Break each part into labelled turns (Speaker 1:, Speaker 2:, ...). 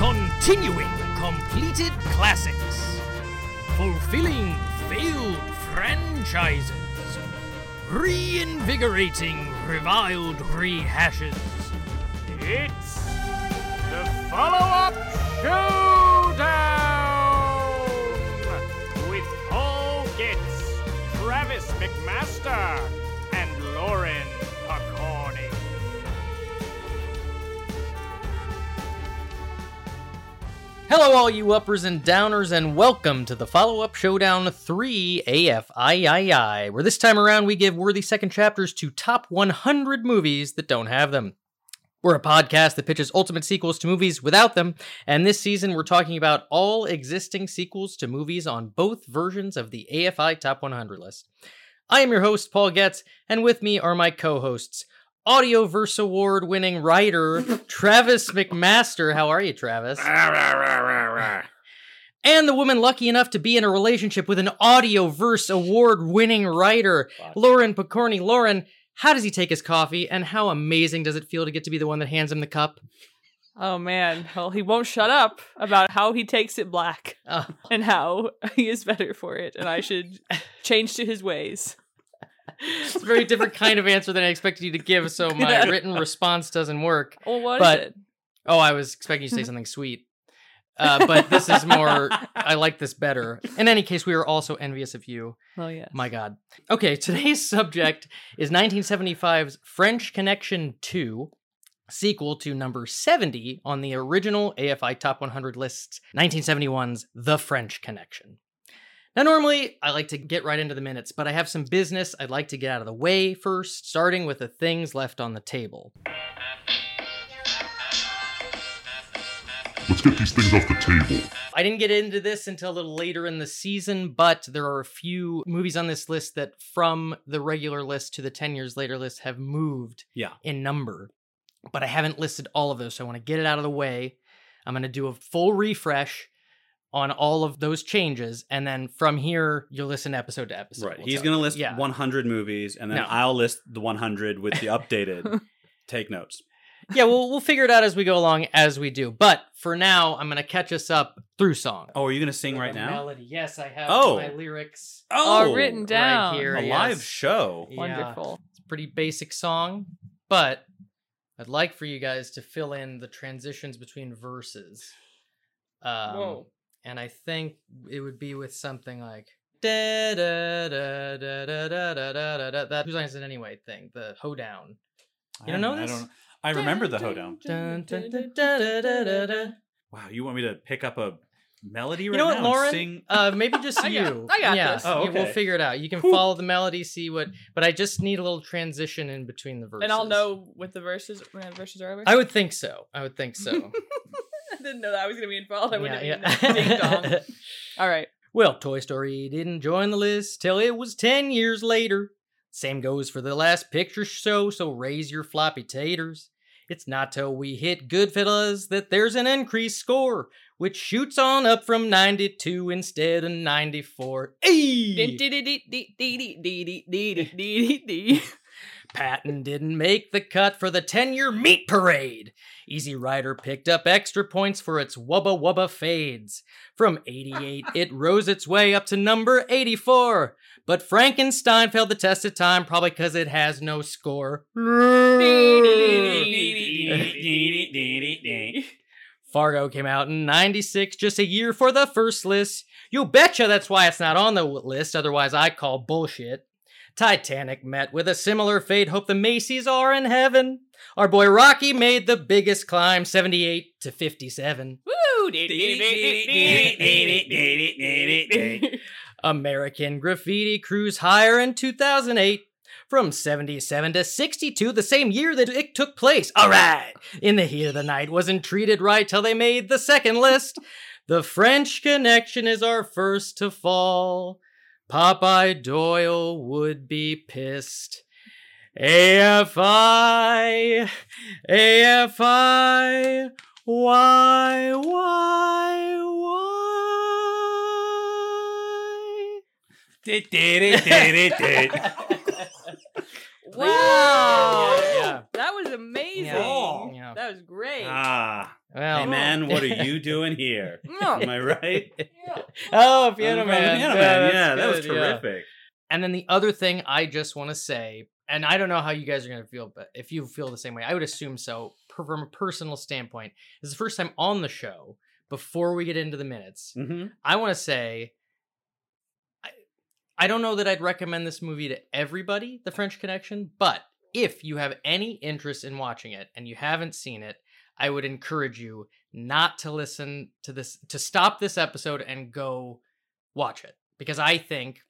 Speaker 1: Continuing completed classics. Fulfilling failed franchises. Reinvigorating reviled rehashes.
Speaker 2: It's the follow up showdown with Paul Gitz, Travis McMaster, and Lauren Pacorni.
Speaker 3: Hello, all you uppers and downers, and welcome to the follow up showdown 3 AFIII, where this time around we give worthy second chapters to top 100 movies that don't have them. We're a podcast that pitches ultimate sequels to movies without them, and this season we're talking about all existing sequels to movies on both versions of the AFI Top 100 list. I am your host, Paul Getz, and with me are my co hosts, Audioverse Award winning writer Travis McMaster. How are you, Travis? and the woman lucky enough to be in a relationship with an audioverse award-winning writer lauren picorni lauren how does he take his coffee and how amazing does it feel to get to be the one that hands him the cup
Speaker 4: Oh man, well he won't shut up about how he takes it black
Speaker 3: Uh,
Speaker 4: and how he is better for it and I should change to his ways.
Speaker 3: it's a very different kind of answer than i expected you to give so my
Speaker 4: Yeah.
Speaker 3: written response doesn't work
Speaker 4: Well, what is
Speaker 3: But-
Speaker 4: it?
Speaker 3: oh i was expecting you to say something sweet uh, but this is more i like this better in any case we are also envious of you
Speaker 4: Oh yeah.
Speaker 3: My God. Okay, today's subject is 1975's French Connection 2, sequel to number 70 on the original AFI Top 100 lists, 1971's The French Connection. Now, normally I like to get right into the minutes, but I have some business I'd like to get out of the way first, starting with the things left on the table.
Speaker 5: Let's get these things off the table.
Speaker 3: I didn't get into this until a little later in the season, but there are a few movies on this list that from the regular list to the 10 years later list have moved
Speaker 6: Yeah.
Speaker 3: in number. But I haven't listed all of those, so I want to get it out of the way. I'm going to do a full refresh on all of those changes, and then from here, you'll listen episode to episode.
Speaker 6: Right.
Speaker 3: We'll
Speaker 6: He's
Speaker 3: tell
Speaker 6: going to
Speaker 3: you.
Speaker 6: list
Speaker 3: Yeah.
Speaker 6: 100 movies and then
Speaker 3: No.
Speaker 6: I'll list the 100 with the updated take notes.
Speaker 3: yeah, we'll, we'll figure it out as we go along, as we do. But for now, I'm going to catch us up through song.
Speaker 6: Oh, are you going to sing right
Speaker 3: The
Speaker 6: now?
Speaker 3: Melody. Yes, I have
Speaker 6: Oh.
Speaker 3: my lyrics.
Speaker 4: All written
Speaker 3: right
Speaker 4: down.
Speaker 3: here.
Speaker 6: a
Speaker 3: yes.
Speaker 6: live show.
Speaker 3: Yeah.
Speaker 4: Wonderful.
Speaker 3: pretty basic song, but I'd like for you guys to fill in the transitions between verses. Um,
Speaker 4: Whoa.
Speaker 3: And I think it would be with something like da da da da da da da da da da that whose line is it anyway thing the hoedown. You don't know
Speaker 6: I,
Speaker 3: this?
Speaker 6: I don't I remember the hoedown.
Speaker 3: Dun, dun, dun, dun, dun, dun, dun, dun.
Speaker 6: Wow, you want me to pick up a melody
Speaker 3: You
Speaker 6: right
Speaker 3: know what,
Speaker 6: now
Speaker 3: Lauren?
Speaker 6: and sing?
Speaker 3: Uh, maybe just
Speaker 4: I
Speaker 3: you.
Speaker 4: got- I got
Speaker 3: yeah.
Speaker 4: this.
Speaker 6: Oh,
Speaker 3: yeah, We'll
Speaker 6: okay.
Speaker 3: figure it out. You can
Speaker 6: Whew.
Speaker 3: follow the melody, see what. But I just need a little transition in between the verses.
Speaker 4: And I'll know what the verses when the verses are over.
Speaker 3: I would think so. I would think so.
Speaker 4: I didn't know that I was gonna be involved. I wouldn't
Speaker 3: Yeah,
Speaker 4: have even
Speaker 3: yeah.
Speaker 4: known. Ding dong. All right.
Speaker 3: Well, Toy Story didn't join the list till it was 10 years later. Same goes for the last picture show, so raise your floppy taters. It's not till we hit Goodfellas that there's an increased score, which shoots on up from 92 instead of 94. Ayy!
Speaker 4: Dee-dee-dee-dee-dee-dee-dee-dee-dee-dee-dee.
Speaker 3: Patton didn't make the cut for the 10 year meat parade. Easy Rider picked up extra points for its Wubba Wubba fades. From 88, it rose its way up to number 84. But Frankenstein failed the test of time probably because it has no score. Fargo came out in 96, just a year for the first list. You betcha that's why it's not on the w- list, otherwise, I call bullshit. Titanic met with a similar fate, hope the Macy's are in heaven. Our boy Rocky made the biggest climb, 78 to 57.
Speaker 4: Woo! Dee-dee-dee-dee-dee-dee-dee-dee-dee-dee-dee.
Speaker 3: American Graffiti cruised higher in 2008. From 77 to 62, the same year that it took place. All right. In the heat of the night wasn't treated right till they made the second list. The French Connection is our first to fall. Popeye Doyle would be pissed. AFI, AFI, why, why, why?
Speaker 4: Wow.
Speaker 3: Yeah, yeah.
Speaker 4: That was amazing.
Speaker 3: Yeah. Yeah.
Speaker 4: That was great.
Speaker 6: Ah,
Speaker 3: Well,
Speaker 6: hey man, what are you doing here?
Speaker 4: Mm.
Speaker 6: Am I right?
Speaker 3: oh, Piano
Speaker 6: Oh,
Speaker 3: Man. Yeah,
Speaker 6: Piano Man.
Speaker 3: that's
Speaker 6: Yeah, that was
Speaker 3: good, yeah.
Speaker 6: terrific.
Speaker 3: And then the other thing I just want to say, and I don't know how you guys are going to feel, but if you feel the same way, I would assume so per- from a personal standpoint. This is the first time on the show. Before we get into the minutes,
Speaker 6: Mhm.
Speaker 3: I want to say I, I don't know that I'd recommend this movie to everybody, The French Connection, but if you have any interest in watching it and you haven't seen it, I would encourage you not to listen to this to stop this episode and go watch it because I think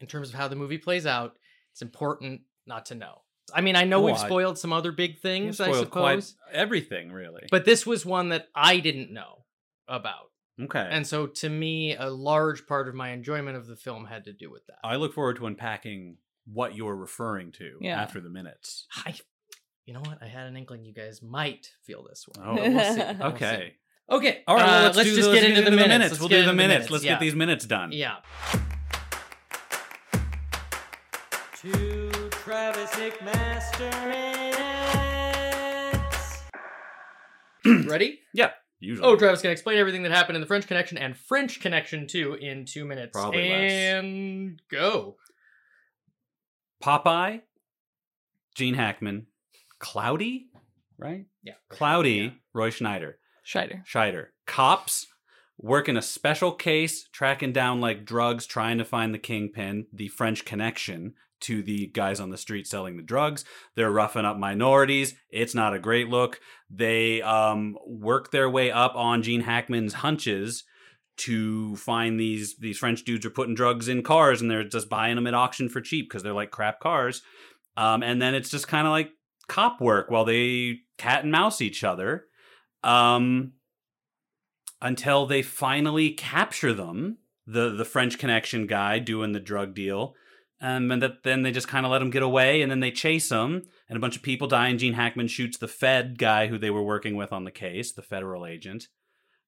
Speaker 3: in terms of how the movie plays out, it's important not to know. I mean, I know we've
Speaker 6: Well, Oh, I-
Speaker 3: spoiled some other big things, I
Speaker 6: Spoiled quite
Speaker 3: suppose,
Speaker 6: everything, really.
Speaker 3: but this was one that I didn't know about.
Speaker 6: okay.
Speaker 3: And so to me, a large part of my enjoyment of the film had to do with that.
Speaker 6: I look forward to unpacking what you're referring to
Speaker 4: Yeah.
Speaker 6: after the minutes.
Speaker 3: I, you know what? I had an inkling you guys might feel this way.
Speaker 6: Oh,
Speaker 3: but we'll see. We'll see.
Speaker 6: Okay.
Speaker 3: Okay.
Speaker 6: All right.
Speaker 3: uh,
Speaker 6: well, let's, do
Speaker 3: just
Speaker 6: those-
Speaker 3: get into the minutes. Let's
Speaker 6: We'll
Speaker 3: get
Speaker 6: do
Speaker 3: into
Speaker 6: the minutes. Let's
Speaker 3: yeah.
Speaker 6: get these minutes done.
Speaker 3: Yeah. To Travis McMaster Ready?
Speaker 6: Usually.
Speaker 3: Oh, Travis can explain everything that happened in the French Connection and French Connection 2 in two minutes.
Speaker 6: Probably less.
Speaker 3: and go.
Speaker 6: Popeye, Gene Hackman, Cloudy, right?
Speaker 3: Yeah.
Speaker 6: Cloudy,
Speaker 3: Yeah.
Speaker 6: Roy Schneider,
Speaker 4: Scheider.
Speaker 6: Scheider. Cops working a special case, tracking down like drugs, trying to find the kingpin, the French connection to the guys on the street selling the drugs. They're roughing up minorities. It's not a great look. They um, work their way up on Gene Hackman's hunches to find these these French dudes are putting drugs in cars and they're just buying them at auction for cheap because they're like crap cars. Um, and then it's just kind of like cop work while they cat and mouse each other um, until they finally capture them. The the French connection guy doing the drug deal. Um, and that, then they just kind of let him get away, and then they chase him, and a bunch of people die. And Gene Hackman shoots the Fed guy who they were working with on the case, the federal agent.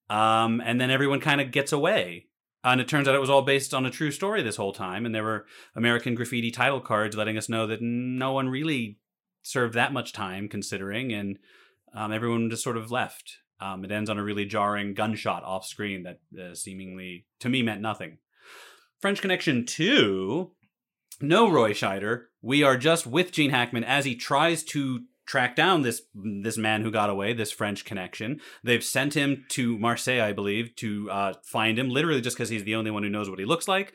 Speaker 6: Um, and then everyone kind of gets away. And it turns out it was all based on a true story this whole time, and there were American graffiti title cards letting us know that no one really served that much time considering, and um, everyone just sort of left. Um, it ends on a really jarring gunshot off screen that uh, seemingly, to me, meant nothing. French Connection 2, no Roy Scheider. We are just with Gene Hackman as he tries to track down this this man who got away, this French connection. They've sent him to Marseille, I believe, to uh, find him, literally just because he's the only one who knows what he looks like.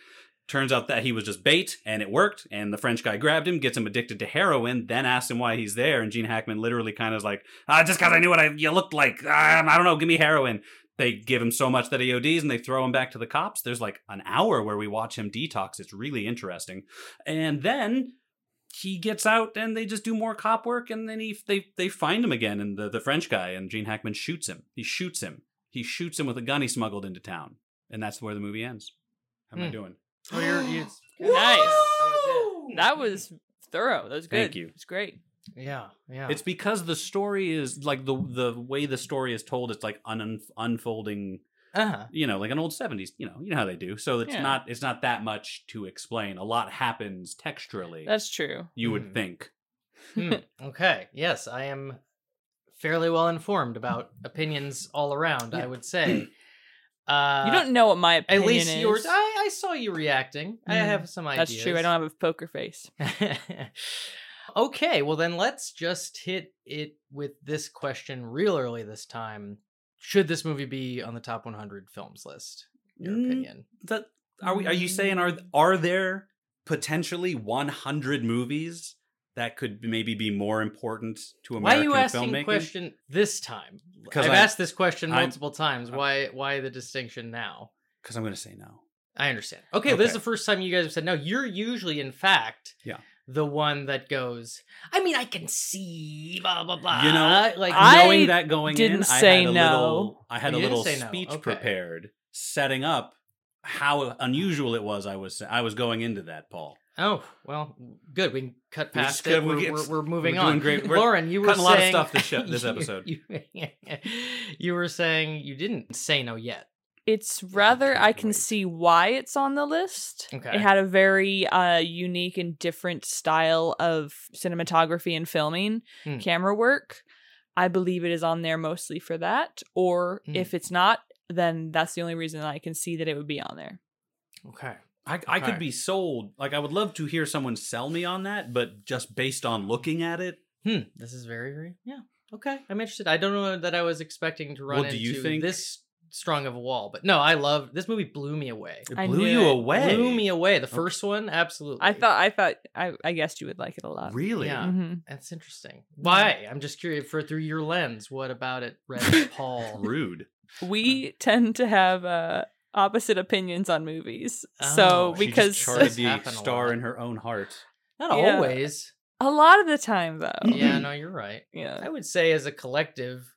Speaker 6: Turns out that he was just bait and it worked. And the French guy grabbed him, gets him addicted to heroin, then asks him why he's there. And Gene Hackman literally kind of is like, ah, just because I knew what I, you looked like. Um, I don't know, give me heroin. They give him so much that he ODs and they throw him back to the cops. There's like an hour where we watch him detox. It's really interesting. And then he gets out and they just do more cop work and then he they they find him again and the, the French guy and Gene Hackman shoots him. He shoots him. He shoots him with a gun he smuggled into town. And that's where the movie ends. How am I
Speaker 3: Hmm.
Speaker 6: doing?
Speaker 3: Oh, you're, you
Speaker 4: That was thorough. That was good.
Speaker 6: Thank you.
Speaker 4: It's great.
Speaker 3: Yeah, yeah.
Speaker 6: It's because the story is like the the way the story is told. It's like an un- unfolding,
Speaker 3: uh-huh.
Speaker 6: you know, like an old seventies. You know, you know how they do. So it's
Speaker 4: Yeah.
Speaker 6: not it's not that much to explain. A lot happens texturally.
Speaker 4: That's true.
Speaker 6: you
Speaker 3: Mhm.
Speaker 6: would think.
Speaker 3: Hmm, okay. Yes, I am fairly well informed about opinions all around. I would say. Uh,
Speaker 4: you don't know what my
Speaker 3: At
Speaker 4: opinion
Speaker 3: least
Speaker 4: is.
Speaker 3: yours. I, I saw you reacting. I
Speaker 4: Mm,
Speaker 3: have some ideas.
Speaker 4: That's true. I don't have a poker face.
Speaker 3: okay, well then let's just hit it with this question real early this time. Should this movie be on the top 100 films list? Your
Speaker 6: Mm.
Speaker 3: opinion.
Speaker 6: That are we? Are
Speaker 3: Mm-hmm.
Speaker 6: you saying are are there potentially one hundred movies that could maybe be more important to
Speaker 3: Why are
Speaker 6: American
Speaker 3: you asking
Speaker 6: filmmaking?
Speaker 3: question this time?
Speaker 6: 'Cause
Speaker 3: I've
Speaker 6: I'm-
Speaker 3: asked this question
Speaker 6: I'm-
Speaker 3: multiple times. Why why the distinction now?
Speaker 6: Because I'm going to say no.
Speaker 3: I understand. Okay, this is
Speaker 6: Okay.
Speaker 3: the first time you guys have said no. You're usually, in fact,
Speaker 6: Yeah.
Speaker 3: the one that goes. I mean, I can see blah blah blah.
Speaker 6: You know,
Speaker 3: like
Speaker 4: I
Speaker 6: knowing that going in,
Speaker 4: didn't
Speaker 6: I
Speaker 4: say
Speaker 6: had a
Speaker 4: no.
Speaker 6: little, I had
Speaker 3: Oh,
Speaker 6: a
Speaker 3: you didn't
Speaker 6: little
Speaker 3: say no.
Speaker 6: speech
Speaker 3: Okay.
Speaker 6: prepared, setting up how unusual it was. I was I was going into that, Paul.
Speaker 3: Oh well, good. We can cut
Speaker 6: We
Speaker 3: past
Speaker 6: just gotta-
Speaker 3: it.
Speaker 6: we
Speaker 3: We're,
Speaker 6: get-
Speaker 3: we're, we're moving
Speaker 6: doing
Speaker 3: on.
Speaker 6: great. We're
Speaker 3: Lauren, you were
Speaker 6: cutting a lot of
Speaker 3: saying-
Speaker 6: stuff this show- this
Speaker 3: you-
Speaker 6: episode.
Speaker 3: You, you were saying you didn't say no yet.
Speaker 4: It's rather
Speaker 6: can't
Speaker 4: I can
Speaker 6: wait.
Speaker 4: see why it's on the list.
Speaker 3: Okay.
Speaker 4: It had a very uh, unique and different style of cinematography and filming,
Speaker 3: Hmm.
Speaker 4: camera work. I believe it is on there mostly for that. Or
Speaker 1: Hmm.
Speaker 4: if it's not, then that's the only reason I can see that it would be on there.
Speaker 1: Okay.
Speaker 6: I, I
Speaker 1: Okay.
Speaker 6: could be sold. Like I would love to hear someone sell me on that, but just based on looking at it,
Speaker 3: Hmm. This is very, very yeah. Okay, I'm interested. I don't know that I was expecting to run
Speaker 6: Well, do
Speaker 3: into
Speaker 6: you think-
Speaker 3: this strong of a wall, but no, I love this movie. Blew me away.
Speaker 6: it
Speaker 4: I
Speaker 6: blew
Speaker 4: knew
Speaker 6: you
Speaker 4: it.
Speaker 6: away.
Speaker 3: Blew me away. The first one, absolutely.
Speaker 4: I thought I thought I, I guessed you would like it a lot.
Speaker 6: Really?
Speaker 3: Yeah.
Speaker 4: hmm
Speaker 3: that's interesting. Why? I'm just curious. For through your lens, what about it, Red Paul?
Speaker 6: Rude.
Speaker 4: We tend to have uh, opposite opinions on movies,
Speaker 3: Oh,
Speaker 4: so
Speaker 3: she
Speaker 6: She
Speaker 4: because
Speaker 6: just charted
Speaker 3: This
Speaker 6: the
Speaker 3: happened a
Speaker 6: star
Speaker 3: lot.
Speaker 6: in her own heart.
Speaker 3: Not
Speaker 4: Yeah.
Speaker 3: always.
Speaker 4: a lot of the time though,
Speaker 3: Yeah, no, you're right.
Speaker 4: yeah.
Speaker 3: I would say as a collective,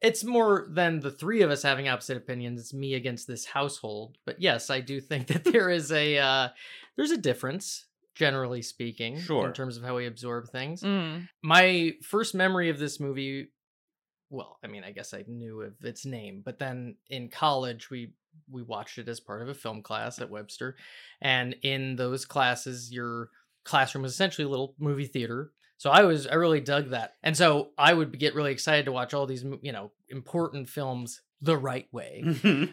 Speaker 3: it's more than the three of us having opposite opinions. It's me against this household. But yes, I do think that there is a uh, there's a difference, generally speaking,
Speaker 6: Sure.
Speaker 3: in terms of how we absorb things.
Speaker 4: Mm.
Speaker 3: My first memory of this movie, well, I mean, I guess I knew of its name, but then in college we we watched it as part of a film class at Webster, and in those classes, your classroom was essentially a little movie theater. So I was I really dug that, and so I would get really excited to watch all these mo- you know important films the right way.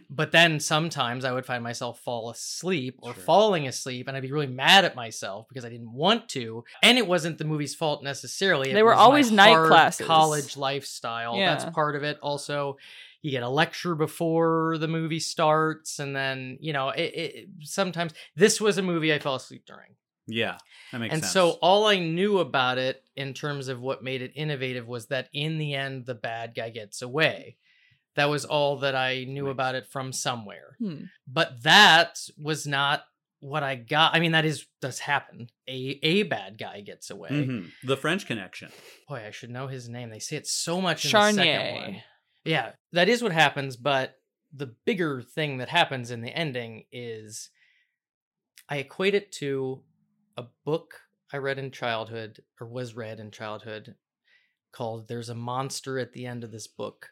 Speaker 3: But then sometimes I would find myself fall asleep or
Speaker 6: Sure.
Speaker 3: falling asleep, and I'd be really mad at myself because I didn't want to. And it wasn't the movie's fault necessarily. it
Speaker 4: They were
Speaker 3: was my
Speaker 4: always night
Speaker 3: hard
Speaker 4: classes.
Speaker 3: college lifestyle.
Speaker 4: Yeah.
Speaker 3: That's part of it. Also, you get a lecture before the movie starts, and then you know, it, it sometimes this was a movie I fell asleep during
Speaker 6: yeah, that makes
Speaker 3: and
Speaker 6: sense.
Speaker 3: so all I knew about it in terms of what made it innovative was that in the end the bad guy gets away. That was all that I knew
Speaker 6: Makes-
Speaker 3: about it from somewhere.
Speaker 4: Hmm.
Speaker 3: But that was not what I got. I mean, that is does happen. A a bad guy gets away.
Speaker 6: Mhm. the French Connection.
Speaker 3: Boy, I should know his name. They say it so much in the second
Speaker 4: Charnier.
Speaker 3: one. Yeah, that is what happens, but the bigger thing that happens in the ending is I equate it to a book I read in childhood or was read in childhood called There's a Monster at the End of This Book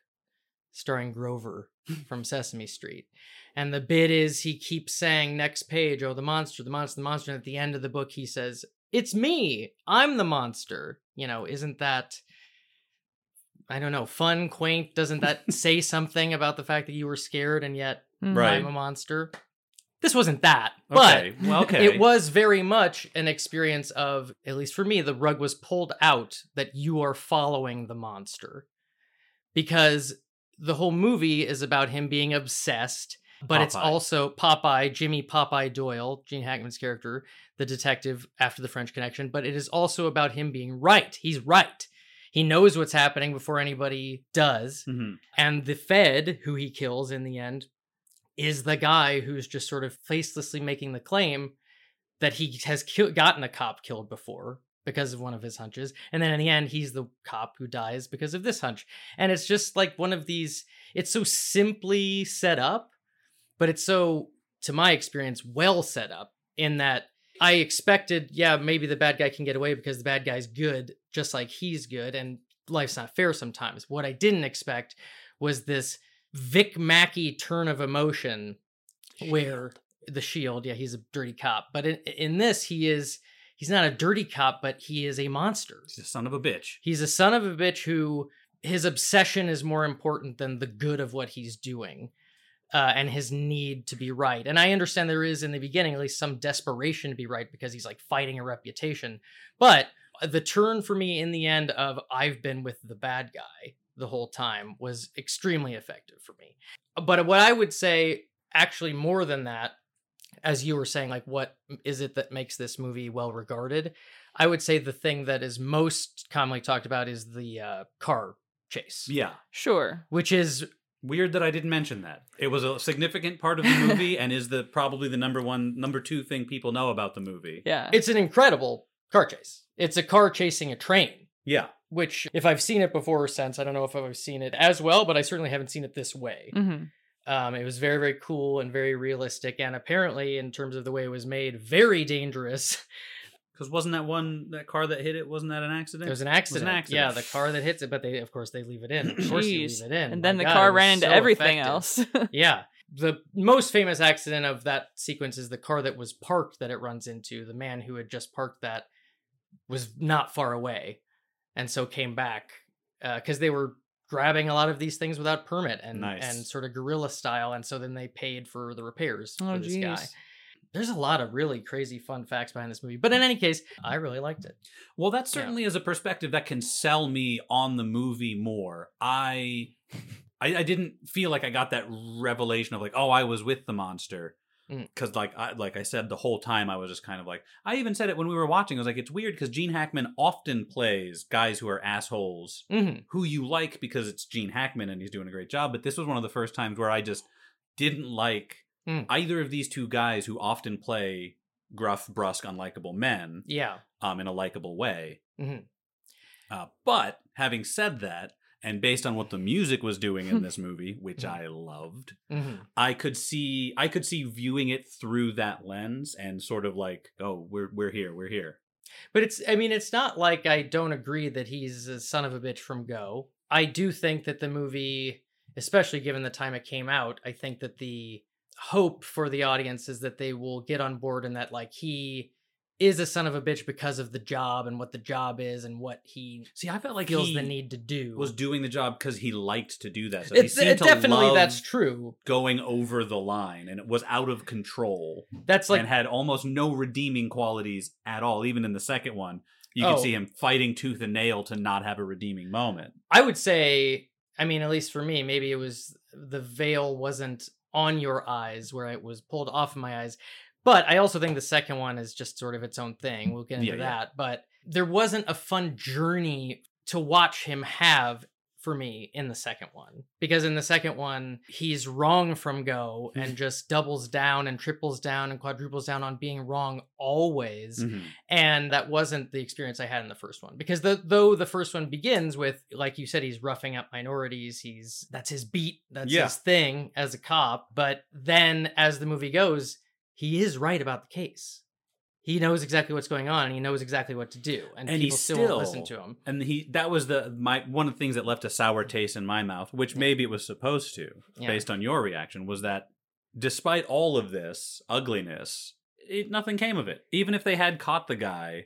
Speaker 3: starring Grover from Sesame Street. And the bit is he keeps saying next page, oh the monster, the monster, the monster and at the end of the book he says, "It's me. I'm the monster." You know, isn't that I don't know, fun, quaint, doesn't that say something about the fact that you were scared and yet
Speaker 4: Mhm.
Speaker 6: Right.
Speaker 3: I'm a monster. This wasn't that, but
Speaker 6: Okay. well, okay.
Speaker 3: it was very much an experience of, at least for me, the rug was pulled out that you are following the monster because the whole movie is about him being obsessed, but it's
Speaker 6: Popeye.
Speaker 3: also Popeye, Jimmy Popeye Doyle, Gene Hackman's character, the detective after the French Connection, but it is also about him being right. He's right. He knows what's happening before anybody does.
Speaker 6: Mhm.
Speaker 3: And the Fed, who he kills in the end, is the guy who's just sort of facelessly making the claim that he has ki- gotten a cop killed before because of one of his hunches. And then in the end, he's the cop who dies because of this hunch. And it's just like one of these, it's so simply set up, but it's so, to my experience, well set up in that I expected, yeah, maybe the bad guy can get away because the bad guy's good, just like he's good, and life's not fair sometimes. What I didn't expect was this Vic Mackey turn of emotion where the shield, yeah, he's a dirty cop. But in, in this, he is he's not a dirty cop, but he is a monster.
Speaker 6: He's a son of a bitch.
Speaker 3: He's a son of a bitch who his obsession is more important than the good of what he's doing uh, and his need to be right. And I understand there is in the beginning at least some desperation to be right because he's like fighting a reputation. But the turn for me in the end of I've been with the bad guy the whole time was extremely effective for me. But what I would say, actually, more than that, as you were saying, like, what is it that makes this movie well regarded? I would say the thing that is most commonly talked about is the uh, car chase,
Speaker 6: Yeah.
Speaker 4: Sure.
Speaker 3: which is
Speaker 6: Weird that I didn't mention that. It was a significant part of the movie and is the probably the number one, number two thing people know about the movie.
Speaker 4: Yeah.
Speaker 3: it's an incredible car chase. It's a car chasing a train,
Speaker 6: Yeah.
Speaker 3: which if I've seen it before or since, I don't know if I've seen it as well, but I certainly haven't seen it this way.
Speaker 4: hmm
Speaker 3: Um, it was very, very cool and very realistic, and apparently, in terms of the way it was made, very dangerous.
Speaker 6: Because wasn't that one that car that hit it? Wasn't that an accident?
Speaker 3: There was an accident.
Speaker 6: accident.
Speaker 3: Yeah, the car that hits it, but they, of course, they leave it in. Of course, you leave
Speaker 4: Jeez.
Speaker 3: it in.
Speaker 4: And
Speaker 3: My
Speaker 4: then the
Speaker 3: God, it
Speaker 4: car
Speaker 3: was
Speaker 4: ran into
Speaker 3: so
Speaker 4: everything
Speaker 3: effective.
Speaker 4: else.
Speaker 3: yeah. The most famous accident of that sequence is the car that was parked that it runs into. The man who had just parked that was not far away and so came back because they were grabbing a lot of these things without permit and
Speaker 6: Nice.
Speaker 3: and sort of guerrilla style. And so then they paid for the repairs
Speaker 4: Oh,
Speaker 3: for this guy.
Speaker 4: jeez.
Speaker 3: There's a lot of really crazy fun facts behind this movie, but in any case, I really liked it.
Speaker 6: Well, that
Speaker 3: Yeah.
Speaker 6: certainly is a perspective that can sell me on the movie more. I, I, I didn't feel like I got that revelation of like, oh, I was with the monster.
Speaker 3: Mm.
Speaker 6: Because like I like I said the whole time I was just kind of like I even said it when we were watching I was like it's weird because Gene Hackman often plays guys who are assholes
Speaker 3: Mm-hmm.
Speaker 6: who you like because it's Gene Hackman and he's doing a great job but this was one of the first times where I just didn't like
Speaker 3: Mm.
Speaker 6: either of these two guys who often play gruff brusque unlikable men
Speaker 3: Yeah.
Speaker 6: um, in a likable way.
Speaker 3: Mhm.
Speaker 6: Uh, but having said that, and based on what the music was doing in this movie, which
Speaker 3: Mm-hmm.
Speaker 6: I loved,
Speaker 3: hmm
Speaker 6: I could see I could see viewing it through that lens and sort of like, oh, we're we're here, we're here.
Speaker 3: But it's, I mean, it's not like I don't agree that he's a son of a bitch from Go. I do think that the movie, especially given the time it came out, I think that the hope for the audience is that they will get on board and that, like, he is a son of a bitch because of the job and what the job is and what he
Speaker 6: See, I felt like
Speaker 3: feels
Speaker 6: he
Speaker 3: the need to do.
Speaker 6: was doing the job because he liked to do that. So
Speaker 3: it's,
Speaker 6: he seemed
Speaker 3: it-
Speaker 6: to
Speaker 3: definitely
Speaker 6: love
Speaker 3: that's true.
Speaker 6: going over the line and it was out of control
Speaker 3: That's like
Speaker 6: and had almost no redeeming qualities at all. Even in the second one, you
Speaker 3: Oh.
Speaker 6: could see him fighting tooth and nail to not have a redeeming moment.
Speaker 3: I would say, I mean, at least for me, maybe it was the veil wasn't on your eyes where it was pulled off of my eyes. But I also think the second one is just sort of its own thing. We'll get into
Speaker 6: Yeah, yeah.
Speaker 3: that. But there wasn't a fun journey to watch him have for me in the second one. Because in the second one, he's wrong from go
Speaker 6: Mm.
Speaker 3: and just doubles down and triples down and quadruples down on being wrong always and that wasn't the experience I had in the first one because the though the first one begins with like you said he's roughing up minorities he's that's his beat that's
Speaker 6: Yeah.
Speaker 3: his thing as a cop but then as the movie goes he is right about the case he knows exactly what's going on and he knows exactly what to do and,
Speaker 6: And he
Speaker 3: people still won't listen to
Speaker 6: still-
Speaker 3: him
Speaker 6: And he that was the my one of the things that left a sour taste in my mouth, which maybe it was supposed to,
Speaker 3: Yeah.
Speaker 6: based on your reaction, was that despite all of this ugliness, it nothing came of it. Even if they had caught the guy,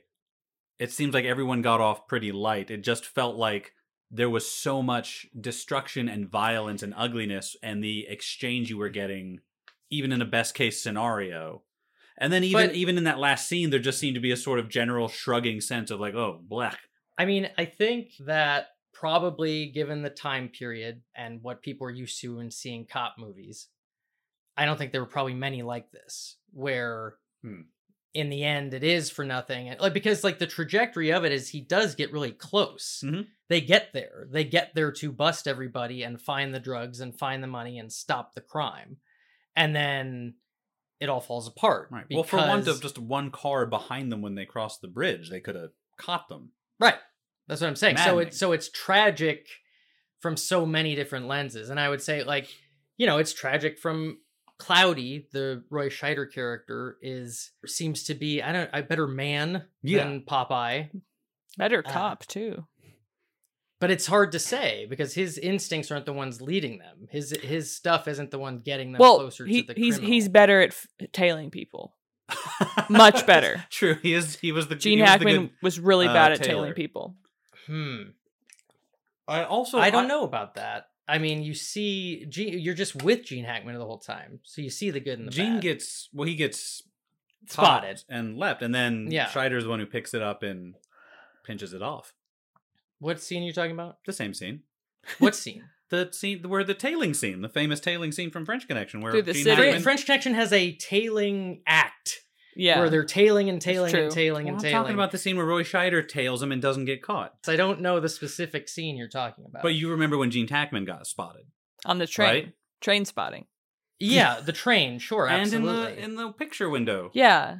Speaker 6: it seems like everyone got off pretty light. It just felt like there was so much destruction and violence and ugliness and the exchange you were getting even in a best case scenario. And then even
Speaker 3: But-
Speaker 6: even in that last scene there just seemed to be a sort of general shrugging sense of like, oh, black
Speaker 3: I mean, I think that probably given the time period and what people are used to in seeing cop movies, I don't think there were probably many like this where
Speaker 6: Hmm.
Speaker 3: in the end it is for nothing. And, Like because like the trajectory of it is he does get really close.
Speaker 6: Mhm.
Speaker 3: They get there. They get there to bust everybody and find the drugs and find the money and stop the crime. And then it all falls apart.
Speaker 6: Right. Well, for want
Speaker 3: because-
Speaker 6: of just one car behind them when they crossed the bridge, they could have caught them.
Speaker 3: Right. That's what I'm saying. So
Speaker 6: Maddening.
Speaker 3: it's so it's tragic from so many different lenses. And I would say like, you know, it's tragic from Cloudy, the Roy Scheider character is seems to be I don't a better man
Speaker 6: Yeah.
Speaker 3: than Popeye,
Speaker 4: Better
Speaker 3: Uh,
Speaker 4: cop too.
Speaker 3: but it's hard to say because his instincts aren't the ones leading them. His his stuff isn't the one getting them
Speaker 4: Well,
Speaker 3: closer
Speaker 4: he,
Speaker 3: to the
Speaker 4: he's
Speaker 3: criminal.
Speaker 4: he's better at f- tailing people. Much better.
Speaker 6: True. He is. He was the
Speaker 4: Gene
Speaker 6: he was the
Speaker 4: Hackman
Speaker 6: good-
Speaker 4: was really
Speaker 6: uh,
Speaker 4: bad at
Speaker 6: tailor.
Speaker 4: tailing people.
Speaker 3: hmm.
Speaker 6: I also.
Speaker 3: I don't know about that. I mean, you see, Gene, you're just with Gene Hackman the whole time, so you see the good and the
Speaker 6: Gene
Speaker 3: bad.
Speaker 6: gets. Well, he gets caught
Speaker 3: spotted.
Speaker 6: and left, and then
Speaker 3: Yeah.
Speaker 6: Schreider's the one who picks it up and pinches it off.
Speaker 3: What scene are you talking about?
Speaker 6: The same scene.
Speaker 3: What scene?
Speaker 6: The scene where the tailing scene, the famous tailing scene from French Connection, where
Speaker 4: Through the
Speaker 6: Gene
Speaker 4: city.
Speaker 3: Fre-
Speaker 6: Hackman-
Speaker 3: French Connection has a tailing act
Speaker 4: Yeah.
Speaker 3: where they're tailing and tailing
Speaker 4: true.
Speaker 3: and tailing
Speaker 6: Well,
Speaker 3: and
Speaker 6: I'm
Speaker 3: tailing.
Speaker 6: talking about the scene where Roy Scheider tails him and doesn't get caught.
Speaker 3: So I don't know the specific scene you're talking about.
Speaker 6: But you remember when Gene Hackman got spotted,
Speaker 4: on the train.
Speaker 6: right?
Speaker 4: Train spotting.
Speaker 3: yeah, the train, sure, Oh, absolutely.
Speaker 6: And in the in the picture window,
Speaker 4: Yeah.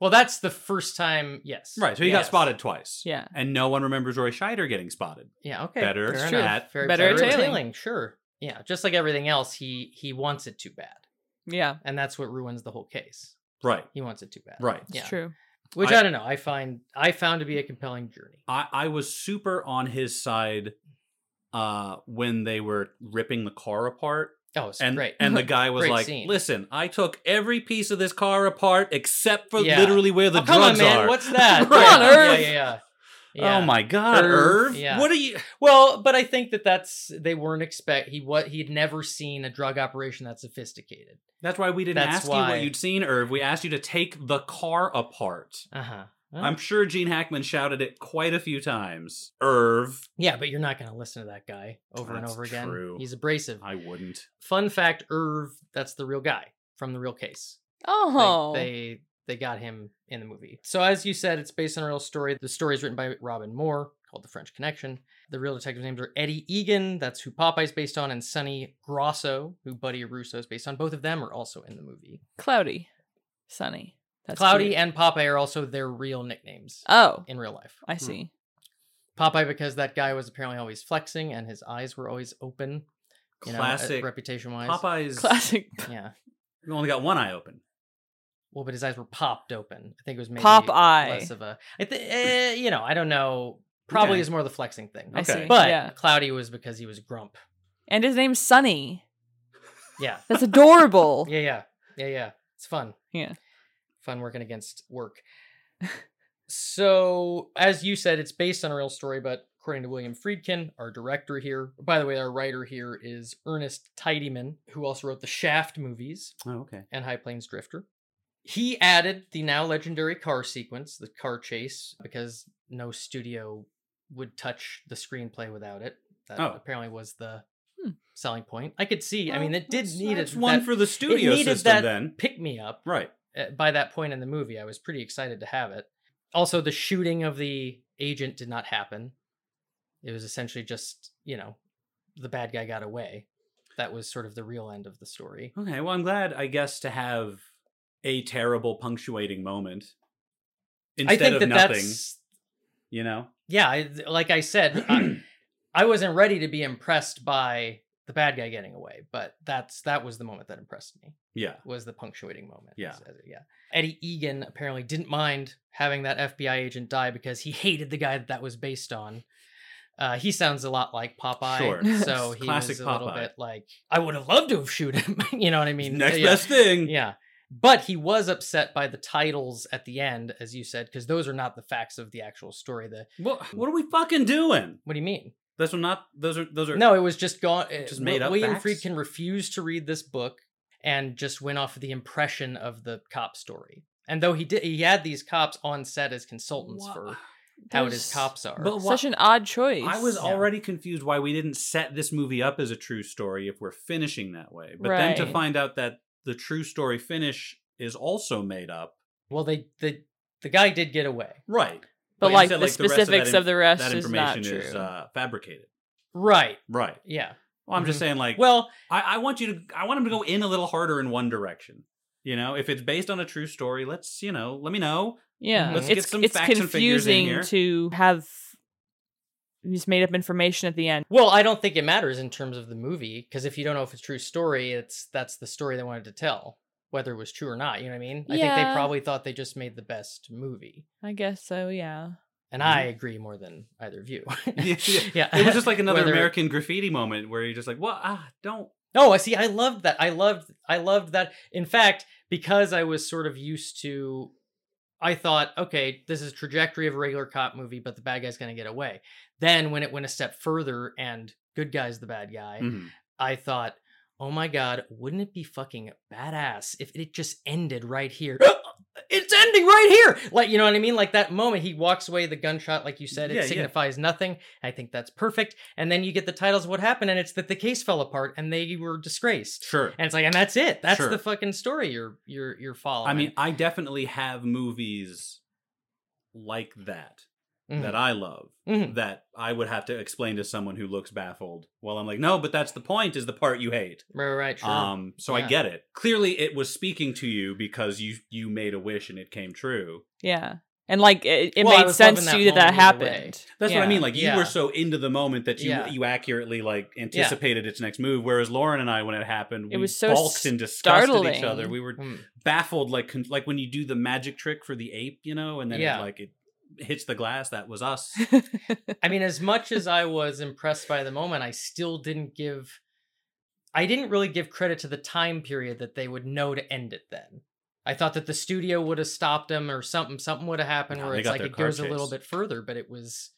Speaker 3: well, that's the first time. Yes.
Speaker 6: Right, so he got
Speaker 3: Yes.
Speaker 6: spotted twice.
Speaker 4: Yeah.
Speaker 6: And no one remembers Roy Scheider getting spotted.
Speaker 3: Yeah. Okay.
Speaker 6: Better
Speaker 3: fair
Speaker 6: at-
Speaker 3: enough. Fair-
Speaker 4: Better at tailing.
Speaker 3: Sure. Yeah. Just like everything else, he he wants it too bad,
Speaker 4: Yeah.
Speaker 3: and that's what ruins the whole case.
Speaker 6: Right.
Speaker 3: He wants it too bad.
Speaker 6: Right.
Speaker 4: It's
Speaker 3: Yeah.
Speaker 4: true.
Speaker 3: Which
Speaker 6: I-
Speaker 3: I, don't know. I find I found to be a compelling journey.
Speaker 6: I, I was super on his side uh when they were ripping the car apart.
Speaker 3: Oh, it's
Speaker 6: And
Speaker 3: great.
Speaker 6: and the guy was
Speaker 3: Great
Speaker 6: like,
Speaker 3: scene.
Speaker 6: Listen, I took every piece of this car apart except for
Speaker 3: Yeah.
Speaker 6: literally where the
Speaker 3: Oh, come on,
Speaker 6: drugs
Speaker 3: man.
Speaker 6: are.
Speaker 3: What's that?
Speaker 6: Right.
Speaker 4: Come on,
Speaker 3: Yeah,
Speaker 4: Earth.
Speaker 3: Yeah, yeah,
Speaker 6: Oh my God,
Speaker 3: Irv,
Speaker 6: Irv!
Speaker 3: yeah.
Speaker 6: What are you?
Speaker 3: Well, but I think that that's they weren't expect he what he had never seen a drug operation that sophisticated.
Speaker 6: That's why we didn't
Speaker 3: That's
Speaker 6: ask you
Speaker 3: why.
Speaker 6: what you'd seen, Irv. We asked you to take the car apart.
Speaker 3: Uh huh.
Speaker 6: I'm sure Gene Hackman shouted it quite a few times. Irv,
Speaker 3: Yeah, but you're not going to listen to that guy over and
Speaker 6: That's
Speaker 3: over again.
Speaker 6: true.
Speaker 3: He's abrasive.
Speaker 6: I wouldn't.
Speaker 3: Fun fact: Irv, that's the real guy from the real case. They-
Speaker 4: Oh,
Speaker 3: they they got him in the movie. So as you said, it's based on a real story. The story is written by Robin Moore, called The French Connection. The real detectives' names are Eddie Egan, that's who Popeye's based on, and Sonny Grosso, who Buddy Russo is based on. Both of them are also in the movie.
Speaker 4: cloudy, sunny. That's
Speaker 3: Cloudy
Speaker 4: cute.
Speaker 3: and Popeye are also their real nicknames
Speaker 4: oh,
Speaker 3: in real life.
Speaker 4: I see.
Speaker 3: Popeye because that guy was apparently always flexing and his eyes were always open. You
Speaker 6: Classic
Speaker 3: reputation wise.
Speaker 6: Popeye's
Speaker 4: Classic
Speaker 3: Yeah.
Speaker 6: You only got one eye open.
Speaker 3: Well, but his eyes were popped open. I think it was maybe
Speaker 4: pop eye.
Speaker 3: less of a. I thi- eh, you know, I don't know. Probably
Speaker 6: Okay.
Speaker 3: is more the flexing thing.
Speaker 4: I
Speaker 6: Okay.
Speaker 4: see.
Speaker 3: But
Speaker 4: yeah,
Speaker 3: Cloudy was because he was grump.
Speaker 4: and his name's Sunny.
Speaker 3: Yeah.
Speaker 4: That's adorable.
Speaker 3: Yeah, yeah. Yeah, yeah. It's fun.
Speaker 4: Oh. Yeah.
Speaker 3: Fun working against work. so, as you said, it's based on a real story, but according to William Friedkin, our director here, by the way, our writer here is Ernest Tidyman, who also wrote the Shaft movies
Speaker 6: Oh, okay.
Speaker 3: and High Plains Drifter. He added the now legendary car sequence, the car chase, because no studio would touch the screenplay without it. That
Speaker 6: Oh.
Speaker 3: apparently was the
Speaker 4: Hmm.
Speaker 3: selling point. I could see. I mean, it did
Speaker 6: That's-
Speaker 3: need
Speaker 6: that's
Speaker 3: it-
Speaker 6: one
Speaker 3: that
Speaker 6: for the studio
Speaker 3: needed
Speaker 6: system
Speaker 3: that-
Speaker 6: then.
Speaker 3: pick me up
Speaker 6: Right.
Speaker 3: uh, by that point in the movie. I was pretty excited to have it. Also, the shooting of the agent did not happen. It was essentially just, you know, the bad guy got away. That was sort of the real end of the story.
Speaker 6: Okay. Well, I'm glad, I guess, to have a terrible punctuating moment instead
Speaker 3: I think
Speaker 6: of
Speaker 3: that
Speaker 6: nothing.
Speaker 3: that's
Speaker 6: You know.
Speaker 3: yeah. I- Like I said, I, I wasn't ready to be impressed by the bad guy getting away, but that's that was the moment that impressed me.
Speaker 6: Yeah.
Speaker 3: was the punctuating moment.
Speaker 6: Yeah.
Speaker 3: Is- is- yeah. Eddie Egan apparently didn't mind having that FBI agent die because he hated the guy that that was based on. Uh, he sounds a lot like Popeye,
Speaker 6: Sure.
Speaker 3: so
Speaker 6: It's
Speaker 3: he
Speaker 6: classic
Speaker 3: was a little
Speaker 6: Popeye.
Speaker 3: bit like, "I would have loved to have shoot him." you know what I mean?
Speaker 6: Next
Speaker 3: yeah.
Speaker 6: best thing.
Speaker 3: Yeah, but he was upset by the titles at the end, as you said, because those are not the facts of the actual story. The
Speaker 6: Well, what are we fucking doing?
Speaker 3: what do you mean?
Speaker 6: Those are not. Those are. Those are.
Speaker 3: No, it was just gone. uh,
Speaker 6: Just
Speaker 3: Wi-
Speaker 6: made up
Speaker 3: William
Speaker 6: facts?
Speaker 3: Friedkin refused to read this book and just went off the impression of the cop story. And though he did, he had these cops on set as consultants
Speaker 6: Wha-
Speaker 3: for how it is
Speaker 4: There's
Speaker 3: cops are.
Speaker 6: But wha-
Speaker 4: Such an odd choice.
Speaker 6: I was
Speaker 3: Yeah.
Speaker 6: already confused why we didn't set this movie up as a true story if we're finishing that way. But then to
Speaker 4: Right.
Speaker 6: find out that the true story finish is also made up.
Speaker 3: well, they the the guy did get away,
Speaker 6: Right.
Speaker 4: but
Speaker 6: you
Speaker 4: like
Speaker 6: said,
Speaker 4: the
Speaker 6: rest that
Speaker 4: specifics
Speaker 6: inf-
Speaker 4: of the rest
Speaker 6: that
Speaker 4: is
Speaker 6: information
Speaker 4: not true.
Speaker 6: is uh, fabricated.
Speaker 3: right?
Speaker 6: Right.
Speaker 3: Yeah.
Speaker 6: Well, I'm just
Speaker 3: Mhm.
Speaker 6: saying, like, well,
Speaker 3: Well,
Speaker 6: I, I want you to, I want him to go in a little harder in one direction. You know, if it's based on a true story, let's, you know, let me know.
Speaker 4: yeah,
Speaker 3: Let's
Speaker 6: get
Speaker 4: it's
Speaker 6: some
Speaker 4: it's
Speaker 6: facts and figures
Speaker 4: confusing
Speaker 6: in here.
Speaker 4: to have just made up information at the end.
Speaker 3: well, I don't think it matters in terms of the movie because if you don't know if it's a true story, it's that's the story they wanted to tell, whether it was true or not. You know what I mean? I think they
Speaker 4: Yeah.
Speaker 3: probably thought they just made the best movie,
Speaker 4: I guess so. Yeah.
Speaker 3: and I agree more than either of you.
Speaker 6: Mm-hmm. Yeah, yeah.
Speaker 3: yeah.
Speaker 6: It was just like another
Speaker 3: Whether-
Speaker 6: American graffiti moment where you're just like, well, ah, don't.
Speaker 3: No, I see. I loved that. I loved. I loved that. In fact, because I was sort of used to, I thought, okay, this is trajectory of a regular cop movie, but the bad guy's gonna get away. Then when it went a step further and good guy's the bad guy,
Speaker 6: Mhm.
Speaker 3: I thought, oh my god, wouldn't it be fucking badass if it just ended right here? it's ending right here. Like you know what I mean? Like that moment he walks away, the gunshot, like you said,
Speaker 6: Yeah,
Speaker 3: it
Speaker 6: yeah.
Speaker 3: signifies nothing. I think that's perfect. And then you get the titles of what happened, and it's that the case fell apart and they were disgraced.
Speaker 6: Sure.
Speaker 3: And it's like, and that's it. That's
Speaker 6: Sure.
Speaker 3: the fucking story you're you're you're following.
Speaker 6: I mean, I definitely have movies like that
Speaker 3: Mhm.
Speaker 6: that I love
Speaker 3: Mhm.
Speaker 6: that I would have to explain to someone who looks baffled. Well, I'm like, no, but that's the point is the part you hate.
Speaker 3: right, right, right, sure.
Speaker 6: Um, so I
Speaker 3: Yeah.
Speaker 6: get it. Clearly, it was speaking to you because you you made a wish and it came true.
Speaker 4: Yeah. And like it, it
Speaker 3: Well, I
Speaker 4: made
Speaker 3: was
Speaker 4: sense
Speaker 3: loving
Speaker 4: to
Speaker 3: that
Speaker 4: you that that
Speaker 3: moment either way.
Speaker 4: happened.
Speaker 6: That's what I
Speaker 4: Yeah.
Speaker 6: mean. Like you
Speaker 3: Yeah.
Speaker 6: were so into the moment that you
Speaker 3: Yeah.
Speaker 6: you accurately like anticipated its next move. Whereas Lauren and I, when it happened,
Speaker 4: It
Speaker 6: we
Speaker 4: was so
Speaker 6: balked and disgusted each
Speaker 4: startling.
Speaker 6: other. We were
Speaker 3: Mm.
Speaker 6: baffled, like con- like when you do the magic trick for the ape, you know, and then
Speaker 3: Yeah.
Speaker 6: it, like it hits the glass. That was us.
Speaker 3: I mean, as much as I was impressed by the moment, I still didn't give. I didn't really give credit to the time period that they would know to end it. Then I thought that the studio would have stopped him or something. Something would have happened
Speaker 6: No,
Speaker 3: where
Speaker 6: they
Speaker 3: it's
Speaker 6: got
Speaker 3: like
Speaker 6: their
Speaker 3: it
Speaker 6: car
Speaker 3: goes a little
Speaker 6: chased.
Speaker 3: bit further, but it was,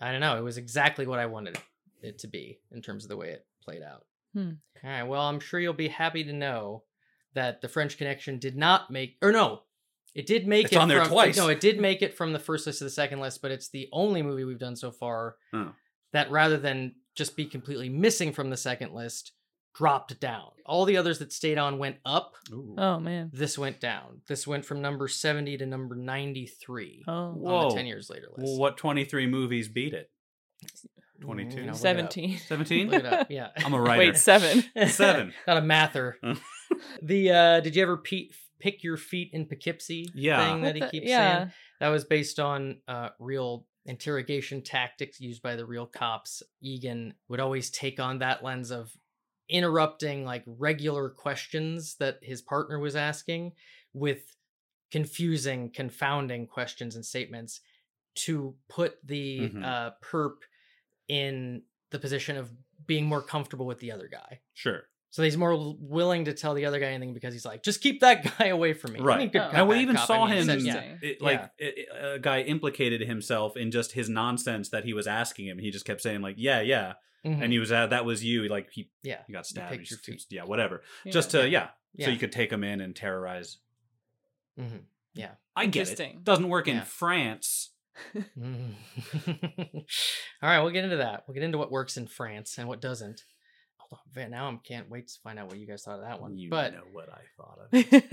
Speaker 3: I don't know, it was exactly what I wanted it to be in terms of the way it played out.
Speaker 4: Hmm.
Speaker 3: All right. Well, I'm sure you'll be happy to know that the French Connection did not make, or no, it did make
Speaker 6: It's
Speaker 3: it
Speaker 6: on there
Speaker 3: from,
Speaker 6: twice.
Speaker 3: No, it did make it from the first list to the second list, but it's the only movie we've done so far
Speaker 6: Oh.
Speaker 3: that rather than just be completely missing from the second list, dropped down. All the others that stayed on went up.
Speaker 6: Ooh.
Speaker 4: Oh man.
Speaker 3: This went down. This went from number 70 to number 93
Speaker 4: Oh.
Speaker 3: on
Speaker 6: Whoa.
Speaker 3: the 10 years later list.
Speaker 6: well, what 23 movies beat it? 22?
Speaker 3: Mm, you know, look it up.
Speaker 4: 17.
Speaker 6: 17?
Speaker 3: Look it up. Yeah.
Speaker 6: I'm a writer.
Speaker 4: Wait, seven.
Speaker 6: Seven.
Speaker 3: Not a mather. the uh did you ever pe- pick your feet in Poughkeepsie
Speaker 6: Yeah.
Speaker 3: thing that he
Speaker 4: What the-
Speaker 3: keeps saying?
Speaker 4: yeah.
Speaker 3: That was based on uh, real interrogation tactics used by the real cops. Egan would always take on that lens of interrupting like regular questions that his partner was asking with confusing, confounding questions and statements to put the
Speaker 6: Mhm.
Speaker 3: uh, perp in the position of being more comfortable with the other guy.
Speaker 6: Sure.
Speaker 3: So he's more l- willing to tell the other guy anything because he's like, just keep that guy away from me. I mean,
Speaker 6: Right.
Speaker 3: good
Speaker 4: Oh.
Speaker 3: cop,
Speaker 6: And we
Speaker 3: bad
Speaker 6: even
Speaker 3: cop, I
Speaker 6: saw
Speaker 3: mean,
Speaker 6: him,
Speaker 3: essentially.
Speaker 4: Yeah.
Speaker 6: it- like, it- it- a guy implicated himself in just his nonsense that he was asking him. He just kept saying, like, yeah, yeah.
Speaker 3: Mhm.
Speaker 6: And he was, uh, that was you. Like, he,
Speaker 3: yeah.
Speaker 6: he got stabbed.
Speaker 3: picked
Speaker 6: He
Speaker 3: your
Speaker 6: just-
Speaker 3: feet.
Speaker 6: yeah, whatever.
Speaker 4: Yeah.
Speaker 6: Just to, yeah.
Speaker 3: Yeah.
Speaker 6: So you could take him in and terrorize.
Speaker 3: hmm
Speaker 6: I get
Speaker 4: Interesting.
Speaker 6: it. Doesn't work in
Speaker 3: Yeah.
Speaker 6: France.
Speaker 3: Mm. All right, we'll get into that. We'll get into what works in France and what doesn't. Hold on, man, now I can't wait to find out what you guys thought of that one.
Speaker 6: You
Speaker 3: but
Speaker 6: know what I thought of.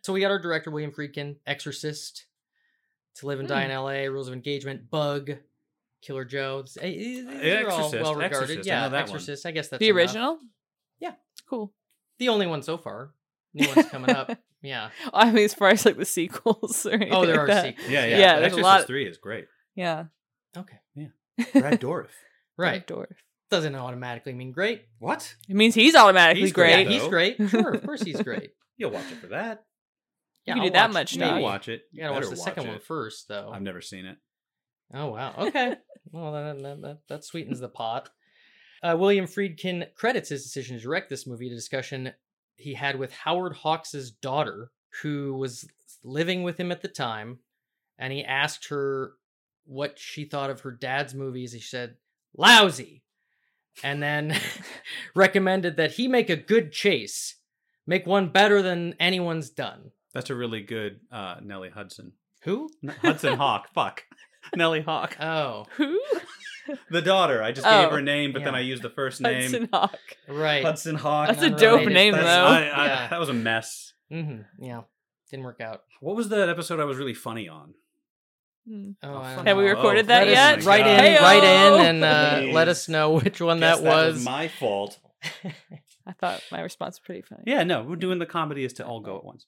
Speaker 3: so we got our director William Friedkin, Exorcist, To Live
Speaker 4: Hmm.
Speaker 3: and Die in L.A., Rules of Engagement, Bug, Killer Joe. This- eh, eh, These are all
Speaker 6: Exorcist,
Speaker 3: well regarded.
Speaker 6: Exorcist, I know
Speaker 3: yeah,
Speaker 6: that one.
Speaker 3: Exorcist. I guess that's
Speaker 4: the
Speaker 3: enough.
Speaker 4: original?
Speaker 3: Yeah.
Speaker 4: Cool.
Speaker 3: the only one so far. New one's coming up. Yeah.
Speaker 4: I mean, as far as like the sequels or anything
Speaker 3: Oh, there
Speaker 4: like
Speaker 3: are
Speaker 4: that.
Speaker 3: sequels.
Speaker 6: Yeah, yeah.
Speaker 4: Yeah,
Speaker 6: But
Speaker 4: there's a
Speaker 6: Exorcist
Speaker 4: lot-
Speaker 6: 3 is great.
Speaker 4: Yeah.
Speaker 3: Okay.
Speaker 6: Brad Dorff.
Speaker 3: Right.
Speaker 4: Dwarf.
Speaker 3: Doesn't automatically mean great.
Speaker 6: What?
Speaker 4: It means he's automatically
Speaker 6: He's
Speaker 4: great.
Speaker 6: great,
Speaker 3: Yeah, he's
Speaker 6: though.
Speaker 3: great. Sure, of course he's great.
Speaker 6: You'll watch it for that.
Speaker 3: Yeah,
Speaker 4: can
Speaker 3: I'll
Speaker 4: do that
Speaker 3: watch-
Speaker 4: much,
Speaker 3: yeah,
Speaker 4: Dog.
Speaker 6: You
Speaker 4: Dog.
Speaker 6: watch it.
Speaker 3: You gotta watch
Speaker 6: better
Speaker 3: the second
Speaker 6: watch
Speaker 3: one
Speaker 6: it.
Speaker 3: first, though.
Speaker 6: I've never seen it.
Speaker 3: Oh wow. Okay. well, that, that, that, that sweetens the pot. Uh, William Friedkin credits his decision to direct this movie to discussion he had with Howard Hawks' daughter, who was living with him at the time, and he asked her what she thought of her dad's movies. He said, "Lousy," and then recommended that he make a good chase, make one better than anyone's done.
Speaker 6: That's a really good uh, Nellie Hudson.
Speaker 3: Who?
Speaker 6: N- Hudson Hawk. Fuck. Nellie Hawk.
Speaker 3: Oh,
Speaker 4: Who?
Speaker 6: The daughter. I just
Speaker 4: Oh.
Speaker 6: gave her name, but then
Speaker 3: Yeah.
Speaker 6: I used the first name. Hudson,
Speaker 4: Hudson Hawk.
Speaker 3: right.
Speaker 6: Hawk.
Speaker 4: That's a
Speaker 3: Unrelated.
Speaker 4: dope name,
Speaker 6: That's-
Speaker 4: though.
Speaker 6: I- I-
Speaker 3: Yeah.
Speaker 6: That was a mess.
Speaker 3: hmm Yeah, didn't work out.
Speaker 6: What was that episode I was really funny on?
Speaker 4: Hmm.
Speaker 3: Oh,
Speaker 6: Oh,
Speaker 3: I
Speaker 6: fuck.
Speaker 3: don't
Speaker 4: Have we
Speaker 3: know.
Speaker 4: recorded
Speaker 6: Oh,
Speaker 4: that
Speaker 3: Let us-
Speaker 4: yet?
Speaker 6: is my
Speaker 3: Write in,
Speaker 6: God.
Speaker 4: Heyo!
Speaker 3: write in, and uh, let
Speaker 6: Please.
Speaker 3: us know which one
Speaker 6: Guess
Speaker 3: that was.
Speaker 6: my fault.
Speaker 4: I thought my response was pretty funny.
Speaker 6: Yeah, no, we're doing the comedy is to all go at once.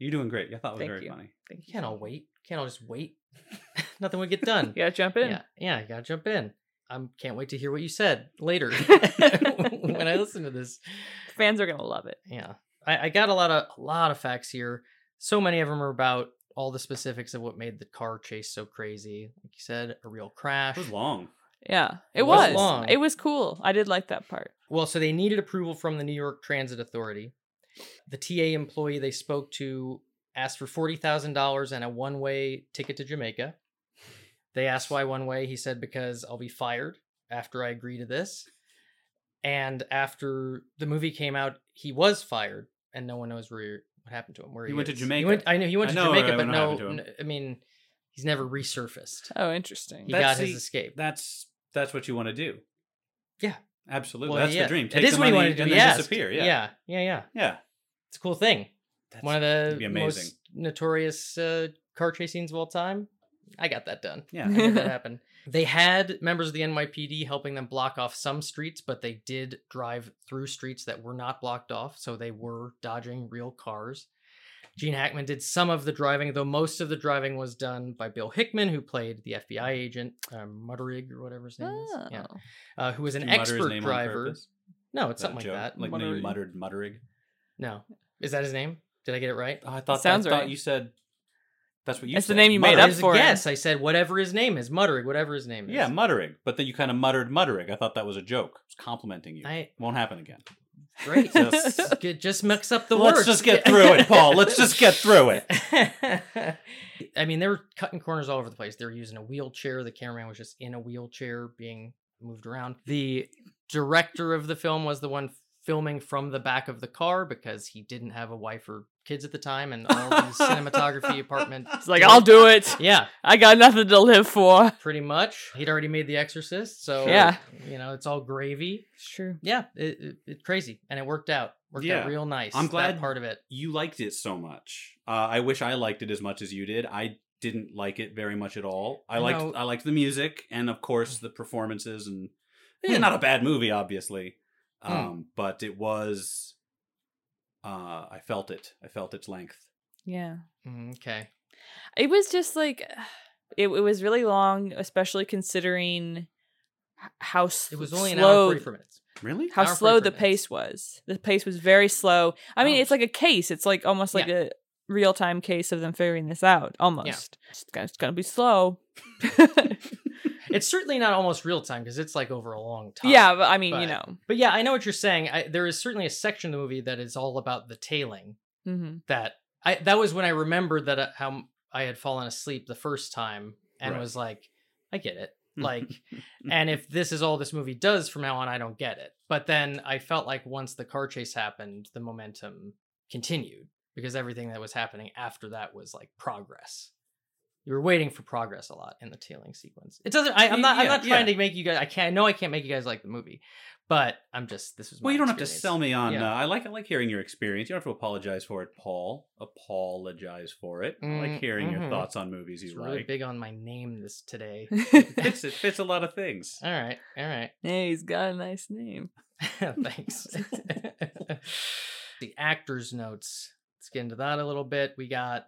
Speaker 6: You're doing great. I thought it was
Speaker 4: Thank
Speaker 6: very
Speaker 4: you.
Speaker 6: funny.
Speaker 4: Thank
Speaker 3: Can't all wait. Can't all just wait. Nothing would get done.
Speaker 4: You gotta jump in.
Speaker 3: Yeah, yeah, you gotta jump in. I am can't wait to hear what you said later when I listen to this.
Speaker 4: Fans are gonna love it.
Speaker 3: Yeah, I, I got a lot of a lot of facts here. So many of them are about all the specifics of what made the car chase so crazy. Like you said, a real crash.
Speaker 6: It was long.
Speaker 4: Yeah,
Speaker 3: It
Speaker 4: it
Speaker 3: was
Speaker 4: was.
Speaker 3: long.
Speaker 4: It was cool. I did like that part.
Speaker 3: Well, so they needed approval from the New York Transit Authority. The TA employee they spoke to asked for $40,000 and a one way ticket to Jamaica. They asked why one way. He said, because I'll be fired after I agree to this. And after the movie came out, he was fired and no one knows where what happened to him. Where
Speaker 6: He
Speaker 3: he,
Speaker 6: went to
Speaker 3: is.
Speaker 6: Jamaica.
Speaker 3: went- I know he went
Speaker 6: I
Speaker 3: to
Speaker 6: know,
Speaker 3: Jamaica,
Speaker 6: I
Speaker 3: but
Speaker 6: know
Speaker 3: no,
Speaker 6: what happened to
Speaker 3: n- I mean, he's never resurfaced.
Speaker 4: Oh, interesting.
Speaker 3: He
Speaker 6: That's
Speaker 3: got his
Speaker 6: the-
Speaker 3: escape.
Speaker 6: That's that's what you want to do.
Speaker 3: Yeah.
Speaker 6: Absolutely.
Speaker 3: Well,
Speaker 6: that's
Speaker 3: yeah,
Speaker 6: the dream.
Speaker 3: it
Speaker 6: Take
Speaker 3: is
Speaker 6: the
Speaker 3: what he
Speaker 6: money
Speaker 3: wanted to do.
Speaker 6: and
Speaker 3: He
Speaker 6: then
Speaker 3: asked.
Speaker 6: disappear. Yeah.
Speaker 3: yeah, yeah, yeah.
Speaker 6: Yeah.
Speaker 3: It's a cool thing.
Speaker 6: That's
Speaker 3: one of
Speaker 6: that'd be
Speaker 3: the
Speaker 6: amazing.
Speaker 3: most notorious uh, car chase scenes of all time. I got that done.
Speaker 6: Yeah.
Speaker 3: I made that happen. They had members of the NYPD helping them block off some streets, but they did drive through streets that were not blocked off, so they were dodging real cars. Gene Hackman did some of the driving, though most of the driving was done by Bill Hickman, who played the FBI agent uh, Mutterig or whatever his name is, yeah,
Speaker 4: Oh.
Speaker 3: uh, who was an
Speaker 6: Did you mutter his
Speaker 3: expert
Speaker 6: name on
Speaker 3: driver.
Speaker 6: purpose?
Speaker 3: No, it's
Speaker 6: Is that a
Speaker 3: something like
Speaker 6: joke?
Speaker 3: that.
Speaker 6: Like no, you
Speaker 4: Muttering.
Speaker 6: muttered muttering.
Speaker 3: No, is that his name? Did I get it right?
Speaker 6: Oh, I thought
Speaker 4: Sounds
Speaker 6: I thought
Speaker 4: right.
Speaker 6: you said that's what you
Speaker 4: That's the
Speaker 6: said.
Speaker 4: name you made
Speaker 6: Mutterig.
Speaker 4: up
Speaker 3: There's a
Speaker 4: for him.
Speaker 3: guess. I said whatever his name is, Mutterig, whatever his name is.
Speaker 6: Yeah, muttering. But then you kind of muttered muttering. I thought that was a joke. It's complimenting you.
Speaker 3: I
Speaker 6: Won't happen again.
Speaker 3: Great.
Speaker 6: Just-
Speaker 3: Ju- just mix up the
Speaker 6: Let's
Speaker 3: words.
Speaker 6: just get through it, Paul. Let's just get through it.
Speaker 3: I mean, they were cutting corners all over the place. They were using a wheelchair. The cameraman was just in a wheelchair being moved around. The director of the film was the one filming from the back of the car because he didn't have a wife or kids at the time and all the cinematography apartment.
Speaker 4: It's like, I'll do it.
Speaker 3: Yeah,
Speaker 4: I got nothing to live for.
Speaker 3: pretty much. He'd already made The Exorcist, so
Speaker 4: Yeah.
Speaker 3: you know, it's all gravy.
Speaker 4: It's true.
Speaker 3: Yeah, it, it, it- crazy. And it worked out. Worked
Speaker 6: Yeah.
Speaker 3: out real nice.
Speaker 6: I'm
Speaker 3: that
Speaker 6: glad-
Speaker 3: part of it.
Speaker 6: You liked it so much. Uh, I wish I liked it as much as you did. I didn't like it very much at all. I liked
Speaker 3: No.
Speaker 6: I liked the music and of course the performances and
Speaker 3: Hmm.
Speaker 6: not a bad movie, obviously.
Speaker 3: Hmm.
Speaker 6: Um, but it was uh, I felt it. I felt its length.
Speaker 4: Yeah.
Speaker 3: Mm, Okay.
Speaker 4: It was just like, it, it was really long, especially considering h- how s-
Speaker 3: It was only an hour
Speaker 4: slow
Speaker 3: and 44 minutes.
Speaker 6: Really?
Speaker 4: how
Speaker 3: hour and
Speaker 4: slow
Speaker 3: 44
Speaker 4: the
Speaker 3: minutes.
Speaker 4: pace was. The pace was very slow. I mean,
Speaker 3: Oh.
Speaker 4: it's like a case. It's like almost like a real time case of them figuring this out. Almost. It's, gonna, it's gonna be slow.
Speaker 3: It's certainly not almost real time because it's like over a long time.
Speaker 4: yeah, but I mean,
Speaker 3: But-
Speaker 4: you know.
Speaker 3: But yeah, I know what you're saying. I, there is certainly a section of the movie that is all about the tailing.
Speaker 4: hmm
Speaker 3: That I that was when I remembered that uh, how I had fallen asleep the first time and
Speaker 6: Right.
Speaker 3: was like, I get it. Like, and if this is all this movie does from now on, I don't get it. But then I felt like once the car chase happened, the momentum continued because everything that was happening after that was like progress. You were waiting for progress a lot in the tailing sequence. It doesn't. I, I'm not. I'm
Speaker 6: Yeah,
Speaker 3: not trying
Speaker 6: yeah.
Speaker 3: to make you guys. I can't. I know I can't make you guys like the movie, but I'm just. This is.
Speaker 6: Well,
Speaker 3: my
Speaker 6: you don't have to
Speaker 3: experience.
Speaker 6: sell me on.
Speaker 3: Yeah.
Speaker 6: Uh, I like I like hearing your experience. You don't have to apologize for it, Paul. Apologize for it. I
Speaker 3: Mm,
Speaker 6: like hearing
Speaker 3: mhm.
Speaker 6: your thoughts on movies
Speaker 3: It's
Speaker 6: you
Speaker 3: really
Speaker 6: like.
Speaker 3: big on my name this today.
Speaker 6: It fits it fits a lot of things.
Speaker 3: all right. All right.
Speaker 4: yeah, Mm-hmm. he's got a nice name.
Speaker 3: Thanks. the actors' notes. Let's get into that a little bit. We got,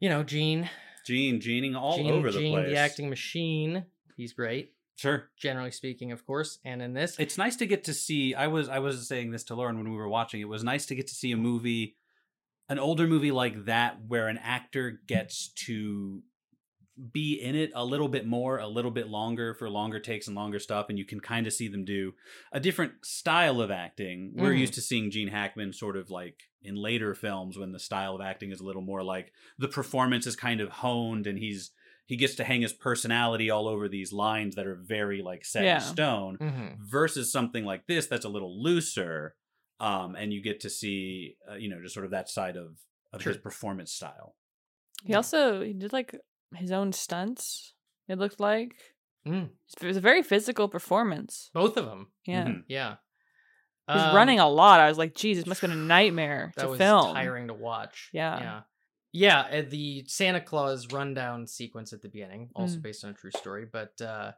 Speaker 3: you know, Gene.
Speaker 6: Gene, Geneing all
Speaker 3: Gene,
Speaker 6: over the
Speaker 3: Gene,
Speaker 6: place.
Speaker 3: the acting machine. He's great,
Speaker 6: Sure.
Speaker 3: generally speaking, of course. And in this,
Speaker 6: It's nice to get to see. I was I was saying this to Lauren when we were watching. It was nice to get to see a movie, an older movie like that, where an actor gets to be in it a little bit more, a little bit longer for longer takes and longer stuff, and you can kind of see them do a different style of acting. We're
Speaker 3: Mhm.
Speaker 6: used to seeing Gene Hackman sort of like in later films when the style of acting is a little more like the performance is kind of honed and he's he gets to hang his personality all over these lines that are very like set
Speaker 4: Yeah.
Speaker 6: in stone
Speaker 3: Mhm.
Speaker 6: versus something like this that's a little looser um and you get to see uh, you know just sort of that side of of
Speaker 3: Sure.
Speaker 6: his performance style
Speaker 4: He
Speaker 3: Yeah.
Speaker 4: also he did like his own stunts. It looked like
Speaker 3: Mm.
Speaker 4: it was a very physical performance.
Speaker 3: both of them.
Speaker 4: Yeah,
Speaker 6: Mhm.
Speaker 3: Yeah,
Speaker 4: he was
Speaker 3: Mm-hmm. Um,
Speaker 4: running a lot. I was like, geez, this must have been a nightmare
Speaker 3: That
Speaker 4: to
Speaker 3: was
Speaker 4: film.
Speaker 3: tiring to watch.
Speaker 4: Yeah.
Speaker 3: yeah, yeah. uh, The Santa Claus rundown sequence at the beginning, also
Speaker 4: Mm.
Speaker 3: based on a true story, but. uh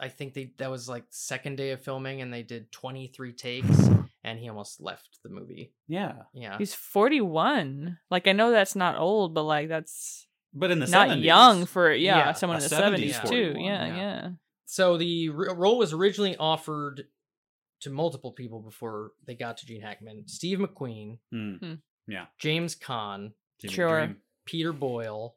Speaker 3: I think they that was like second day of filming and they did 23 takes and he almost left the movie.
Speaker 6: yeah
Speaker 3: Yeah.
Speaker 4: He's forty one. Like I know that's not old, but like that's
Speaker 6: but in the
Speaker 4: not
Speaker 6: 70s,
Speaker 4: young for yeah,
Speaker 3: Yeah,
Speaker 4: someone in
Speaker 6: a
Speaker 4: the
Speaker 6: 70s
Speaker 4: seventies too.
Speaker 6: 41,
Speaker 4: Yeah,
Speaker 3: yeah.
Speaker 4: yeah,
Speaker 3: So the r- role was originally offered to multiple people before they got to Gene Hackman: Steve McQueen,
Speaker 6: Mm,
Speaker 3: James Caan,
Speaker 6: Jimmy
Speaker 4: Sure.
Speaker 6: Dream.
Speaker 3: Peter Boyle,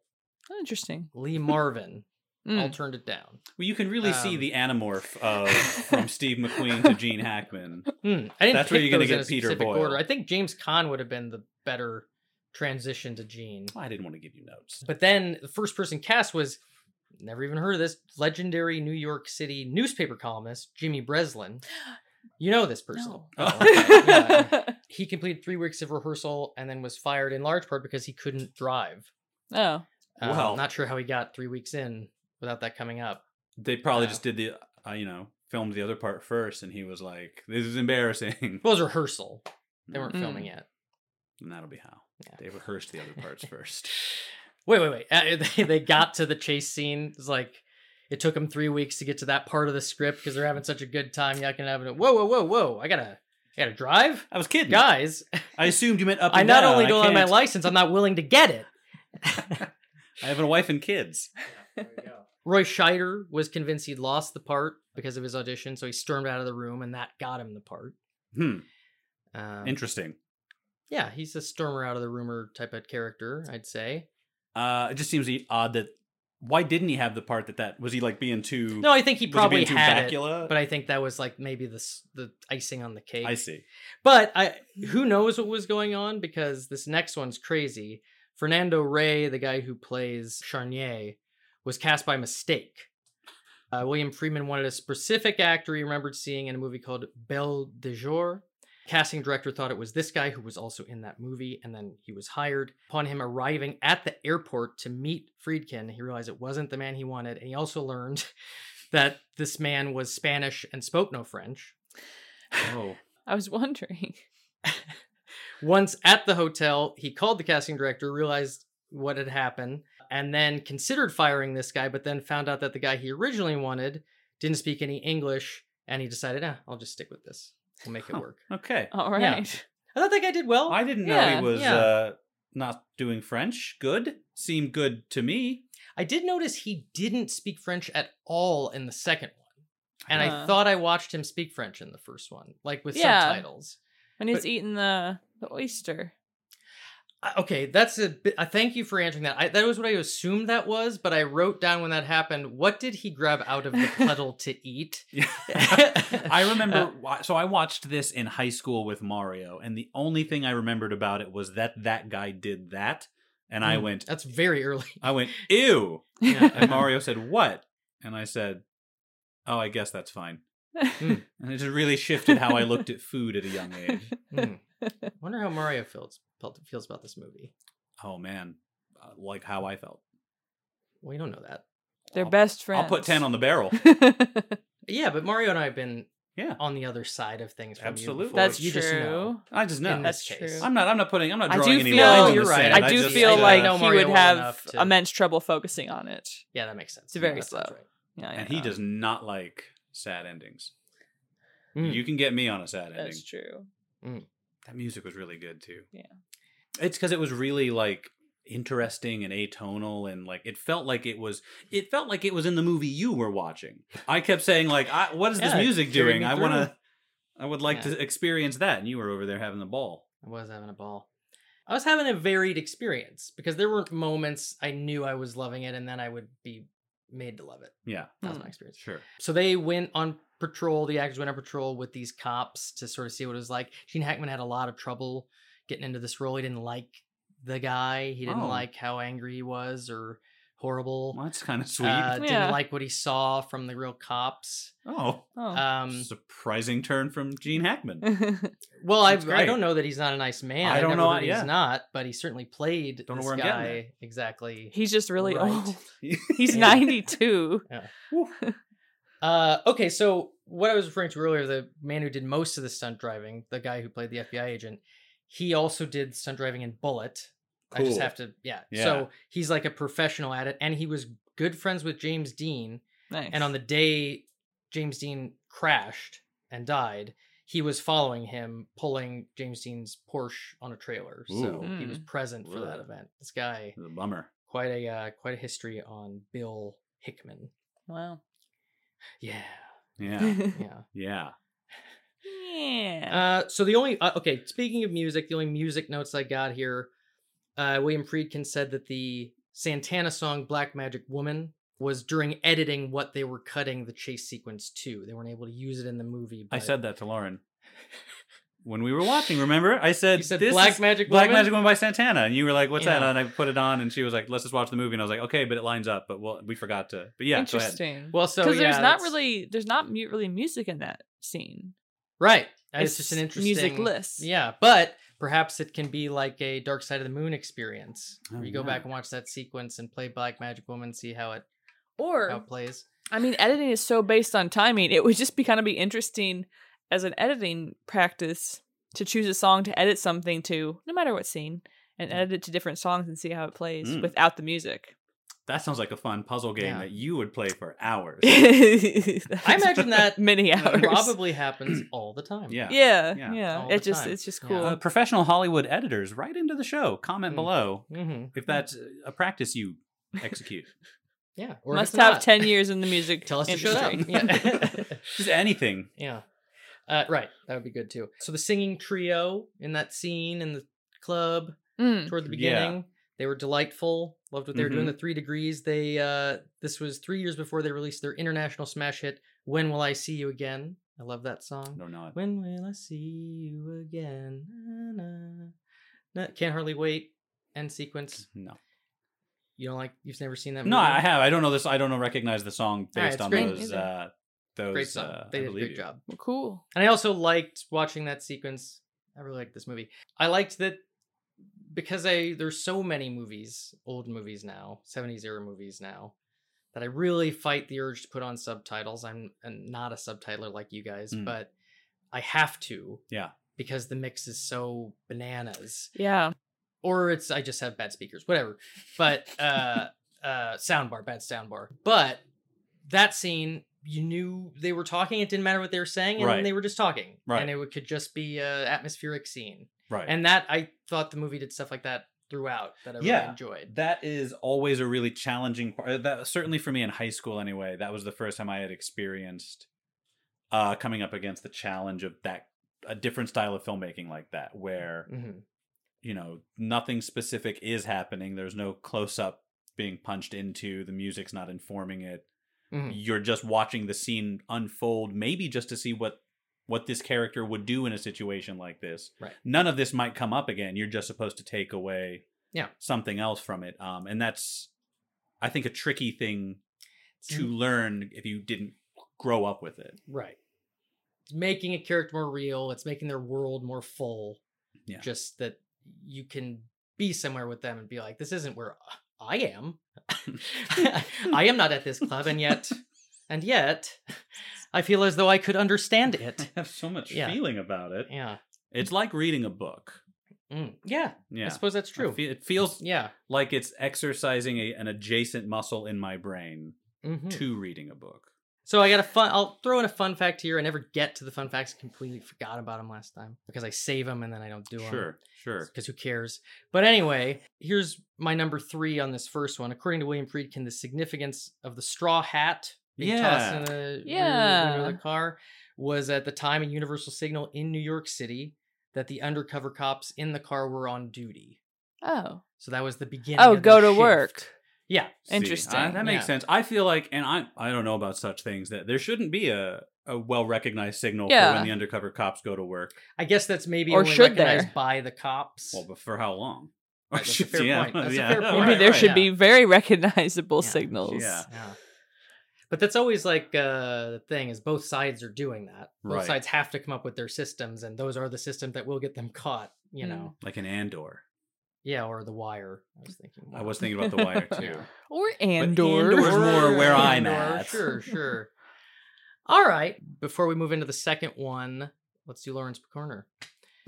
Speaker 4: Oh, Interesting.
Speaker 3: Lee Marvin. all
Speaker 4: Mm.
Speaker 3: turned it down.
Speaker 6: well you can really see
Speaker 3: Um,
Speaker 6: the anamorph of from steve mcqueen to gene hackman
Speaker 3: Hmm, I didn't.
Speaker 6: That's
Speaker 3: pick
Speaker 6: where you're gonna
Speaker 3: those in
Speaker 6: get
Speaker 3: a
Speaker 6: Peter
Speaker 3: specific
Speaker 6: Boyle.
Speaker 3: Order. I think James Caan would have been the better transition to Gene.
Speaker 6: i didn't want to give you notes
Speaker 3: But then the first person cast was never even heard of this legendary New York City newspaper columnist Jimmy Breslin. You know this person.
Speaker 4: No.
Speaker 6: Oh,
Speaker 3: okay. Yeah. he completed three weeks of rehearsal and then was fired in large part because he couldn't drive.
Speaker 4: oh,
Speaker 3: Um,
Speaker 6: Wow.
Speaker 3: not sure how he got three weeks in without that coming up.
Speaker 6: they probably
Speaker 3: Yeah.
Speaker 6: just did the uh, you know filmed the other part first and he was like this is embarrassing
Speaker 3: Well, it was rehearsal. They weren't
Speaker 4: Mm.
Speaker 3: filming yet.
Speaker 6: and that'll be how
Speaker 3: Yeah.
Speaker 6: they rehearsed the other parts first
Speaker 3: Wait, wait, wait. Uh, they, they got to the chase scene. It's like it took them three weeks to get to that part of the script because they're having such a good time yakking having it. Whoa, whoa, whoa, whoa! I gotta, I gotta drive,
Speaker 6: i was kidding
Speaker 3: guys.
Speaker 6: i assumed you meant up
Speaker 3: I
Speaker 6: and
Speaker 3: not
Speaker 6: down.
Speaker 3: only don't have my
Speaker 6: can't-
Speaker 3: license, I'm not willing to get it.
Speaker 6: I have a wife and kids.
Speaker 3: Roy Scheider was convinced he'd lost the part because of his audition, so he stormed out of the room, and that got him the part.
Speaker 6: Hmm.
Speaker 3: Um,
Speaker 6: Interesting.
Speaker 3: Yeah, he's a stormer out of the rumor type of character, I'd say.
Speaker 6: Uh, it just seems odd that Why didn't he have the part that that was he like being too?
Speaker 3: No, I think he
Speaker 6: was
Speaker 3: probably
Speaker 6: being too
Speaker 3: had it,
Speaker 6: Bacula?
Speaker 3: but I think that was like maybe the s- the icing on the cake.
Speaker 6: I see.
Speaker 3: But I who knows what was going on because this next one's crazy. Fernando Rey, the guy who plays Charnier, was cast by mistake. Uh, William Freeman wanted a specific actor he remembered seeing in a movie called Belle de Jour. Casting director thought it was this guy who was also in that movie, and then he was hired. Upon him arriving at the airport to meet Friedkin, he realized it wasn't the man he wanted, and he also learned that this man was Spanish and spoke no French.
Speaker 6: Oh,
Speaker 4: I was wondering.
Speaker 3: Once at the hotel, he called the casting director, realized what had happened, and then considered firing this guy, but then found out that the guy he originally wanted didn't speak any English, and he decided, eh, I'll just stick with this. We'll make it
Speaker 6: Huh.
Speaker 3: work.
Speaker 6: okay.
Speaker 4: All right.
Speaker 3: I thought that guy did well.
Speaker 6: I didn't know
Speaker 4: Yeah,
Speaker 6: he was
Speaker 3: Oh, yeah.
Speaker 6: uh, not doing French. Good. Seemed good to me.
Speaker 3: I did notice he didn't speak French at all in the second one. And I
Speaker 4: Huh.
Speaker 3: thought I watched him speak French in the first one, like with
Speaker 4: Yeah.
Speaker 3: subtitles.
Speaker 4: When he's
Speaker 3: But-
Speaker 4: eating the the oyster.
Speaker 3: I- Okay, that's a bit. I thank you for answering that. I, that was what I assumed that was, but I wrote down when that happened. What did he grab out of the puddle to eat? Uh,
Speaker 6: I remember. wa- So I watched this in high school with Mario, and the only thing I remembered about it was that that guy did that, and I
Speaker 3: Mm,
Speaker 6: went,
Speaker 3: That's very early.
Speaker 6: I went, ew.
Speaker 3: Yeah.
Speaker 6: And Mario said, what? And I said, oh, I guess that's fine. And it just really shifted how I looked at food at a young age.
Speaker 3: Hmm. Wonder how Mario feels felt- feels about this movie.
Speaker 6: Oh man, Uh, like how I felt.
Speaker 3: We don't know that.
Speaker 4: They're
Speaker 6: I'll-
Speaker 4: best friends.
Speaker 6: I'll put ten on the barrel.
Speaker 3: Yeah, but Mario and I have been
Speaker 6: Yeah.
Speaker 3: on the other side of things. From
Speaker 6: Absolutely.
Speaker 3: You before.
Speaker 4: That's
Speaker 3: you
Speaker 4: true.
Speaker 3: Just know.
Speaker 6: I just
Speaker 3: In
Speaker 6: know.
Speaker 3: this
Speaker 4: That's
Speaker 3: case.
Speaker 4: true.
Speaker 6: I'm not. I'm not putting. I'm not
Speaker 4: I
Speaker 6: drawing
Speaker 4: do
Speaker 6: any
Speaker 4: feel-
Speaker 6: lines in
Speaker 3: You're
Speaker 6: the
Speaker 3: right.
Speaker 6: sand.
Speaker 3: And
Speaker 4: I do
Speaker 6: just-
Speaker 4: feel
Speaker 3: I
Speaker 4: like
Speaker 3: know
Speaker 4: he
Speaker 3: Mario
Speaker 4: would
Speaker 3: well
Speaker 4: have
Speaker 3: enough to-
Speaker 4: immense trouble focusing on it.
Speaker 3: Yeah, that makes sense.
Speaker 4: It's very
Speaker 3: That sounds
Speaker 4: slow.
Speaker 3: right.
Speaker 4: Yeah,
Speaker 6: and
Speaker 4: yeah.
Speaker 6: he does not like sad endings.
Speaker 4: Hmm.
Speaker 3: Mm.
Speaker 6: You can get me on a sad ending.
Speaker 4: That's true.
Speaker 6: That music was really good too.
Speaker 4: Yeah.
Speaker 6: It's because it was really like interesting and atonal and like it felt like it was it felt like it was in the movie you were watching. I kept saying like I, what is
Speaker 3: Yeah,
Speaker 6: this music
Speaker 3: carried
Speaker 6: doing?
Speaker 3: me
Speaker 6: I
Speaker 3: through.
Speaker 6: want to I would like
Speaker 4: Yeah.
Speaker 6: to experience that and you were over there having the ball.
Speaker 3: I was having a ball. I was having a varied experience because there were moments I knew I was loving it, and then I would be made to love it.
Speaker 6: Yeah.
Speaker 3: That was
Speaker 4: Hmm.
Speaker 3: my experience.
Speaker 6: Sure.
Speaker 3: So they went on patrol. The actors went on patrol with these cops to sort of see what it was like. Gene Hackman had a lot of trouble getting into this role. He didn't like the guy. He didn't
Speaker 6: Oh.
Speaker 3: like how angry he was or horrible.
Speaker 6: Well, that's kind of sweet.
Speaker 3: Uh, Didn't
Speaker 4: Yeah.
Speaker 3: like what he saw from the real cops.
Speaker 6: oh.
Speaker 4: Oh.
Speaker 3: Um,
Speaker 6: surprising turn from Gene Hackman.
Speaker 3: well, I
Speaker 6: that's
Speaker 3: I
Speaker 6: great.
Speaker 3: don't know that he's not a nice man.
Speaker 6: I don't
Speaker 3: never
Speaker 6: know,
Speaker 3: That he's
Speaker 6: yeah.
Speaker 3: not, but he certainly played
Speaker 6: Don't know
Speaker 3: this
Speaker 6: where I'm getting
Speaker 3: guy
Speaker 6: it.
Speaker 3: exactly.
Speaker 4: He's just really
Speaker 3: Right.
Speaker 4: old. He's
Speaker 3: Yeah.
Speaker 4: 92.
Speaker 3: Uh, okay, so what I was referring to earlier, the man who did most of the stunt driving, the guy who played the FBI agent, he also did stunt driving in Bullet. I just
Speaker 6: Cool.
Speaker 3: have to, yeah.
Speaker 6: Yeah.
Speaker 3: So he's like a professional at it, and he was good friends with James Dean.
Speaker 4: Nice.
Speaker 3: And on the day James Dean crashed and died, he was following him, pulling James Dean's Porsche on a trailer. So
Speaker 6: Ooh.
Speaker 3: he was present for that
Speaker 6: Ugh.
Speaker 3: event. This guy,
Speaker 6: It's a bummer.
Speaker 3: quite a uh, quite a history on Bill Hickman.
Speaker 4: wow.
Speaker 3: Yeah,
Speaker 6: Yeah.
Speaker 3: yeah.
Speaker 6: Yeah.
Speaker 4: yeah.
Speaker 3: Uh, so the only uh, okay. Speaking of music, the only music notes I got here, uh, William Friedkin said that the Santana song "Black Magic Woman" was during editing what they were cutting the chase sequence to. They weren't able to use it in the movie.
Speaker 6: I
Speaker 3: but-
Speaker 6: said that to Lauren when we were watching. Remember, I said,
Speaker 3: You said
Speaker 6: "This
Speaker 3: Black
Speaker 6: is
Speaker 3: Magic
Speaker 6: Black
Speaker 3: Woman?"
Speaker 6: Magic Woman by Santana," and you were like, "What's that?"
Speaker 3: Yeah.
Speaker 6: And I put it on, and she was like, "Let's just watch the movie." And I was like, "Okay, but it lines up." But well, we forgot to. But yeah, go ahead.
Speaker 4: Interesting.
Speaker 3: Well, so
Speaker 4: because there's
Speaker 3: yeah,
Speaker 4: not
Speaker 3: that's-
Speaker 4: really there's not mu- really music in that scene.
Speaker 3: right. It's, just an interesting
Speaker 4: music list.
Speaker 3: Yeah, but perhaps it can be like a Dark Side of the Moon experience, where
Speaker 6: Oh,
Speaker 3: you go
Speaker 6: yeah.
Speaker 3: back and watch that sequence and play Black Magic Woman, see how it how
Speaker 4: Or
Speaker 3: it plays.
Speaker 4: I mean, editing is so based on timing. It would just be kind of be interesting as an editing practice to choose a song to edit something to, no matter what scene,
Speaker 3: Mm.
Speaker 4: and edit it to different songs and see how it plays
Speaker 6: Mm.
Speaker 4: without the music.
Speaker 6: That sounds like a fun puzzle game
Speaker 3: Yeah.
Speaker 6: that you would play for hours. yeah,
Speaker 4: I
Speaker 3: imagine that
Speaker 4: many hours.
Speaker 3: Probably happens all the time.
Speaker 6: yeah.
Speaker 4: Yeah,
Speaker 6: Yeah.
Speaker 4: yeah.
Speaker 3: All
Speaker 4: It
Speaker 3: the
Speaker 4: just
Speaker 3: time.
Speaker 4: it's just
Speaker 3: Yeah.
Speaker 4: cool.
Speaker 6: Uh, professional Hollywood editors, right into the show. Comment
Speaker 3: Mm.
Speaker 6: below
Speaker 3: hmm
Speaker 6: if that's a practice you execute.
Speaker 3: Yeah. Or if
Speaker 4: Must
Speaker 3: it's not.
Speaker 4: have ten years in the music.
Speaker 3: Tell us
Speaker 4: industry.
Speaker 3: to shut up. Yeah.
Speaker 6: just anything.
Speaker 3: yeah. Uh, right. That would be good too. So the singing trio in that scene in the club
Speaker 4: Mm.
Speaker 3: toward the
Speaker 6: Yeah.
Speaker 3: beginning, They were delightful. Loved what they were doing.
Speaker 6: Mhm.
Speaker 3: The Three Degrees. They uh, this was three years before they released their international smash hit "When Will I See You Again." I love that song.
Speaker 6: or not.
Speaker 3: When will I see you again? Na, na, na. Can't hardly wait. End sequence.
Speaker 6: No,
Speaker 3: You don't like? You've never seen that?
Speaker 6: Mm. no,
Speaker 3: movie?
Speaker 6: I have. I don't know this. I don't know recognize the song
Speaker 3: All right,
Speaker 6: based
Speaker 3: it's
Speaker 6: on
Speaker 3: great.
Speaker 6: those.
Speaker 4: Either.
Speaker 6: Uh, those.
Speaker 3: Great song.
Speaker 6: Uh,
Speaker 3: they
Speaker 6: I
Speaker 3: did a
Speaker 6: believe
Speaker 3: great
Speaker 6: you.
Speaker 3: job.
Speaker 4: Well, cool.
Speaker 3: And I also liked watching that sequence. I really liked this movie. I liked that because I there's so many movies, old movies now, 70s era movies now, that I really fight the urge to put on subtitles. I'm uh, not a subtitler like you guys,
Speaker 6: Mm.
Speaker 3: but I have to.
Speaker 6: Yeah.
Speaker 3: Because the mix is so bananas.
Speaker 4: Yeah.
Speaker 3: Or it's I just have bad speakers, whatever. But uh uh soundbar, bad soundbar. But that scene you knew they were talking. It didn't matter what they were saying, and
Speaker 6: Right.
Speaker 3: they were just talking.
Speaker 6: Right.
Speaker 3: And it would, could just be a atmospheric scene.
Speaker 6: Right.
Speaker 3: And that I thought the movie did stuff like that throughout that I really
Speaker 6: Yeah.
Speaker 3: enjoyed.
Speaker 6: that is always a really challenging part. uh, That certainly for me in high school, anyway, that was the first time I had experienced uh, coming up against the challenge of that a different style of filmmaking like that, where
Speaker 3: Mhm.
Speaker 6: you know nothing specific is happening. There's no close up being punched into. The music's not informing it.
Speaker 3: Mhm.
Speaker 6: You're just watching the scene unfold, maybe just to see what what this character would do in a situation like this
Speaker 3: Right.
Speaker 6: none of this might come up again. You're just supposed to take away
Speaker 3: Yeah.
Speaker 6: something else from it. Um, and that's, I think, a tricky thing to
Speaker 3: Mm.
Speaker 6: learn if you didn't grow up with it.
Speaker 3: Right. It's making a character more real. It's making their world more full.
Speaker 6: Yeah.
Speaker 3: Just that you can be somewhere with them and be like, this isn't where I am. I am not at this club, and yet, and yet, I feel as though I could understand it.
Speaker 6: have so much
Speaker 3: Yeah.
Speaker 6: feeling about it.
Speaker 3: Yeah.
Speaker 6: It's like reading a book.
Speaker 3: Mm. Yeah,
Speaker 6: Yeah.
Speaker 3: I suppose that's
Speaker 6: I
Speaker 3: true.
Speaker 6: fe- It feels
Speaker 3: yeah.
Speaker 6: like it's exercising a, an adjacent muscle in my brain
Speaker 3: Mhm.
Speaker 6: to reading a book.
Speaker 3: So I got a fun. I'll throw in a fun fact here. I never get to the fun facts. I completely forgot about them last time because I save them and then I don't do them.
Speaker 6: Sure, sure.
Speaker 3: Because who cares? But anyway, here's my number three on this first one. According to William Friedkin, the significance of the straw hat being
Speaker 6: Yeah.
Speaker 3: tossed in the rear window of
Speaker 4: Yeah.
Speaker 3: the car was at the time a universal signal in New York City that the undercover cops in the car were on duty.
Speaker 4: Oh.
Speaker 3: So that was the beginning.
Speaker 4: Oh,
Speaker 3: of
Speaker 4: go
Speaker 3: the
Speaker 4: to
Speaker 3: shift.
Speaker 4: work.
Speaker 3: Yeah,
Speaker 6: See, I-
Speaker 4: Interesting,
Speaker 6: that makes
Speaker 3: yeah.
Speaker 6: sense. I feel like, and I I don't know about such things that there shouldn't be a a well recognized signal for
Speaker 4: Yeah.
Speaker 6: when the undercover cops go to work.
Speaker 3: I guess that's maybe
Speaker 4: Or
Speaker 3: only
Speaker 4: should
Speaker 3: recognized
Speaker 4: there?
Speaker 3: by the cops.
Speaker 6: Well, but for how long?
Speaker 3: Right, that's a fair point. That's a fair
Speaker 4: Maybe
Speaker 3: point. Right,
Speaker 4: there
Speaker 3: right.
Speaker 4: should
Speaker 3: Yeah.
Speaker 4: be very recognizable
Speaker 3: Yeah.
Speaker 4: signals.
Speaker 6: Yeah.
Speaker 3: Yeah. But that's always like uh, the thing is both sides are doing that. Both
Speaker 6: Right.
Speaker 3: sides have to come up with their systems, and those are the systems that will get them caught. You
Speaker 4: Mm.
Speaker 3: know,
Speaker 6: Like an Andor.
Speaker 3: yeah, or the wire. I was thinking.
Speaker 6: I
Speaker 3: more.
Speaker 6: was thinking about the wire too.
Speaker 3: Yeah.
Speaker 4: Or
Speaker 6: Andor-
Speaker 4: Andor.
Speaker 6: Andor's more where I'm
Speaker 3: Andor,
Speaker 6: at.
Speaker 3: Sure, sure. All right. Before we move into the second one, let's do Lawrence Corner.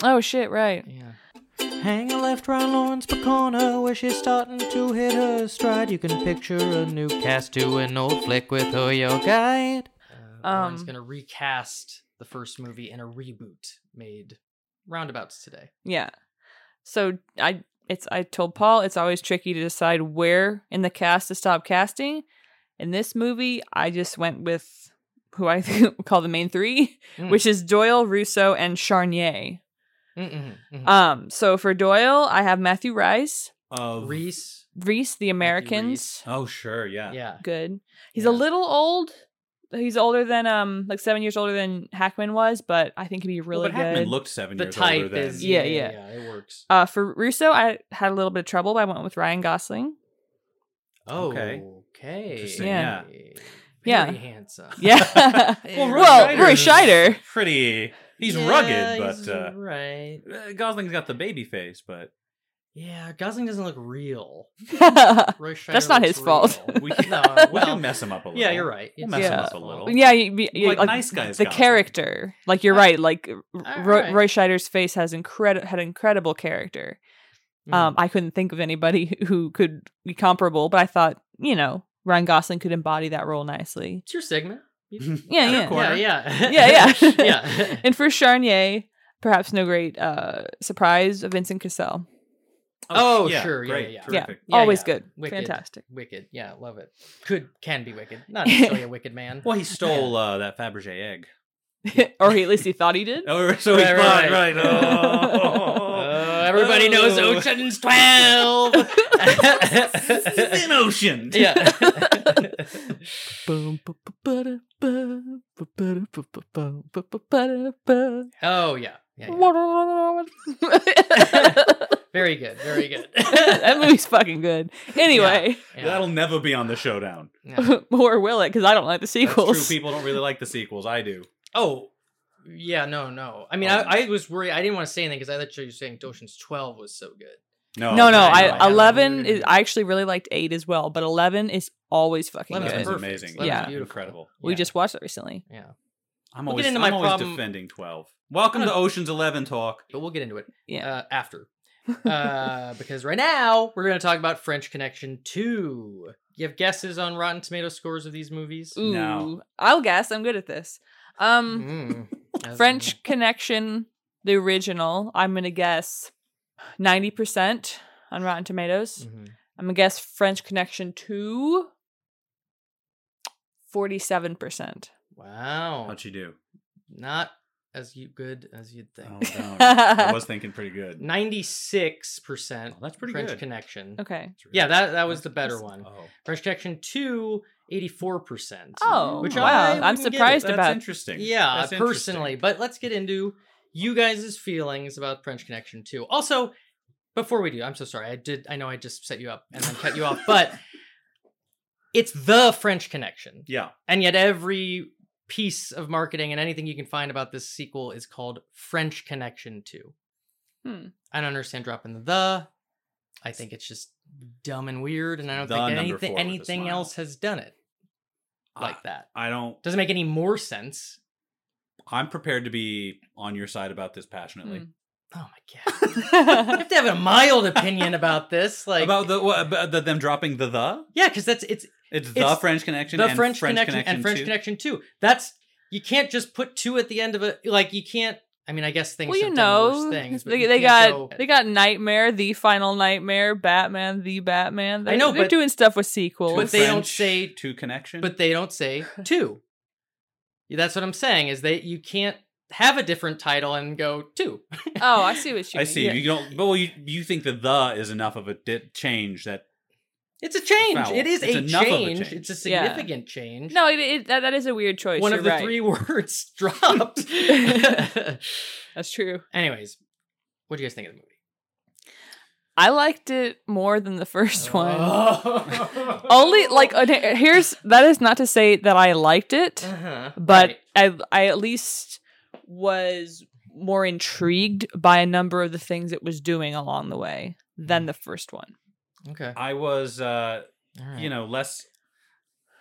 Speaker 4: Oh shit! Right.
Speaker 3: Yeah. Hang a left round Lawrence Bacona where she's starting to hit her stride. You can picture a new cast to an old flick with her your guide. Uh, Lauren's
Speaker 4: Um,
Speaker 3: gonna recast the first movie in a reboot made roundabouts today.
Speaker 4: Yeah. So I it's I told Paul it's always tricky to decide where in the cast to stop casting. In this movie, I just went with who I call the main three,
Speaker 3: Mm.
Speaker 4: which is Doyle, Russo, and Charnier.
Speaker 3: Mm-mm, mhm.
Speaker 4: Um, so for Doyle, I have Matthew Rice,
Speaker 6: Of
Speaker 3: Reese,
Speaker 4: Reese, the
Speaker 3: Reese.
Speaker 4: Americans.
Speaker 6: oh sure, yeah.
Speaker 3: yeah,
Speaker 4: Good. He's
Speaker 3: Yeah.
Speaker 4: a little old. He's older than um like seven years older than Hackman was, but I think he'd be
Speaker 6: Well,
Speaker 4: really
Speaker 6: but Hackman
Speaker 4: good.
Speaker 6: looked seven
Speaker 3: the
Speaker 6: years
Speaker 3: type
Speaker 6: older than.
Speaker 3: is
Speaker 4: Yeah, yeah.
Speaker 3: it works.
Speaker 4: uh, for Russo, I had a little bit of trouble, but I went with Ryan Gosling.
Speaker 3: Oh,
Speaker 6: Okay.
Speaker 3: okay,
Speaker 6: Interesting,
Speaker 4: Yeah.
Speaker 3: Very
Speaker 4: Yeah.
Speaker 3: handsome.
Speaker 4: Yeah.
Speaker 3: Well, Roy
Speaker 4: well, Roy
Speaker 6: Scheider's
Speaker 4: Scheider.
Speaker 6: Pretty. He's
Speaker 3: Yeah,
Speaker 6: rugged,
Speaker 3: he's
Speaker 6: but uh,
Speaker 3: right.
Speaker 6: uh, Gosling's got the baby face, but
Speaker 3: Yeah, Gosling doesn't look real. Roy
Speaker 4: That's not
Speaker 3: looks
Speaker 4: his fault.
Speaker 3: real.
Speaker 6: we,
Speaker 3: No,
Speaker 6: we
Speaker 3: well,
Speaker 6: can mess him up a little.
Speaker 3: Yeah, you're right.
Speaker 6: We'll
Speaker 3: It's
Speaker 6: mess
Speaker 4: him
Speaker 3: his
Speaker 4: up
Speaker 6: a
Speaker 3: fault.
Speaker 6: little.
Speaker 4: yeah, you, be- you-
Speaker 6: Like,
Speaker 4: like,
Speaker 6: nice guys.
Speaker 4: the
Speaker 6: Gosling.
Speaker 4: character. Like you're right. Like
Speaker 3: all
Speaker 4: Roy,
Speaker 3: right.
Speaker 4: Roy Scheider's face has incredible had incredible character.
Speaker 3: Mhm.
Speaker 4: Um,
Speaker 6: Mm.
Speaker 4: I couldn't think of anybody who could be comparable, but I thought you know Ryan Gosling could embody that role nicely.
Speaker 3: it's your segment.
Speaker 4: Yeah,
Speaker 6: Corner.
Speaker 4: yeah.
Speaker 3: Yeah, yeah,
Speaker 4: Yeah, yeah.
Speaker 3: yeah.
Speaker 4: And for Charnier, perhaps no great uh, surprise, Vincent Cassell.
Speaker 3: Oh, sure, yeah, yeah,
Speaker 6: great,
Speaker 3: yeah.
Speaker 6: terrific.
Speaker 3: Yeah,
Speaker 4: Always
Speaker 3: yeah.
Speaker 4: good,
Speaker 3: Wicked.
Speaker 4: fantastic.
Speaker 3: Wicked, yeah, love it. Could can be wicked, not necessarily a wicked man.
Speaker 6: Well, he stole uh, that Fabergé egg.
Speaker 4: or he, at least he thought he did.
Speaker 6: Oh, so he
Speaker 3: Right,
Speaker 6: thought,
Speaker 3: right,
Speaker 6: right.
Speaker 3: right.
Speaker 6: Oh.
Speaker 3: Oh, everybody knows
Speaker 6: Oh.
Speaker 3: Ocean's 12.
Speaker 6: It's in ocean.
Speaker 3: yeah.
Speaker 4: Boom, bu- bu- bu- bu- bu- bu- bu- bu- bu- bu- bu- bu- bu-
Speaker 3: Oh, yeah. yeah, yeah.
Speaker 4: that
Speaker 3: Very good. Very good.
Speaker 4: movie's fucking good. Anyway,
Speaker 3: Yeah.
Speaker 6: That'll never be on the showdown.
Speaker 3: yeah.
Speaker 4: or will it? Because I don't like the
Speaker 6: That's
Speaker 4: sequels.
Speaker 6: true. People don't really like the sequels. I do.
Speaker 3: Oh, yeah. No, no. I mean,
Speaker 4: Oh,
Speaker 6: Um,
Speaker 3: I, I was worried. I didn't want to say anything because I thought you were saying Ocean's 12 was so good.
Speaker 6: No,
Speaker 4: No, no.
Speaker 3: I
Speaker 4: I,
Speaker 3: know, I know.
Speaker 4: eleven is. I actually really liked eight as well, but eleven is always fucking
Speaker 3: Eleven's
Speaker 4: good.
Speaker 6: Eleven's
Speaker 3: perfect.
Speaker 6: amazing.
Speaker 4: Yeah.
Speaker 6: Eleven's
Speaker 3: Beautiful.
Speaker 6: incredible.
Speaker 4: We
Speaker 3: Yeah.
Speaker 4: just watched it recently.
Speaker 3: Yeah.
Speaker 6: I'm
Speaker 3: We'll
Speaker 6: always,
Speaker 3: get into my
Speaker 6: I'm always
Speaker 3: problem-
Speaker 6: defending 12. Welcome to Ocean's 11 talk.
Speaker 3: But we'll get into it
Speaker 4: Yeah.
Speaker 3: uh, after. uh, because right now we're going to talk about French Connection 2. You have guesses on Rotten Tomato scores of these movies?
Speaker 4: Ooh,
Speaker 6: No.
Speaker 4: I'll guess. I'm good at this. Um,
Speaker 3: Mm. That's-
Speaker 4: French Connection, the original. I'm gonna guess ninety percent on Rotten Tomatoes.
Speaker 3: Mhm.
Speaker 4: I'm gonna guess French Connection two. 47%.
Speaker 3: Wow.
Speaker 6: How'd you do?
Speaker 3: Not as you, good as you'd think.
Speaker 6: Oh, darn. I was thinking pretty good.
Speaker 3: 96%
Speaker 6: Oh, that's pretty
Speaker 3: French
Speaker 6: good.
Speaker 3: Connection.
Speaker 4: Okay.
Speaker 3: Yeah, that, that was the better
Speaker 4: That's-
Speaker 3: one.
Speaker 6: Oh,
Speaker 3: French Connection 2 84%.
Speaker 4: Oh,
Speaker 3: Which I
Speaker 4: wow. I'm
Speaker 3: wouldn't give it.
Speaker 4: surprised
Speaker 6: that's
Speaker 4: about
Speaker 6: interesting.
Speaker 3: Yeah,
Speaker 6: That's interesting.
Speaker 3: personally. But let's get into you guys' feelings about French Connection 2. Also, before we do, I'm so sorry. I did I know I just set you up and then cut you off, but it's the French Connection.
Speaker 6: Yeah,
Speaker 3: And yet every piece of marketing and anything you can find about this sequel is called French Connection 2.
Speaker 4: Hmm.
Speaker 3: I don't understand dropping the the. I think it's just dumb and weird, and I don't
Speaker 6: The
Speaker 3: think
Speaker 6: number
Speaker 3: anything
Speaker 6: four with a
Speaker 3: anything
Speaker 6: smile.
Speaker 3: else has done it like
Speaker 6: I-
Speaker 3: that.
Speaker 6: I don't.
Speaker 3: Doesn't make any more sense.
Speaker 6: I'm prepared to be on your side about this passionately.
Speaker 4: Mm.
Speaker 3: Oh my god. I have to have a mild opinion about this. Like
Speaker 6: about the, what, about the them dropping the the.
Speaker 3: Yeah, because that's it's
Speaker 6: It's the
Speaker 3: It's
Speaker 6: French Connection.
Speaker 3: the
Speaker 6: and
Speaker 3: French, connection, and French
Speaker 6: 2.
Speaker 3: Connection too. That's you can't just put two at the end of a like you can't I mean I guess things
Speaker 4: well,
Speaker 3: have
Speaker 4: you
Speaker 3: done worse
Speaker 4: know,
Speaker 3: things, but
Speaker 4: they,
Speaker 3: you
Speaker 4: they got
Speaker 3: can't go-
Speaker 4: they got Nightmare, the Final Nightmare, Batman, the Batman. They,
Speaker 3: know,
Speaker 4: they're
Speaker 3: but-
Speaker 4: doing stuff with sequels.
Speaker 3: But
Speaker 6: But
Speaker 3: they
Speaker 6: they
Speaker 3: don't
Speaker 6: don't
Speaker 3: say-
Speaker 6: say two connection.
Speaker 3: but they don't say two. Yeah, That's what I'm saying is that you can't have a different title and go two.
Speaker 4: oh, I see what you.
Speaker 6: I
Speaker 4: mean.
Speaker 6: see. You don't. But well, you you think the the is enough of a di- change that
Speaker 3: It's a change.
Speaker 6: Foul.
Speaker 3: It is
Speaker 6: It's
Speaker 3: a
Speaker 6: enough of a
Speaker 3: change.
Speaker 6: change.
Speaker 3: It's a
Speaker 4: Yeah.
Speaker 3: significant change.
Speaker 4: No, it, it, that, that is a weird choice.
Speaker 3: one
Speaker 4: You're
Speaker 3: of the
Speaker 4: right.
Speaker 3: three words dropped.
Speaker 4: That's true.
Speaker 3: Anyways, what do you guys think of the movie?
Speaker 4: I liked it more than the first one.
Speaker 3: Oh.
Speaker 4: Only like okay, here's that is not to say that I liked it,
Speaker 3: Uh-huh.
Speaker 4: but
Speaker 3: Right.
Speaker 4: I I at least was more intrigued by a number of the things it was doing along the way
Speaker 6: Mm.
Speaker 4: than the first one.
Speaker 3: okay,
Speaker 6: I was. uh
Speaker 3: All right.
Speaker 6: you know, less.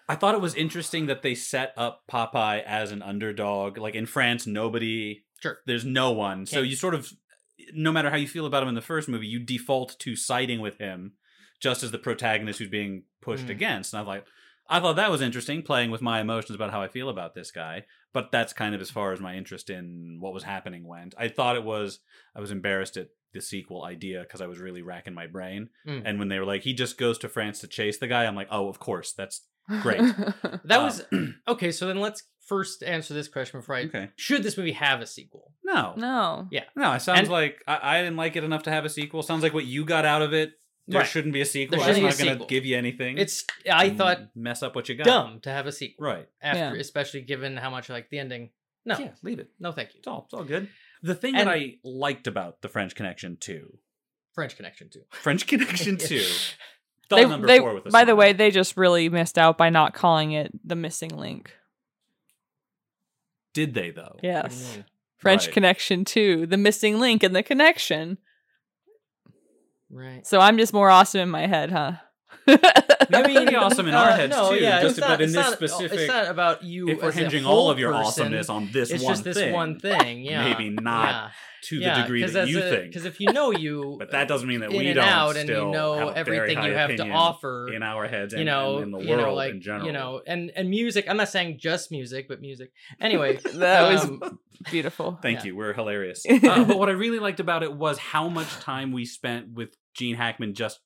Speaker 6: I thought it was interesting that they set up Popeye as an underdog. Like in France, nobody,
Speaker 3: Sure.
Speaker 6: there's no one. So
Speaker 3: Okay.
Speaker 6: you sort of, no matter how you feel about him in the first movie, you default to siding with him just as the protagonist who's being pushed
Speaker 3: Mm.
Speaker 6: against. And I'm like, I thought that was interesting, playing with my emotions about how I feel about this guy. But that's kind of as far as my interest in what was happening went. I thought it was, I was embarrassed at the sequel idea because I was really racking my brain.
Speaker 3: Mm.
Speaker 6: And when they were like, he just goes to France to chase the guy, I'm like, oh, of course. That's Great.
Speaker 3: that
Speaker 6: um,
Speaker 3: was okay. So then let's first answer this question before I
Speaker 6: okay.
Speaker 3: should this movie have a sequel?
Speaker 6: No, no,
Speaker 4: no.
Speaker 6: it sounds
Speaker 3: And-
Speaker 6: like I, I didn't like it enough to have a sequel. Sounds like what you got out of it. There
Speaker 3: Right.
Speaker 6: shouldn't be a sequel.
Speaker 3: There
Speaker 6: It's
Speaker 3: shouldn't be
Speaker 6: not
Speaker 3: a
Speaker 6: going to
Speaker 3: sequel.
Speaker 6: give you anything.
Speaker 3: It's I
Speaker 6: Mm,
Speaker 3: thought
Speaker 6: mess up what you got.
Speaker 3: dumb to have a sequel
Speaker 6: Right.
Speaker 3: after,
Speaker 4: Yeah.
Speaker 3: especially given how much I like the ending. No,
Speaker 6: Yeah. Leave it.
Speaker 3: no, thank you.
Speaker 6: It's all. It's all good. The thing
Speaker 3: And-
Speaker 6: that I liked about the French Connection two,
Speaker 3: French Connection too.
Speaker 6: French Connection two, doll
Speaker 4: They,
Speaker 6: number
Speaker 4: they,
Speaker 6: four with a
Speaker 4: by the
Speaker 6: smile.
Speaker 4: way, they just really missed out by not calling it the missing link.
Speaker 6: did they though?
Speaker 3: What do you
Speaker 4: Yes.
Speaker 3: mean?
Speaker 4: French
Speaker 6: Right.
Speaker 4: Connection 2, the missing link in the connection.
Speaker 3: Right.
Speaker 4: So I'm just more awesome in my head, huh?
Speaker 6: Maybe it'd be awesome in our
Speaker 3: Uh,
Speaker 6: heads
Speaker 3: no,
Speaker 6: too.
Speaker 3: yeah,
Speaker 6: just
Speaker 3: it's not-
Speaker 6: but in
Speaker 3: it's
Speaker 6: this
Speaker 3: not-
Speaker 6: specific,
Speaker 3: it's not about you.
Speaker 6: if we're
Speaker 3: as a
Speaker 6: hinging
Speaker 3: whole
Speaker 6: all of your
Speaker 3: person,
Speaker 6: awesomeness on this
Speaker 3: it's
Speaker 6: one
Speaker 3: just this
Speaker 6: thing,
Speaker 3: one thing. Yeah,
Speaker 6: maybe not
Speaker 3: Yeah.
Speaker 6: to the degree that you think.
Speaker 3: Because if you know you,
Speaker 6: But that doesn't mean that
Speaker 3: in
Speaker 6: we
Speaker 3: and
Speaker 6: don't
Speaker 3: out, and
Speaker 6: still
Speaker 3: you know
Speaker 6: have a very
Speaker 3: everything
Speaker 6: high
Speaker 3: you have to
Speaker 6: opinion
Speaker 3: offer,
Speaker 6: in our heads, and,
Speaker 3: you know,
Speaker 6: and in the world
Speaker 3: you know, like
Speaker 6: in general.
Speaker 3: you know, and and music. I'm not saying just music, but music. Anyway,
Speaker 4: That was
Speaker 3: um,
Speaker 4: beautiful.
Speaker 6: thank
Speaker 3: yeah.
Speaker 6: you. We're hilarious. Uh, but what I really liked about it was how much time we spent with Gene Hackman just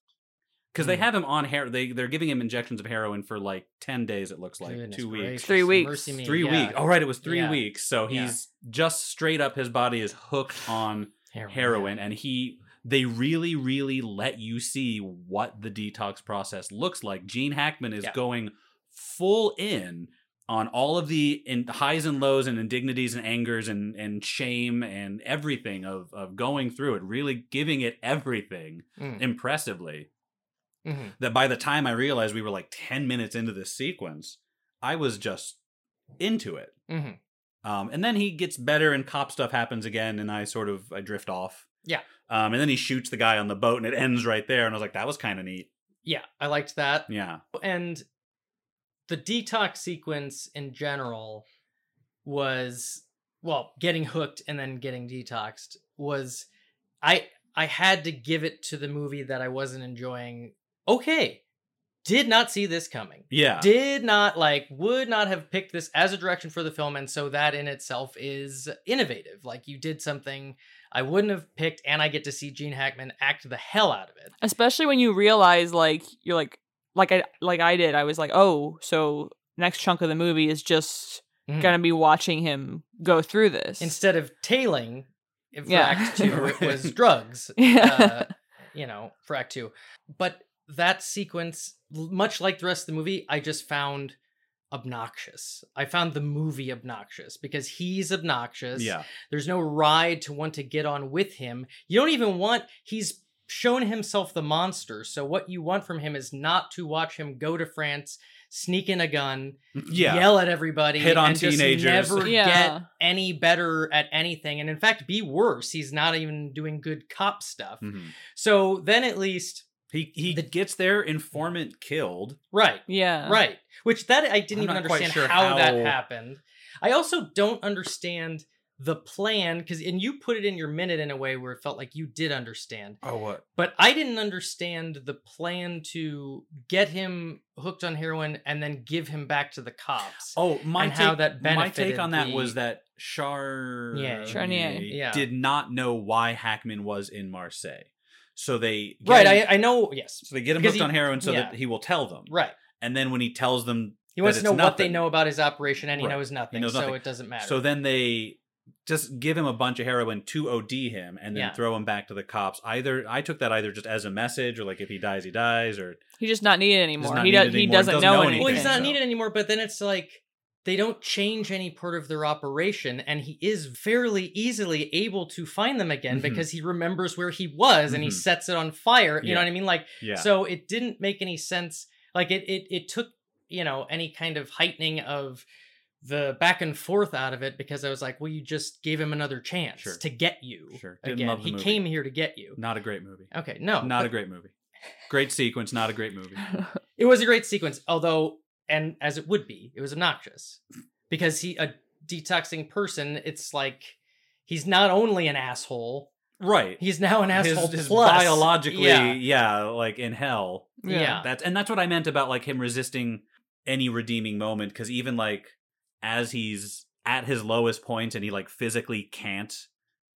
Speaker 6: because they
Speaker 3: Mm.
Speaker 6: have him on hair. They they're giving him injections of heroin for like ten days. It looks like
Speaker 3: goodness
Speaker 6: two weeks.
Speaker 3: gracious,
Speaker 4: Three weeks.
Speaker 3: mercy me,
Speaker 6: Three
Speaker 3: yeah.
Speaker 6: weeks. Oh, All right, it was three
Speaker 3: Yeah.
Speaker 6: weeks. So
Speaker 3: Yeah.
Speaker 6: he's just straight up. His body is hooked on heroin and he they really, really let you see what the detox process looks like. Gene Hackman is
Speaker 3: Yeah.
Speaker 6: going full in on all of the in highs and lows and indignities and angers and, and shame and everything of, of going through it, really giving it everything
Speaker 3: Mm.
Speaker 6: impressively.
Speaker 3: Mhm.
Speaker 6: That by the time I realized we were like 10 minutes into this sequence, I was just into it.
Speaker 3: Mhm.
Speaker 6: Um, and then he gets better and cop stuff happens again and I sort of I drift off.
Speaker 3: Yeah.
Speaker 6: Um, and then he shoots the guy on the boat and it ends right there. And I was like, that was kind of neat.
Speaker 3: Yeah, I liked that.
Speaker 6: Yeah.
Speaker 3: And the detox sequence in general was well, getting hooked and then getting detoxed was I I had to give it to the movie that I wasn't enjoying. Okay. Did not see this coming.
Speaker 6: Yeah.
Speaker 3: Did not like would not have picked this as a direction for the film and so that in itself is innovative. Like you did something I wouldn't have picked and I get to see Gene Hackman act the hell out of it.
Speaker 4: especially when you realize like you're like like I like I did. I was like, oh, so next chunk of the movie is just
Speaker 3: Mhm.
Speaker 4: gonna be watching him go through this.
Speaker 3: instead of tailing if for
Speaker 4: Yeah.
Speaker 3: act two it was drugs uh,
Speaker 4: yeah,
Speaker 3: you know for act two but that sequence l- much like the rest of the movie i just found obnoxious i found the movie obnoxious because he's obnoxious
Speaker 6: yeah.
Speaker 3: there's no ride to want to get on with him you don't even want he's shown himself the monster so what you want from him is not to watch him go to france sneak in a gun
Speaker 6: Yeah.
Speaker 3: yell at everybody,
Speaker 6: Hit on
Speaker 3: and just
Speaker 6: teenagers.
Speaker 3: never
Speaker 4: Yeah.
Speaker 3: get any better at anything, and in fact, be worse. He's not even doing good cop stuff.
Speaker 6: Mhm.
Speaker 3: So then, at least,
Speaker 6: He, he
Speaker 3: The-
Speaker 6: gets their informant killed
Speaker 3: right,
Speaker 4: yeah,
Speaker 3: right. Which that I didn't
Speaker 6: I'm
Speaker 3: even
Speaker 6: not quite
Speaker 3: understand
Speaker 6: sure
Speaker 3: how, that
Speaker 6: how-
Speaker 3: happened. I also don't understand the plan because, and you put it in your minute in a way where it felt like you did understand.
Speaker 6: Oh, what?
Speaker 3: But I didn't understand the plan to get him hooked on heroin and then give him back to the cops.
Speaker 6: Oh, my
Speaker 3: and
Speaker 6: take,
Speaker 3: how that
Speaker 6: my take
Speaker 3: benefited
Speaker 6: on that
Speaker 3: the-
Speaker 6: was that Char
Speaker 3: Yeah.
Speaker 4: Charnier,
Speaker 3: yeah.
Speaker 6: did not know why Hackman was in Marseille, so they get
Speaker 3: right,
Speaker 6: him-
Speaker 3: I, I know. Yes,
Speaker 6: so they get him
Speaker 3: because
Speaker 6: hooked
Speaker 3: he-
Speaker 6: on heroin so
Speaker 3: yeah.
Speaker 6: that he will tell them,
Speaker 3: right.
Speaker 6: and then when he tells them,
Speaker 3: He wants to
Speaker 6: that
Speaker 3: know
Speaker 6: it's
Speaker 3: what they
Speaker 6: nothing.
Speaker 3: know about his operation, and he
Speaker 6: Right.
Speaker 3: knows nothing,
Speaker 6: knows nothing.
Speaker 3: so it doesn't matter.
Speaker 6: so then they just give him a bunch of heroin to OD him, and then
Speaker 3: Yeah.
Speaker 6: throw him back to the cops. Either I took that either just as a message, or like if he dies, he dies, or
Speaker 4: He's just not needed anymore.
Speaker 6: not
Speaker 4: he
Speaker 6: needed
Speaker 4: does. He
Speaker 6: anymore. He
Speaker 4: doesn't,
Speaker 6: doesn't
Speaker 4: know
Speaker 6: know
Speaker 4: anything.
Speaker 3: well, he's not
Speaker 6: so-
Speaker 3: needed anymore. But then it's like they don't change any part of their operation, and he is fairly easily able to find them again
Speaker 6: Mhm.
Speaker 3: because he remembers where he was, and he
Speaker 6: Mhm.
Speaker 3: sets it on fire. You
Speaker 6: Yeah.
Speaker 3: know what I mean? Like
Speaker 6: yeah,
Speaker 3: So it didn't make any sense. Like it, it, it took you know any kind of heightening of the back and forth out of it because I was like, well, you just gave him another chance
Speaker 6: Sure.
Speaker 3: to get you
Speaker 6: Sure. Didn't
Speaker 3: again.
Speaker 6: love the
Speaker 3: He
Speaker 6: movie.
Speaker 3: came here to get you.
Speaker 6: not a great movie,
Speaker 3: Okay, no,
Speaker 6: not
Speaker 3: Oh, but
Speaker 6: a great movie, great sequence, not a great movie.
Speaker 3: it was a great sequence, although and as it would be, it was obnoxious because he a detoxing person. It's like he's not only an asshole,
Speaker 6: Right,
Speaker 3: he's now an
Speaker 6: His-
Speaker 3: asshole
Speaker 6: his
Speaker 3: plus
Speaker 6: biologically,
Speaker 3: Yeah.
Speaker 6: yeah, like in hell.
Speaker 3: Yeah.
Speaker 6: That's and that's what I meant about like him resisting any redeeming moment because even like as he's at his lowest point and he like physically can't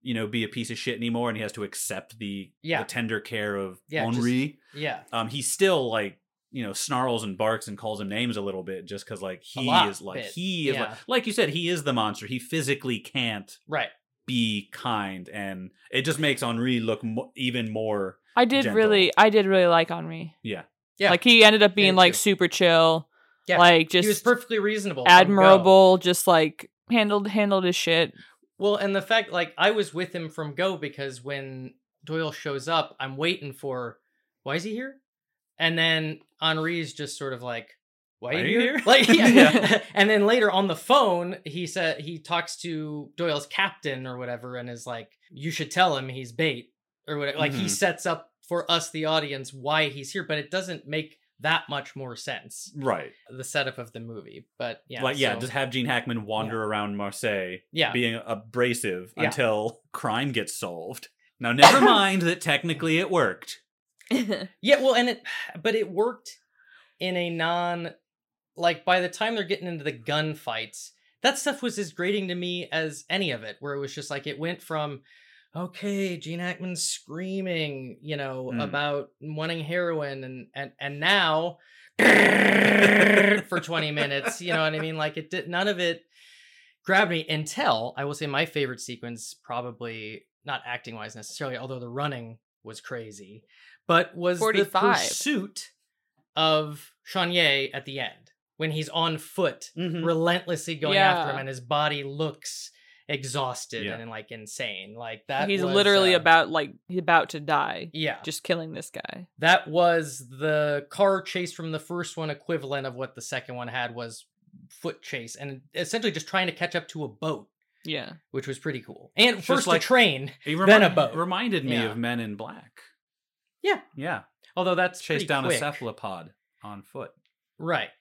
Speaker 6: you know be a piece of shit anymore and he has to accept the
Speaker 3: Yeah.
Speaker 6: the tender care of
Speaker 3: Yeah, just-
Speaker 6: Henri.
Speaker 3: yeah.
Speaker 6: um, he still like you know snarls and barks and calls him names a little bit just because like he
Speaker 3: lot
Speaker 6: is like
Speaker 3: bit,
Speaker 6: he is
Speaker 3: yeah.
Speaker 6: like like you said he is the monster. He physically can't
Speaker 3: Right.
Speaker 6: be kind and it just makes Henri look mo- even more
Speaker 4: I did
Speaker 6: Gentle.
Speaker 4: really, I did really like Henri.
Speaker 6: Yeah.
Speaker 3: Yeah.
Speaker 4: Like he ended up
Speaker 3: Me
Speaker 4: being like
Speaker 3: too.
Speaker 4: super chill,
Speaker 3: Yeah.
Speaker 4: like
Speaker 3: he was
Speaker 4: just
Speaker 3: perfectly reasonable. from go.
Speaker 4: admirable, just like handled handled his shit.
Speaker 3: Well, and the fact like I was with him from go because when Doyle shows up, I'm waiting for why is he here? And then Henri's just sort of like, why, are you here? Like, yeah.
Speaker 4: Yeah.
Speaker 3: and then later on the phone, he said he talks to Doyle's captain or whatever, and is like, you should tell him he's bait or whatever. Like he
Speaker 6: Mhm.
Speaker 3: sets up for us, the audience, why he's here, but it doesn't make that much more sense
Speaker 6: right
Speaker 3: the setup of the movie. But yeah,
Speaker 6: like yeah
Speaker 3: so-
Speaker 6: just have Gene Hackman wander around Marseille
Speaker 3: yeah,
Speaker 6: being abrasive
Speaker 3: Yeah.
Speaker 6: until crime gets solved. Now, never mind that technically it worked.
Speaker 3: Yeah, well, and it, but it worked in a non, like by the time they're getting into the gunfights, that stuff was as grating to me as any of it, where it was just like it went from, okay, Gene Hackman screaming, you know,
Speaker 6: Mm.
Speaker 3: about wanting heroin, and and and now for twenty minutes, you know what I mean? Like it did none of it grabbed me until I will say my favorite sequence probably not acting wise necessarily, although the running was crazy, but was the
Speaker 4: 45.
Speaker 3: pursuit of Chenier at the end when he's on foot,
Speaker 6: Mhm.
Speaker 3: relentlessly going after him,
Speaker 4: Mm-hmm. Yeah.
Speaker 3: and his body looks exhausted
Speaker 6: Yeah.
Speaker 3: and like insane. Like that,
Speaker 4: he's
Speaker 3: was,
Speaker 4: literally
Speaker 3: uh,
Speaker 4: about like he's about to die.
Speaker 3: yeah.
Speaker 4: Just killing this guy.
Speaker 3: That was the car chase from the first one equivalent of what the second one had was foot chase and essentially just trying to catch up to a boat,
Speaker 4: Yeah.
Speaker 3: which was pretty cool. And
Speaker 6: Just
Speaker 3: first
Speaker 6: like-
Speaker 3: a train,
Speaker 6: It
Speaker 3: Then a boat.
Speaker 6: reminded me
Speaker 3: Yeah.
Speaker 6: of Men in Black.
Speaker 3: Yeah.
Speaker 6: Yeah.
Speaker 3: although that's
Speaker 6: Chase
Speaker 3: pretty
Speaker 6: down
Speaker 3: quick.
Speaker 6: a cephalopod on foot.
Speaker 3: Right.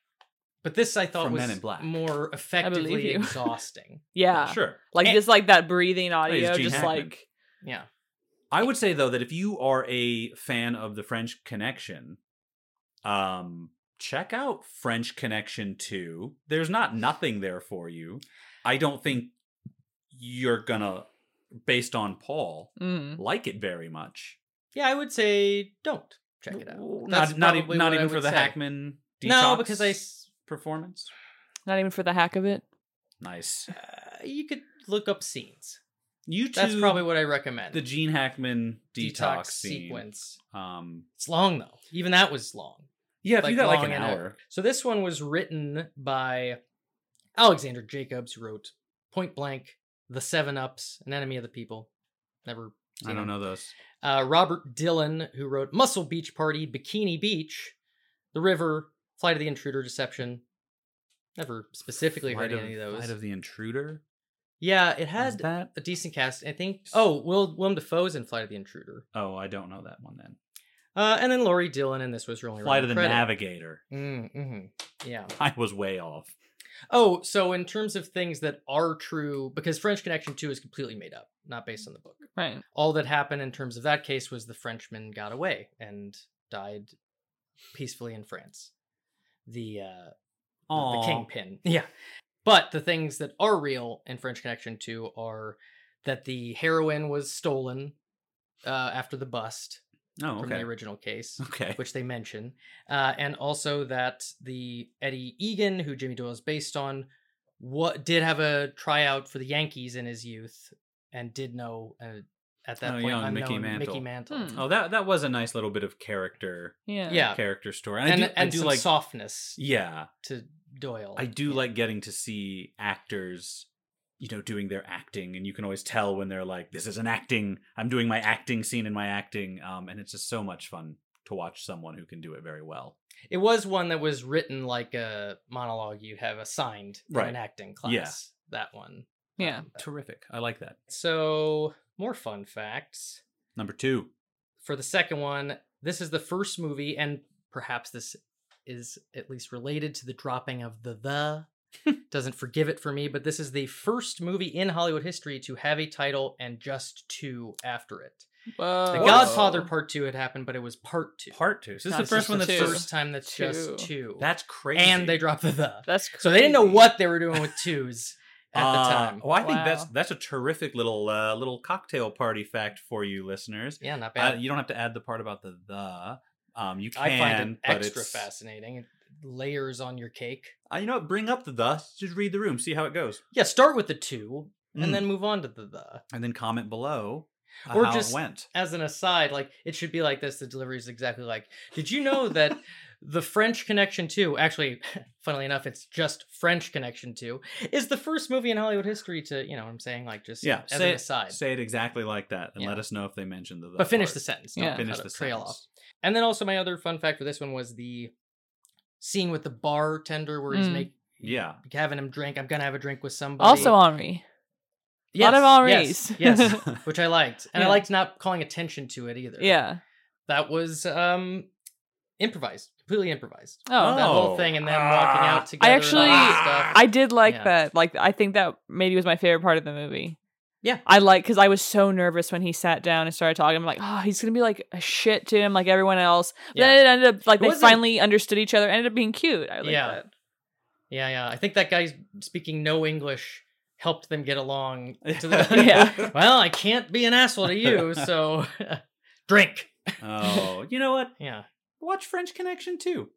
Speaker 3: But this I thought
Speaker 6: From
Speaker 3: was
Speaker 6: Men in Black.
Speaker 3: more effectively
Speaker 4: you.
Speaker 3: exhausting.
Speaker 4: Yeah.
Speaker 6: Sure.
Speaker 4: Like
Speaker 3: And- Oh,
Speaker 4: just like that breathing audio,
Speaker 6: Gene
Speaker 4: just
Speaker 6: Hackman.
Speaker 4: like
Speaker 3: Yeah.
Speaker 6: I would say though that if you are a fan of the French Connection, um, check out French Connection 2. There's not nothing there for you. I don't think you're gonna, based on Paul,
Speaker 4: mm.
Speaker 3: Mm-hmm.
Speaker 6: like it very much.
Speaker 3: Yeah, I would say don't check it out. That's
Speaker 6: Not not, e-
Speaker 3: probably
Speaker 6: not
Speaker 3: what I
Speaker 6: even for
Speaker 3: would
Speaker 6: the
Speaker 3: say.
Speaker 6: Hackman detox
Speaker 3: No, because I s-
Speaker 6: performance.
Speaker 4: not even for the hack of it.
Speaker 6: Nice.
Speaker 3: uh, you could look up scenes.
Speaker 6: You
Speaker 3: That's probably what I recommend.
Speaker 6: the Gene Hackman detox,
Speaker 3: detox
Speaker 6: scene.
Speaker 3: sequence.
Speaker 6: Um,
Speaker 3: It's long though. Even that was long.
Speaker 6: yeah, if
Speaker 3: Like
Speaker 6: you got like
Speaker 3: long
Speaker 6: an
Speaker 3: and a-
Speaker 6: hour,
Speaker 3: So this one was written by Alexander Jacobs, who wrote Point Blank, The Seven Ups, An Enemy of the People. Never.
Speaker 6: I
Speaker 3: seen
Speaker 6: don't
Speaker 3: it.
Speaker 6: know those.
Speaker 3: Uh, Robert Dillon, who wrote Muscle Beach Party, Bikini Beach, The River, Flight of the Intruder, Deception. Never specifically
Speaker 6: Flight
Speaker 3: heard
Speaker 6: of-
Speaker 3: any of those.
Speaker 6: Flight of the Intruder.
Speaker 3: yeah, it
Speaker 6: Was
Speaker 3: had
Speaker 6: that?
Speaker 3: a decent cast. I think. Oh, Will Willem Dafoe's in Flight of the Intruder,
Speaker 6: Oh, I don't know that one then.
Speaker 3: uh, and then Laurie Dillon, and this was her only
Speaker 6: Flight of the
Speaker 3: writing credit.
Speaker 6: Navigator.
Speaker 3: Mm, mhm. Yeah.
Speaker 6: I was way off.
Speaker 3: Oh, so in terms of things that are true, because French Connection 2 is completely made up, not based on the book.
Speaker 4: Right.
Speaker 3: All that happened in terms of that case was the Frenchman got away and died peacefully in France. The uh the- the
Speaker 6: Aw.
Speaker 3: kingpin. Yeah. But the things that are real in French Connection 2 are that the heroin was stolen uh after the bust
Speaker 6: Oh,
Speaker 3: from the
Speaker 6: okay.
Speaker 3: original case
Speaker 6: Okay.
Speaker 3: which they mention, uh, and also that the Eddie Egan, who Jimmy Doyle is based on, what did have a tryout for the Yankees in his youth and did know uh, at that
Speaker 6: Oh,
Speaker 3: point
Speaker 6: young
Speaker 3: unknown
Speaker 6: Mickey
Speaker 3: Mickey Mantle.
Speaker 6: Mantle. Oh, that that was a nice little bit of character
Speaker 4: Yeah.
Speaker 3: Yeah,
Speaker 6: character story. And,
Speaker 3: and
Speaker 6: I do,
Speaker 3: and,
Speaker 6: I do
Speaker 3: some
Speaker 6: like
Speaker 3: softness
Speaker 6: Yeah.
Speaker 3: to Doyle.
Speaker 6: I do
Speaker 3: Yeah.
Speaker 6: like getting to see actors, you know, doing their acting, and you can always tell when they're like, "This is an acting. I'm doing my acting scene in my acting," um, and it's just so much fun to watch someone who can do it very well.
Speaker 3: it was one that was written like a monologue you'd have assigned in
Speaker 6: Right.
Speaker 3: an acting class.
Speaker 6: Yeah.
Speaker 3: That one.
Speaker 4: Yeah.
Speaker 3: Um,
Speaker 6: Terrific. I like that.
Speaker 3: so more fun facts.
Speaker 6: Number two.
Speaker 3: for the second one, this is the first movie, and perhaps this is at least related to the dropping of the the. Doesn't forgive it for me, but this is the first movie in Hollywood history to have a title and just two after it.
Speaker 4: Whoa.
Speaker 3: The Godfather Part Two had happened, but it was Part Two.
Speaker 6: Uh, Part two. So this
Speaker 3: Not-
Speaker 6: is the first one that's
Speaker 3: the
Speaker 4: two.
Speaker 3: first time that's just two.
Speaker 6: That's crazy.
Speaker 3: and they dropped the the.
Speaker 4: That's crazy.
Speaker 3: So they didn't know what they were doing with twos at the
Speaker 6: Uh,
Speaker 3: time.
Speaker 6: Well, I think that's
Speaker 4: Wow.
Speaker 6: that's a terrific little uh, little cocktail party fact for you listeners.
Speaker 3: Yeah, not
Speaker 6: Uh,
Speaker 3: bad.
Speaker 6: you don't have to add the part about the the. Um, you can,
Speaker 3: I find it
Speaker 6: but
Speaker 3: extra
Speaker 6: it's-
Speaker 3: fascinating. It layers on your cake.
Speaker 6: Uh, you know what? Bring up the the. Just read the room. See how it goes,
Speaker 3: Yeah, start with the two,
Speaker 6: Mm.
Speaker 3: and then move on to the the.
Speaker 6: and then comment below uh,
Speaker 3: Or
Speaker 6: how
Speaker 3: just-
Speaker 6: it went.
Speaker 3: As an aside, like it should be like this. The delivery is exactly like. Did you know that the French Connection Two, actually, funnily enough, it's just French Connection Two, is the first movie in Hollywood history to you know what I'm saying like just
Speaker 6: Yeah.
Speaker 3: as
Speaker 6: say
Speaker 3: an
Speaker 6: it,
Speaker 3: aside.
Speaker 6: Say it exactly like that, and
Speaker 3: Yeah.
Speaker 6: let us know if they mentioned the. the
Speaker 3: but finish
Speaker 6: part.
Speaker 3: the sentence.
Speaker 6: No,
Speaker 4: Yeah.
Speaker 6: finish
Speaker 3: cut
Speaker 6: the
Speaker 3: it- trail off.
Speaker 6: sentence.
Speaker 3: And then also my other fun fact for this one was the scene with the bartender where he's
Speaker 4: Mm.
Speaker 3: make,
Speaker 6: Yeah.
Speaker 3: having him drink. I'm gonna have a drink with somebody.
Speaker 4: also Henri.
Speaker 3: yes,
Speaker 4: lot of
Speaker 3: yes,
Speaker 4: Henri's.
Speaker 3: yes, which I liked, and I
Speaker 4: Yeah.
Speaker 3: liked not calling attention to it either.
Speaker 4: Yeah.
Speaker 3: that was um improvised completely improvised
Speaker 4: Oh.
Speaker 3: that whole
Speaker 6: Oh. Ah.
Speaker 3: thing and then walking out together
Speaker 4: actually-
Speaker 3: and all that stuff.
Speaker 4: I did like
Speaker 3: Yeah.
Speaker 4: that. Like I think that maybe was my favorite part of the movie.
Speaker 3: Yeah.
Speaker 4: I like because I was so nervous when he sat down and started talking. I'm like, oh, he's gonna be like a shit to him, like everyone else. But
Speaker 3: yeah.
Speaker 4: Then it ended up like
Speaker 3: It
Speaker 4: they
Speaker 3: wasn't-
Speaker 4: finally understood each other. Ended up being cute. I like
Speaker 3: Yeah.
Speaker 4: that.
Speaker 3: yeah yeah i think that guy speaking no english helped them get along to the
Speaker 4: Yeah.
Speaker 3: well i can't be an asshole to you so drink
Speaker 6: oh, you know what?
Speaker 3: yeah
Speaker 6: Watch French Connection too.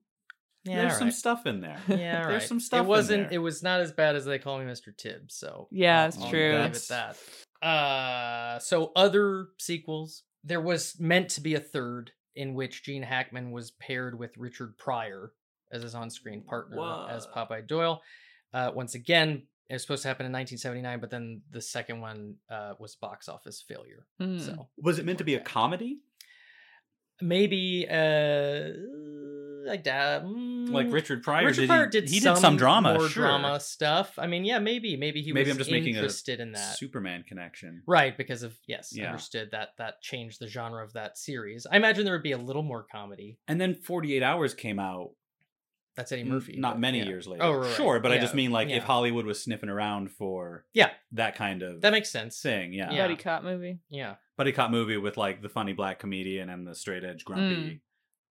Speaker 3: yeah
Speaker 6: There's
Speaker 3: all
Speaker 6: some
Speaker 3: right.
Speaker 6: stuff in there.
Speaker 3: yeah all
Speaker 6: there's
Speaker 3: right.
Speaker 6: some stuff
Speaker 3: it
Speaker 6: in
Speaker 3: wasn't
Speaker 6: there.
Speaker 3: it was not as bad as they call me mr tibbs so
Speaker 4: Yeah,
Speaker 3: I'll-
Speaker 4: that's
Speaker 3: I'll
Speaker 4: true.
Speaker 3: leave it at that uh so other sequels there was meant to be a third in which Gene Hackman was paired with Richard Pryor as his on-screen partner as
Speaker 6: Wha-
Speaker 3: Popeye Doyle. Uh, once again, it was supposed to happen in 1979, but then the second one uh, was box office failure.
Speaker 4: Mm.
Speaker 3: So
Speaker 6: Was it meant to be a
Speaker 3: Yeah.
Speaker 6: comedy?
Speaker 3: maybe uh, like that,
Speaker 6: Like
Speaker 3: mm,
Speaker 6: Richard Pryor
Speaker 3: Richard
Speaker 6: did.
Speaker 3: Pryor
Speaker 6: he,
Speaker 3: did
Speaker 6: he
Speaker 3: some,
Speaker 6: did some drama,
Speaker 3: more
Speaker 6: sure.
Speaker 3: drama stuff. I mean, yeah, maybe maybe he
Speaker 6: Maybe
Speaker 3: was
Speaker 6: I'm just making a
Speaker 3: interested in that.
Speaker 6: Superman connection.
Speaker 3: Right, because of yes,
Speaker 6: Yeah.
Speaker 3: understood that that changed the genre of that series. I imagine there would be a little more comedy.
Speaker 6: And then 48 Hours came out
Speaker 3: That's Eddie
Speaker 6: n-
Speaker 3: Murphy.
Speaker 6: not
Speaker 3: but
Speaker 6: many
Speaker 3: yeah.
Speaker 6: years later.
Speaker 3: Oh, right, right.
Speaker 6: Sure, but I just
Speaker 3: Yeah,
Speaker 6: mean like if
Speaker 3: yeah.
Speaker 6: Hollywood was sniffing around for
Speaker 3: Yeah.
Speaker 6: that kind of
Speaker 3: That makes sense.
Speaker 6: thing, yeah.
Speaker 3: Yeah.
Speaker 4: Buddy cop movie.
Speaker 3: Yeah,
Speaker 6: Buddy cop movie with like the funny black comedian and the straight edge grumpy
Speaker 3: Mm.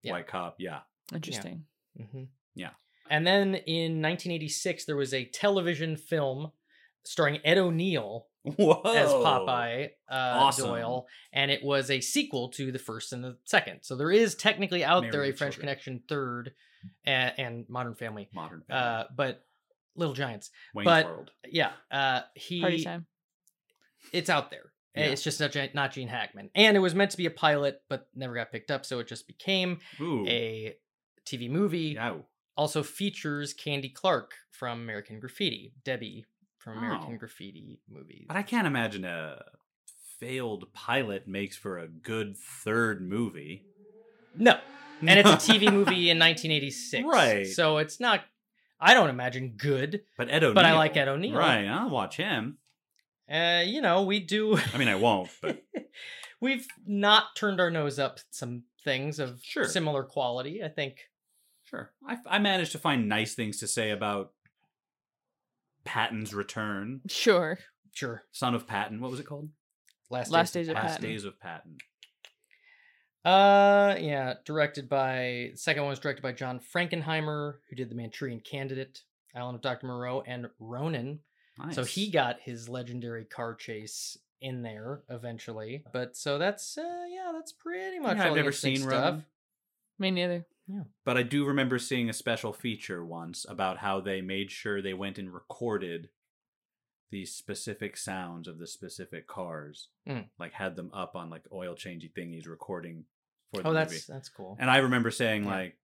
Speaker 3: Yeah.
Speaker 6: white cop, yeah.
Speaker 4: Interesting.
Speaker 3: hmm
Speaker 6: Yeah.
Speaker 3: And then in 1986, there was a television film starring Ed O'Neill
Speaker 6: Whoa.
Speaker 3: as Popeye uh,
Speaker 6: Oh, Awesome.
Speaker 3: Doyle, and it was a sequel to the first and the second. So there is technically out there
Speaker 6: Married
Speaker 3: a French
Speaker 6: Children.
Speaker 3: Connection third, and, and Modern Family,
Speaker 6: Modern Family.
Speaker 3: uh, but Little Giants.
Speaker 6: Wayne's
Speaker 3: but-
Speaker 6: World.
Speaker 3: Yeah, uh, he
Speaker 4: Party time.
Speaker 3: it's out there. Uh,
Speaker 6: Yeah.
Speaker 3: It's just not, Gen- not Gene Hackman. And it was meant to be a pilot, but never got picked up. So it just became
Speaker 6: Ooh.
Speaker 3: a TV movie.
Speaker 6: Yow.
Speaker 3: Also features Candy Clark from American Graffiti, Debbie from American
Speaker 6: Oh.
Speaker 3: Graffiti movies.
Speaker 6: But I can't imagine a failed pilot makes for a good third movie.
Speaker 3: No. And it's a TV movie in 1986.
Speaker 6: Right.
Speaker 3: So it's not, I don't imagine good,
Speaker 6: But Ed O'Neill.
Speaker 3: but I like Ed O'Neill.
Speaker 6: Right, I'll watch him.
Speaker 3: Uh, you know, we do,
Speaker 6: I mean, I won't, but
Speaker 3: we've not turned our nose up at some things of
Speaker 6: Sure.
Speaker 3: similar quality. I think
Speaker 6: sure. I, I managed to find nice things to say about Patton's return.
Speaker 4: Sure.
Speaker 3: Sure.
Speaker 6: Son of Patton. What was it called?
Speaker 3: Last,
Speaker 4: Last
Speaker 3: Days,
Speaker 4: Days of
Speaker 6: Last
Speaker 4: Patton.
Speaker 6: Days of Patton.
Speaker 3: Uh, yeah. Directed by the second one was directed by John Frankenheimer, who did The Manchurian Candidate, Island of Dr. Moreau, and Ronin.
Speaker 6: Nice.
Speaker 3: So he got his legendary car chase in there eventually. But so that's uh, yeah, that's pretty much.
Speaker 6: I've
Speaker 3: all the
Speaker 6: never
Speaker 3: interesting
Speaker 6: seen
Speaker 3: stuff.
Speaker 6: Ronin.
Speaker 4: Me neither.
Speaker 6: But I do remember seeing a special feature once about how they made sure they went and recorded the specific sounds of the specific cars,
Speaker 3: Mm.
Speaker 6: like had them up on like oil changey thingies recording for the
Speaker 3: Oh,
Speaker 6: movie.
Speaker 3: that's that's cool.
Speaker 6: And I remember saying
Speaker 3: Yeah.
Speaker 6: like,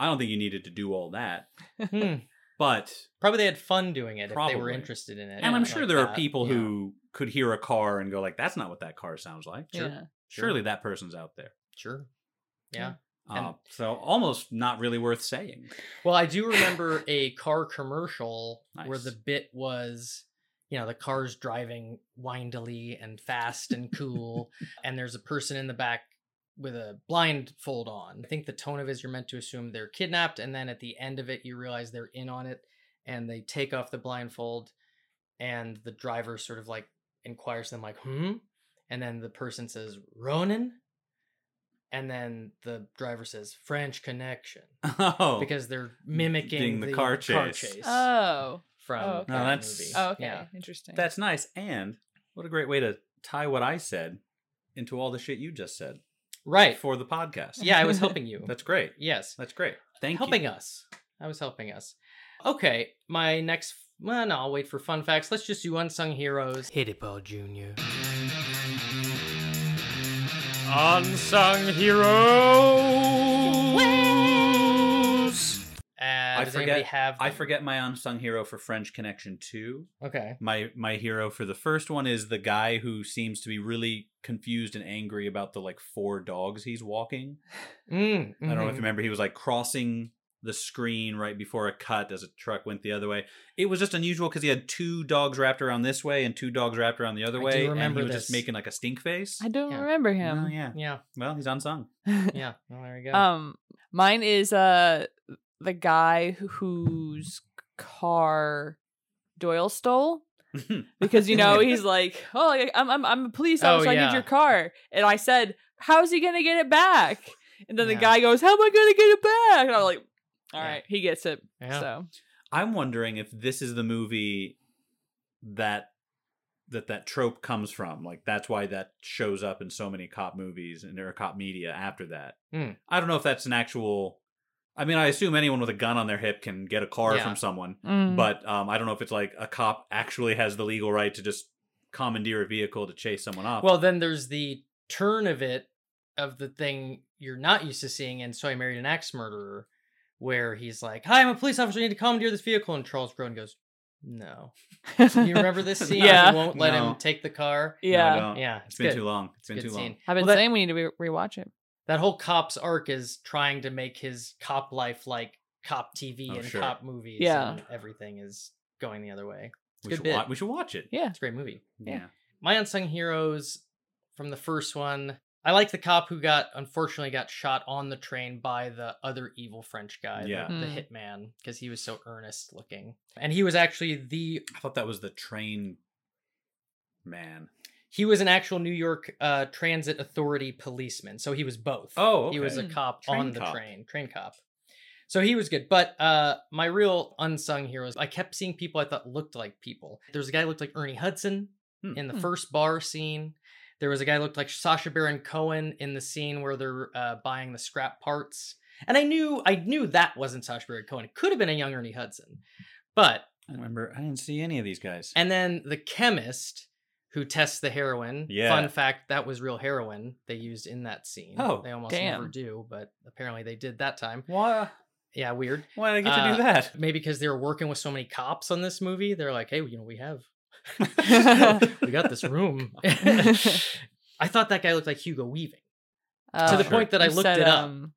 Speaker 6: I don't think you needed to do all that,
Speaker 3: Hmm.
Speaker 6: but
Speaker 3: Probably they had fun doing it if they were
Speaker 6: Probably.
Speaker 3: interested in it.
Speaker 6: and I'm
Speaker 3: like
Speaker 6: sure there are
Speaker 3: that.
Speaker 6: people
Speaker 3: Yeah.
Speaker 6: who could hear a car and go like, that's not what that car sounds like.
Speaker 4: Yeah.
Speaker 6: Surely that person's out there.
Speaker 3: sure. yeah.
Speaker 4: Yeah.
Speaker 6: Uh,
Speaker 3: And-
Speaker 6: so almost not really worth saying.
Speaker 3: Well, I do remember a car commercial where
Speaker 6: Nice.
Speaker 3: the bit was, you know, the car's driving windily and fast and cool, and there's a person in the back with a blindfold on. I think the tone of it is you're meant to assume they're kidnapped, and then at the end of it, you realize they're in on it, and they take off the blindfold, and the driver sort of like inquires them like, hmm, and then the person says Ronin, and then the driver says French Connection
Speaker 6: Oh,
Speaker 3: because they're mimicking
Speaker 6: Doing
Speaker 3: the,
Speaker 6: the
Speaker 3: car
Speaker 6: car
Speaker 3: chase,
Speaker 6: chase.
Speaker 4: Oh.
Speaker 3: from
Speaker 4: Oh, okay.
Speaker 3: that
Speaker 6: No, that's-
Speaker 3: movie.
Speaker 4: Oh, okay.
Speaker 3: Yeah.
Speaker 4: Interesting.
Speaker 6: That's nice. And what a great way to tie what I said into all the shit you just said
Speaker 3: Right.
Speaker 6: for the podcast.
Speaker 3: Yeah, I was helping you.
Speaker 6: That's great.
Speaker 3: yes.
Speaker 6: That's great. Thank
Speaker 3: helping
Speaker 6: you.
Speaker 3: us. I was helping us. Okay, my next well, no, I'll wait for fun facts. Let's just do unsung heroes. Hit it ball junior.
Speaker 1: Unsung heroes.
Speaker 3: Uh,
Speaker 6: I
Speaker 3: does anybody
Speaker 6: forget-
Speaker 3: have
Speaker 6: I
Speaker 3: them?
Speaker 6: forget my unsung hero for French Connection 2.
Speaker 3: Okay.
Speaker 6: My my hero for the first one is the guy who seems to be really confused and angry about the like four dogs he's walking.
Speaker 3: Mm,
Speaker 6: I don't know
Speaker 3: mhm.
Speaker 6: if you remember he was like crossing the screen right before a cut as a truck went the other way. It was just unusual cuz he had two dogs wrapped around this way and two dogs wrapped around the other
Speaker 3: I do
Speaker 6: way and
Speaker 3: remember
Speaker 6: he was
Speaker 3: this.
Speaker 6: just making like a stink face.
Speaker 4: I don't
Speaker 3: Yeah.
Speaker 4: remember
Speaker 6: Oh,
Speaker 4: him.
Speaker 6: yeah.
Speaker 3: Yeah,
Speaker 6: Well, he's unsung.
Speaker 3: yeah. Well, there we go.
Speaker 6: Oh,
Speaker 4: Um, mine is uh the guy who- whose car Doyle stole because you know he's like, oh, I- I'm I'm I'm a police
Speaker 3: Oh,
Speaker 4: officer. I
Speaker 3: yeah.
Speaker 4: need your car, and I said, how's he gonna get it back? And then
Speaker 3: Yeah.
Speaker 4: the guy goes, how am I gonna get it back? And I'm like, all
Speaker 3: Yeah.
Speaker 4: right, he gets it.
Speaker 3: yeah.
Speaker 4: So
Speaker 6: I'm wondering if this is the movie that that that trope comes from. Like that's why that shows up in so many cop movies and or cop media after that.
Speaker 3: Hmm.
Speaker 6: I don't know if that's an actual. I mean, I assume anyone with a gun on their hip can get a car
Speaker 3: Yeah.
Speaker 6: from someone,
Speaker 4: mm.
Speaker 6: but um, I don't know if it's like a cop actually has the legal right to just commandeer a vehicle to chase someone off.
Speaker 3: Well, then there's the turn of it of the thing you're not used to seeing in So I Married an Axe Murderer, where he's like, "Hi, I'm a police officer. I need to commandeer this vehicle," and Charles Grodin goes, "No."
Speaker 4: mm.
Speaker 3: You remember this scene? where
Speaker 4: Yeah.
Speaker 3: He won't let
Speaker 6: No.
Speaker 3: him take the car.
Speaker 4: yeah.
Speaker 6: No, I don't.
Speaker 3: Yeah,
Speaker 6: It's been
Speaker 3: good.
Speaker 6: too long. It's been
Speaker 3: Good
Speaker 6: too long.
Speaker 3: scene.
Speaker 4: I've been
Speaker 3: Well, that-
Speaker 4: saying we need to re- rewatch it.
Speaker 3: that whole cop's arc is trying to make his cop life like cop TV
Speaker 6: Oh,
Speaker 3: and
Speaker 6: sure.
Speaker 3: cop movies.
Speaker 4: Yeah.
Speaker 3: and everything is going the other way.
Speaker 6: We
Speaker 3: Good
Speaker 6: should,
Speaker 3: bit.
Speaker 6: wa- we should watch it.
Speaker 4: Yeah.
Speaker 3: It's a great movie.
Speaker 6: Yeah.
Speaker 3: My unsung heroes from the first one. I like the cop who got unfortunately got shot on the train by the other evil French guy, the-
Speaker 6: Yeah.
Speaker 3: the,
Speaker 4: Hmm.
Speaker 3: hitman, because he was so earnest looking, and he was actually the
Speaker 6: I thought that was the train man.
Speaker 3: he was an actual New York uh, Transit Authority policeman, so he was both.
Speaker 6: Oh,
Speaker 3: he was a
Speaker 4: okay.
Speaker 3: cop
Speaker 6: Train
Speaker 3: on the
Speaker 6: cop.
Speaker 3: train, train cop. So he was good, but uh, my real unsung heroes, I kept seeing people I thought looked like people. There was a guy who looked like Ernie Hudson
Speaker 6: Hmm.
Speaker 3: in the
Speaker 4: Hmm.
Speaker 3: first bar scene. There was a guy who looked like Sasha Baron Cohen in the scene where they're uh, buying the scrap parts. And I knew, I knew that wasn't Sasha Baron Cohen. It could have been a young Ernie Hudson, but
Speaker 6: I don't remember. I didn't see any of these guys.
Speaker 3: and then the chemist who tests the heroin.
Speaker 6: Yeah.
Speaker 3: Fun fact that was real heroin they used in that scene.
Speaker 6: Oh,
Speaker 3: they almost
Speaker 4: damn.
Speaker 3: never do, but apparently they did that time.
Speaker 6: why?
Speaker 3: Yeah, weird.
Speaker 6: Why did I get to
Speaker 3: Uh,
Speaker 6: do that?
Speaker 3: Maybe because they were working with so many cops on this movie, they're like, hey, you know, we have we got this room. I thought that guy looked like Hugo Weaving.
Speaker 6: To the
Speaker 4: Um,
Speaker 3: point that I
Speaker 4: you
Speaker 3: looked it up.
Speaker 4: um,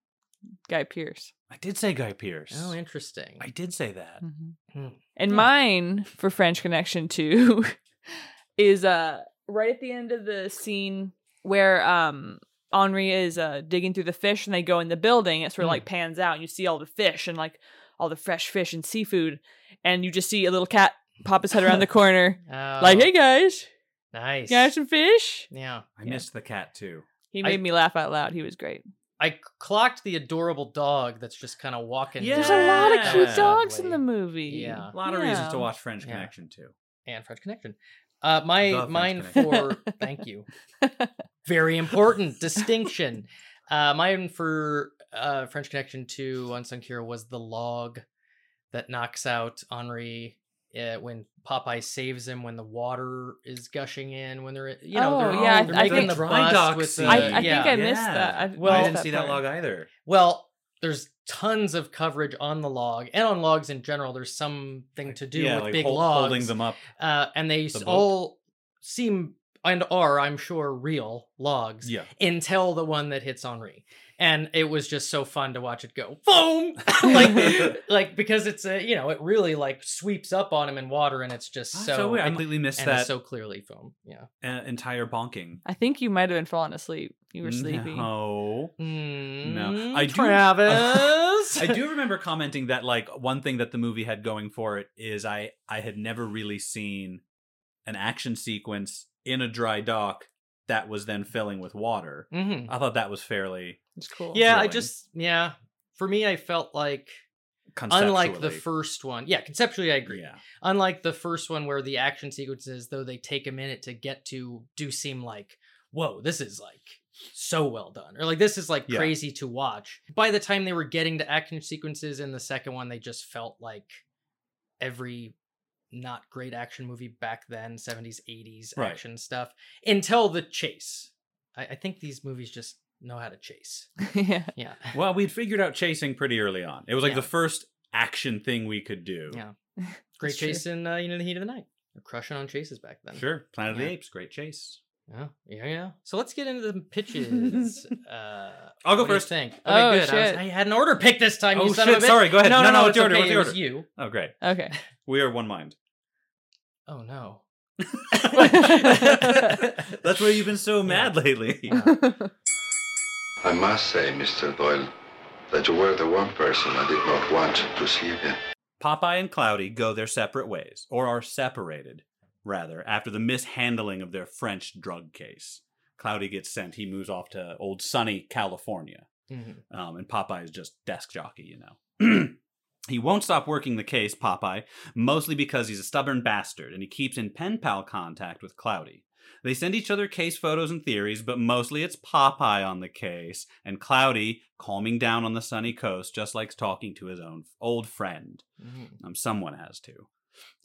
Speaker 4: Guy Pierce.
Speaker 6: I did say Guy Pierce.
Speaker 3: Oh, interesting.
Speaker 6: I did say that.
Speaker 4: Mm,
Speaker 3: Hmm.
Speaker 4: And
Speaker 3: Yeah.
Speaker 4: mine for French Connection too is uh right at the end of the scene where um Henri is uh digging through the fish and they go in the building. It sort of like pans out and you see all the fish and like all the fresh fish and seafood, and you just see a little cat pop his head around the corner, like,
Speaker 3: Oh,
Speaker 4: "Hey guys,
Speaker 3: nice.
Speaker 4: you have some fish."
Speaker 3: Yeah.
Speaker 6: I
Speaker 4: Yeah.
Speaker 6: missed the cat too.
Speaker 4: He
Speaker 3: I-
Speaker 4: made me laugh out loud. He was great.
Speaker 3: I c- clocked the adorable dog that's just kind of walking.
Speaker 4: There's a lot of cute
Speaker 6: Yeah.
Speaker 4: dogs in the
Speaker 3: movie.
Speaker 4: movie.
Speaker 3: Yeah.
Speaker 6: A lot of reasons to
Speaker 4: Yeah.
Speaker 6: watch French
Speaker 3: Yeah.
Speaker 6: Connection too.
Speaker 3: and French Connection. Uh, my
Speaker 6: The French
Speaker 3: mine
Speaker 6: Connection.
Speaker 3: for thank you. Very important distinction. Uh, mine for uh, French Connection to Unsung Hero was the log that knocks out Henri uh, when Popeye saves him when the water is gushing in when they're you know
Speaker 4: Oh,
Speaker 3: they're,
Speaker 4: yeah, I-
Speaker 3: they're
Speaker 4: I
Speaker 3: making
Speaker 4: think-
Speaker 3: the
Speaker 6: Dry
Speaker 3: bust
Speaker 6: dock
Speaker 3: with the,
Speaker 6: scene.
Speaker 4: I, I
Speaker 3: yeah.
Speaker 4: think I missed
Speaker 6: Yeah.
Speaker 4: that. I,
Speaker 3: Well-
Speaker 6: I
Speaker 4: missed
Speaker 6: didn't see that
Speaker 4: part.
Speaker 6: log either.
Speaker 3: Well, there's tons of coverage on the log and on logs in general. There's something to do
Speaker 6: yeah,
Speaker 3: with
Speaker 6: like
Speaker 3: big
Speaker 6: hol-
Speaker 3: logs.
Speaker 6: holding them up.
Speaker 3: uh, and they
Speaker 6: The
Speaker 3: s-
Speaker 6: boat?
Speaker 3: all seem and are, I'm sure, real logs
Speaker 6: Yeah.
Speaker 3: until the one that hits Henri. And it was just so fun to watch it go boom, like like because it's a you know it really like sweeps up on him in water and it's just
Speaker 6: So,
Speaker 3: so,
Speaker 6: weird. I
Speaker 3: and-
Speaker 6: completely missed
Speaker 3: and it's
Speaker 6: that
Speaker 3: so clearly film. Yeah.
Speaker 6: uh, entire bonking.
Speaker 4: I think you might have been falling asleep. You were
Speaker 6: Mm,
Speaker 4: sleepy.
Speaker 6: No.
Speaker 3: Mm,
Speaker 6: I do-
Speaker 3: Travis.
Speaker 6: I do remember commenting that like one thing that the movie had going for it is I I had never really seen an action sequence in a dry dock that was then filling with water.
Speaker 3: Mhm.
Speaker 6: I thought that was fairly
Speaker 4: It's cool.
Speaker 3: Yeah, I
Speaker 6: Thrilling.
Speaker 3: just yeah. For me, I felt like
Speaker 6: conceptually.
Speaker 3: unlike the first one. Yeah, conceptually, I agree.
Speaker 6: Yeah.
Speaker 3: unlike the first one where the action sequences though they take a minute to get to do seem like whoa this is like so well done or like this is like
Speaker 6: Yeah.
Speaker 3: crazy to watch by the time they were getting to action sequences in the second one they just felt like every not great action movie back then 70s 80s
Speaker 6: Right.
Speaker 3: action stuff until the chase I, I think these movies just know how to chase
Speaker 4: yeah.
Speaker 3: yeah
Speaker 6: Well, we'd figured out chasing pretty early on. It was like
Speaker 3: Yeah.
Speaker 6: the first action thing we could do.
Speaker 3: Yeah. great
Speaker 4: That's true.
Speaker 3: chase in uh, you know the heat of the night they're crushing on chases back then
Speaker 6: Sure. Planet of
Speaker 3: Yeah.
Speaker 6: the Apes, great chase.
Speaker 3: Yeah, yeah, yeah. So let's get into the pitches. uh,
Speaker 6: I'll go
Speaker 3: what do you
Speaker 6: first.
Speaker 3: think? Okay,
Speaker 4: Oh,
Speaker 3: good. I, was-
Speaker 4: shit.
Speaker 3: I had an order pick this time.
Speaker 6: oh
Speaker 3: you son
Speaker 6: shit,
Speaker 3: of a bitch.
Speaker 6: sorry, go ahead.
Speaker 3: No, no, no.
Speaker 6: what's
Speaker 3: it's
Speaker 6: your order?
Speaker 3: okay.
Speaker 6: What's
Speaker 3: it
Speaker 6: your
Speaker 3: was
Speaker 6: order?
Speaker 3: you.
Speaker 6: Oh great.
Speaker 4: Okay.
Speaker 6: We are one mind.
Speaker 3: Oh no.
Speaker 6: That's why you've been so mad lately.
Speaker 5: I must say, Mr. Doyle, that you were the one person I did not want to see again.
Speaker 6: Popeye and Cloudy go their separate ways, or are separated, rather, after the mishandling of their French drug case. Cloudy gets sent, he moves off to old sunny California,
Speaker 3: Mhm.
Speaker 6: um, and Popeye is just desk jockey, you know. he won't stop working the case, Popeye, mostly because he's a stubborn bastard and he keeps in pen pal contact with Cloudy. They send each other case photos and theories, but mostly it's Popeye on the case, and Cloudy, calming down on the sunny coast, just likes talking to his own old friend.
Speaker 3: Mhm.
Speaker 6: Um, someone has to.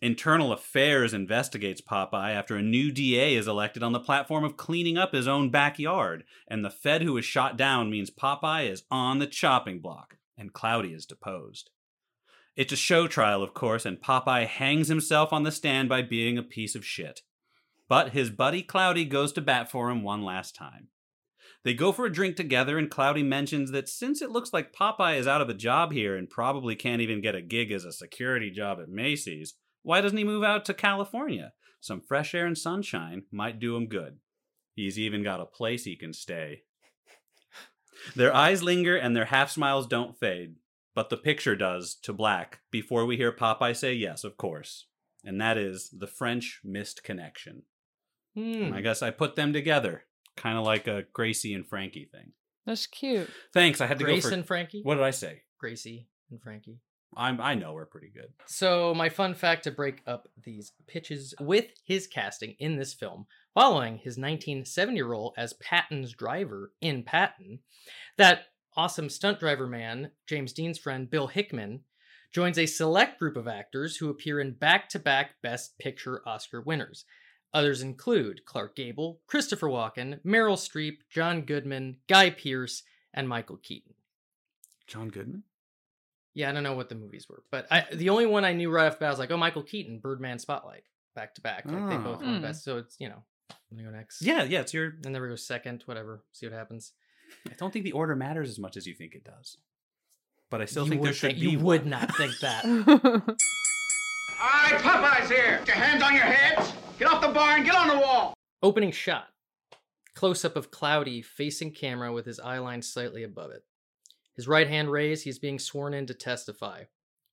Speaker 6: Internal Affairs investigates Popeye after a new DA is elected on the platform of cleaning up his own backyard, and the Fed who was shot down means Popeye is on the chopping block, and Cloudy is deposed. It's a show trial, of course, and Popeye hangs himself on the stand by being a piece of shit. But his buddy Cloudy goes to bat for him one last time. They go for a drink together, and Cloudy mentions that since it looks like Popeye is out of a job here and probably can't even get a gig as a security job at Macy's, why doesn't he move out to California? Some fresh air and sunshine might do him good. He's even got a place he can stay. Their eyes linger and their half smiles don't fade, but the picture does to black before we hear Popeye say yes, of course. And that is the French missed connection.
Speaker 3: Hmm.
Speaker 6: I guess I put them together, kind of like a Gracie and Frankie thing.
Speaker 4: That's cute.
Speaker 6: Thanks, I had to
Speaker 3: Grace
Speaker 6: go for.
Speaker 3: and Frankie.
Speaker 6: what did I say?
Speaker 3: Gracie and Frankie.
Speaker 6: I'm I know we're pretty good.
Speaker 3: So, my fun fact to break up these pitches with his casting in this film, following his 1970 role as Patton's driver in Patton, that awesome stunt driver man, James Dean's friend Bill Hickman, joins a select group of actors who appear in back to back Best Picture Oscar winners. Others include Clark Gable, Christopher Walken, Meryl Streep, John Goodman, Guy Pearce, and Michael Keaton.
Speaker 6: John Goodman.
Speaker 3: Yeah, I don't know what the movies were, but I the only one I knew right off the bat was like, oh, Michael Keaton, Birdman, Spotlight, back to back. Like they
Speaker 6: Oh.
Speaker 3: both won
Speaker 4: Hmm.
Speaker 3: best, so it's you know, I'm gonna go next.
Speaker 6: Yeah, yeah, it's your.
Speaker 3: and then we go second, whatever. See what happens.
Speaker 6: I don't think the order matters as much as you think it does. But I still
Speaker 3: you
Speaker 6: think there
Speaker 3: would
Speaker 6: should
Speaker 3: think-
Speaker 6: be.
Speaker 3: you
Speaker 6: one.
Speaker 3: would not think that.
Speaker 2: All right, Popeye's here. Get your hands on your heads. Get off the barn. Get on the wall.
Speaker 3: Opening shot. Close up of Cloudy facing camera with his eye line slightly above it. His right hand raised, he's being sworn in to testify.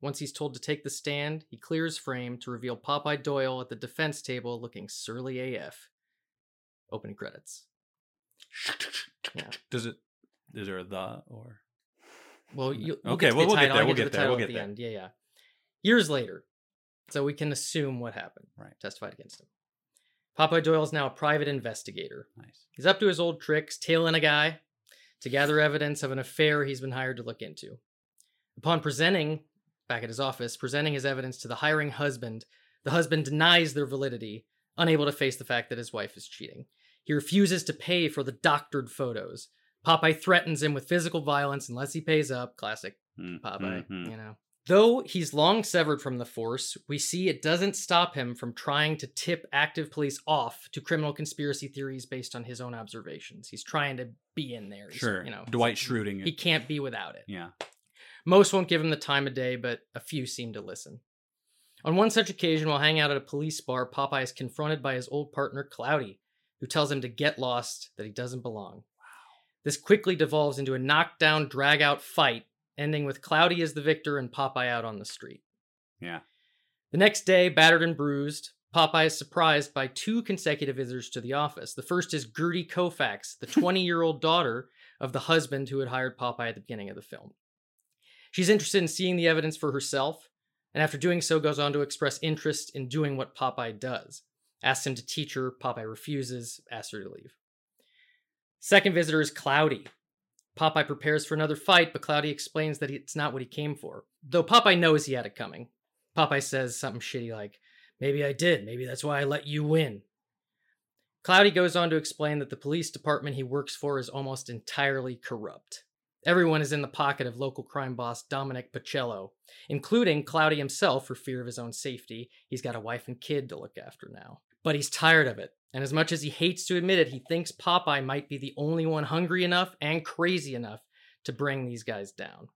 Speaker 3: Once he's told to take the stand, he clears frame to reveal Popeye Doyle at the defense table looking surly AF. Opening credits. Yeah.
Speaker 6: Does it? Is there a the or?
Speaker 3: Well, you, we'll
Speaker 6: Okay,
Speaker 3: get to
Speaker 6: well,
Speaker 3: the title.
Speaker 6: we'll get there,
Speaker 3: I'll
Speaker 6: we'll
Speaker 3: to
Speaker 6: get
Speaker 3: the
Speaker 6: there,
Speaker 3: title
Speaker 6: we'll
Speaker 3: at
Speaker 6: get
Speaker 3: the
Speaker 6: there.
Speaker 3: end. Yeah, yeah. Years later, so we can assume what happened.
Speaker 6: Right.
Speaker 3: Testified against him. Popeye Doyle is now a private investigator.
Speaker 6: Nice.
Speaker 3: He's up to his old tricks, tailing a guy to gather evidence of an affair he's been hired to look into. Upon presenting, back at his office, presenting his evidence to the hiring husband, the husband denies their validity, unable to face the fact that his wife is cheating. He refuses to pay for the doctored photos. Popeye threatens him with physical violence unless he pays up. Classic
Speaker 6: Mm,
Speaker 3: Popeye,
Speaker 6: mhm.
Speaker 3: you know. Though he's long severed from the force, we see it doesn't stop him from trying to tip active police off to criminal conspiracy theories based on his own observations. He's trying to be in there. He's,
Speaker 6: Sure.
Speaker 3: You know,
Speaker 6: Dwight Schruding.
Speaker 3: he can't be without it.
Speaker 6: yeah.
Speaker 3: Most won't give him the time of day, but a few seem to listen. On one such occasion, while hanging out at a police bar, Popeye is confronted by his old partner, Cloudy, who tells him to get lost, that he doesn't belong. This quickly devolves into a knockdown, drag out fight, ending with Cloudy as the victor and Popeye out on the street.
Speaker 6: Yeah.
Speaker 3: The next day, battered and bruised, Popeye is surprised by two consecutive visitors to the office. The first is Gertie Koufax, the 20 year old daughter of the husband who had hired Popeye at the beginning of the film. She's interested in seeing the evidence for herself, and after doing so, goes on to express interest in doing what Popeye does. Asks him to teach her, Popeye refuses, asks her to leave. Second visitor is Cloudy. Popeye prepares for another fight, but Cloudy explains that it's not what he came for. Though Popeye knows he had it coming. Popeye says something shitty like, Maybe I did. Maybe that's why I let you win. Cloudy goes on to explain that the police department he works for is almost entirely corrupt. Everyone is in the pocket of local crime boss Dominic Pacello, including Cloudy himself for fear of his own safety. He's got a wife and kid to look after now. But he's tired of it, and as much as he hates to admit it, he thinks Popeye might be the only one hungry enough and crazy enough to bring these guys down.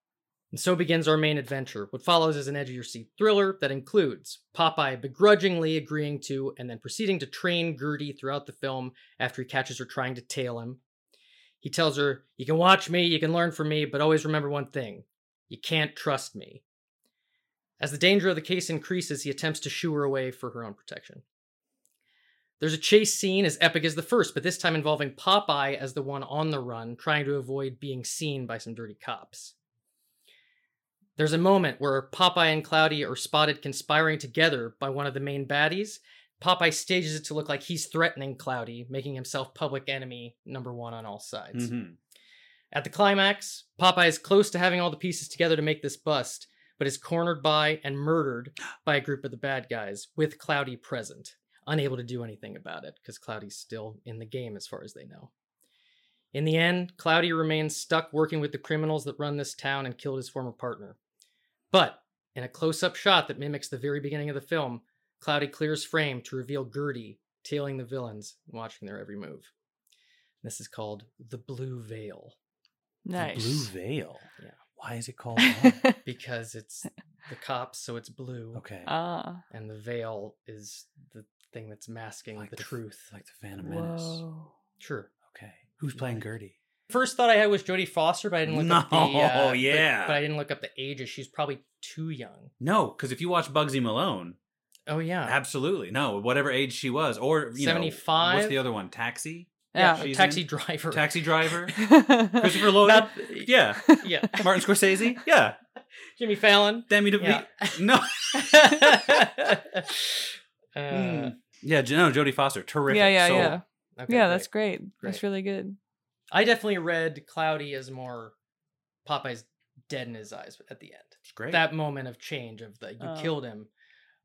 Speaker 3: And so begins our main adventure. What follows is an edge of your seat thriller that includes Popeye begrudgingly agreeing to and then proceeding to train Gertie throughout the film after he catches her trying to tail him. He tells her, You can watch me, you can learn from me, but always remember one thing you can't trust me. As the danger of the case increases, he attempts to shoo her away for her own protection. There's a chase scene as epic as the first, but this time involving Popeye as the one on the run, trying to avoid being seen by some dirty cops. There's a moment where Popeye and Cloudy are spotted conspiring together by one of the main baddies. Popeye stages it to look like he's threatening Cloudy, making himself public enemy number one on all sides.
Speaker 6: Mhm.
Speaker 3: At the climax, Popeye is close to having all the pieces together to make this bust, but is cornered by and murdered by a group of the bad guys with Cloudy present, unable to do anything about it because Cloudy's still in the game as far as they know. In the end, Cloudy remains stuck working with the criminals that run this town and killed his former partner. But in a close up shot that mimics the very beginning of the film, Cloudy clears frame to reveal Gertie tailing the villains and watching their every move. This is called The Blue Veil
Speaker 4: Nice.
Speaker 7: Blue Veil.
Speaker 3: Yeah.
Speaker 7: Why is it called that?
Speaker 3: because it's the cops, so it's blue,
Speaker 7: okay.
Speaker 4: ah.
Speaker 3: and the veil is the thing that's masking
Speaker 7: Like
Speaker 3: the,
Speaker 7: the f-
Speaker 3: truth.
Speaker 7: It's like the Phantom Menace.
Speaker 4: Whoa.
Speaker 3: Sure.
Speaker 7: Okay. Who's playing Gertie?
Speaker 3: First thought I had was Jodie Foster, but I didn't look up the.
Speaker 6: No,
Speaker 3: uh, but-
Speaker 6: yeah.
Speaker 3: But, I didn't look up the ages. She's probably too young.
Speaker 6: No, because if you watch Bugsy Malone,
Speaker 3: Oh yeah.
Speaker 6: absolutely no. Whatever age she was, or you know,
Speaker 3: 75?
Speaker 6: What's the other one? Taxi.
Speaker 4: Yeah.
Speaker 3: Or
Speaker 6: she's
Speaker 3: taxi
Speaker 6: in-
Speaker 3: driver.
Speaker 6: Taxi driver.
Speaker 4: Christopher
Speaker 6: Christopher Lloyd.
Speaker 3: Not-
Speaker 6: yeah.
Speaker 3: yeah.
Speaker 6: Martin Scorsese. Yeah.
Speaker 3: Jimmy Fallon.
Speaker 6: Demi
Speaker 3: Yeah.
Speaker 6: DeVito. No.
Speaker 3: Uh,
Speaker 6: Mm. Yeah. J- No. Jodie Foster. Terrific.
Speaker 4: Yeah, yeah,
Speaker 6: Sold.
Speaker 4: yeah.
Speaker 3: okay,
Speaker 4: yeah,
Speaker 3: great.
Speaker 4: that's great. That's
Speaker 3: Great.
Speaker 4: really good.
Speaker 3: I definitely read Cloudy as more Popeye's dead in his eyes at the end.
Speaker 6: It's great.
Speaker 3: That moment of change of the you
Speaker 4: Oh.
Speaker 3: killed him.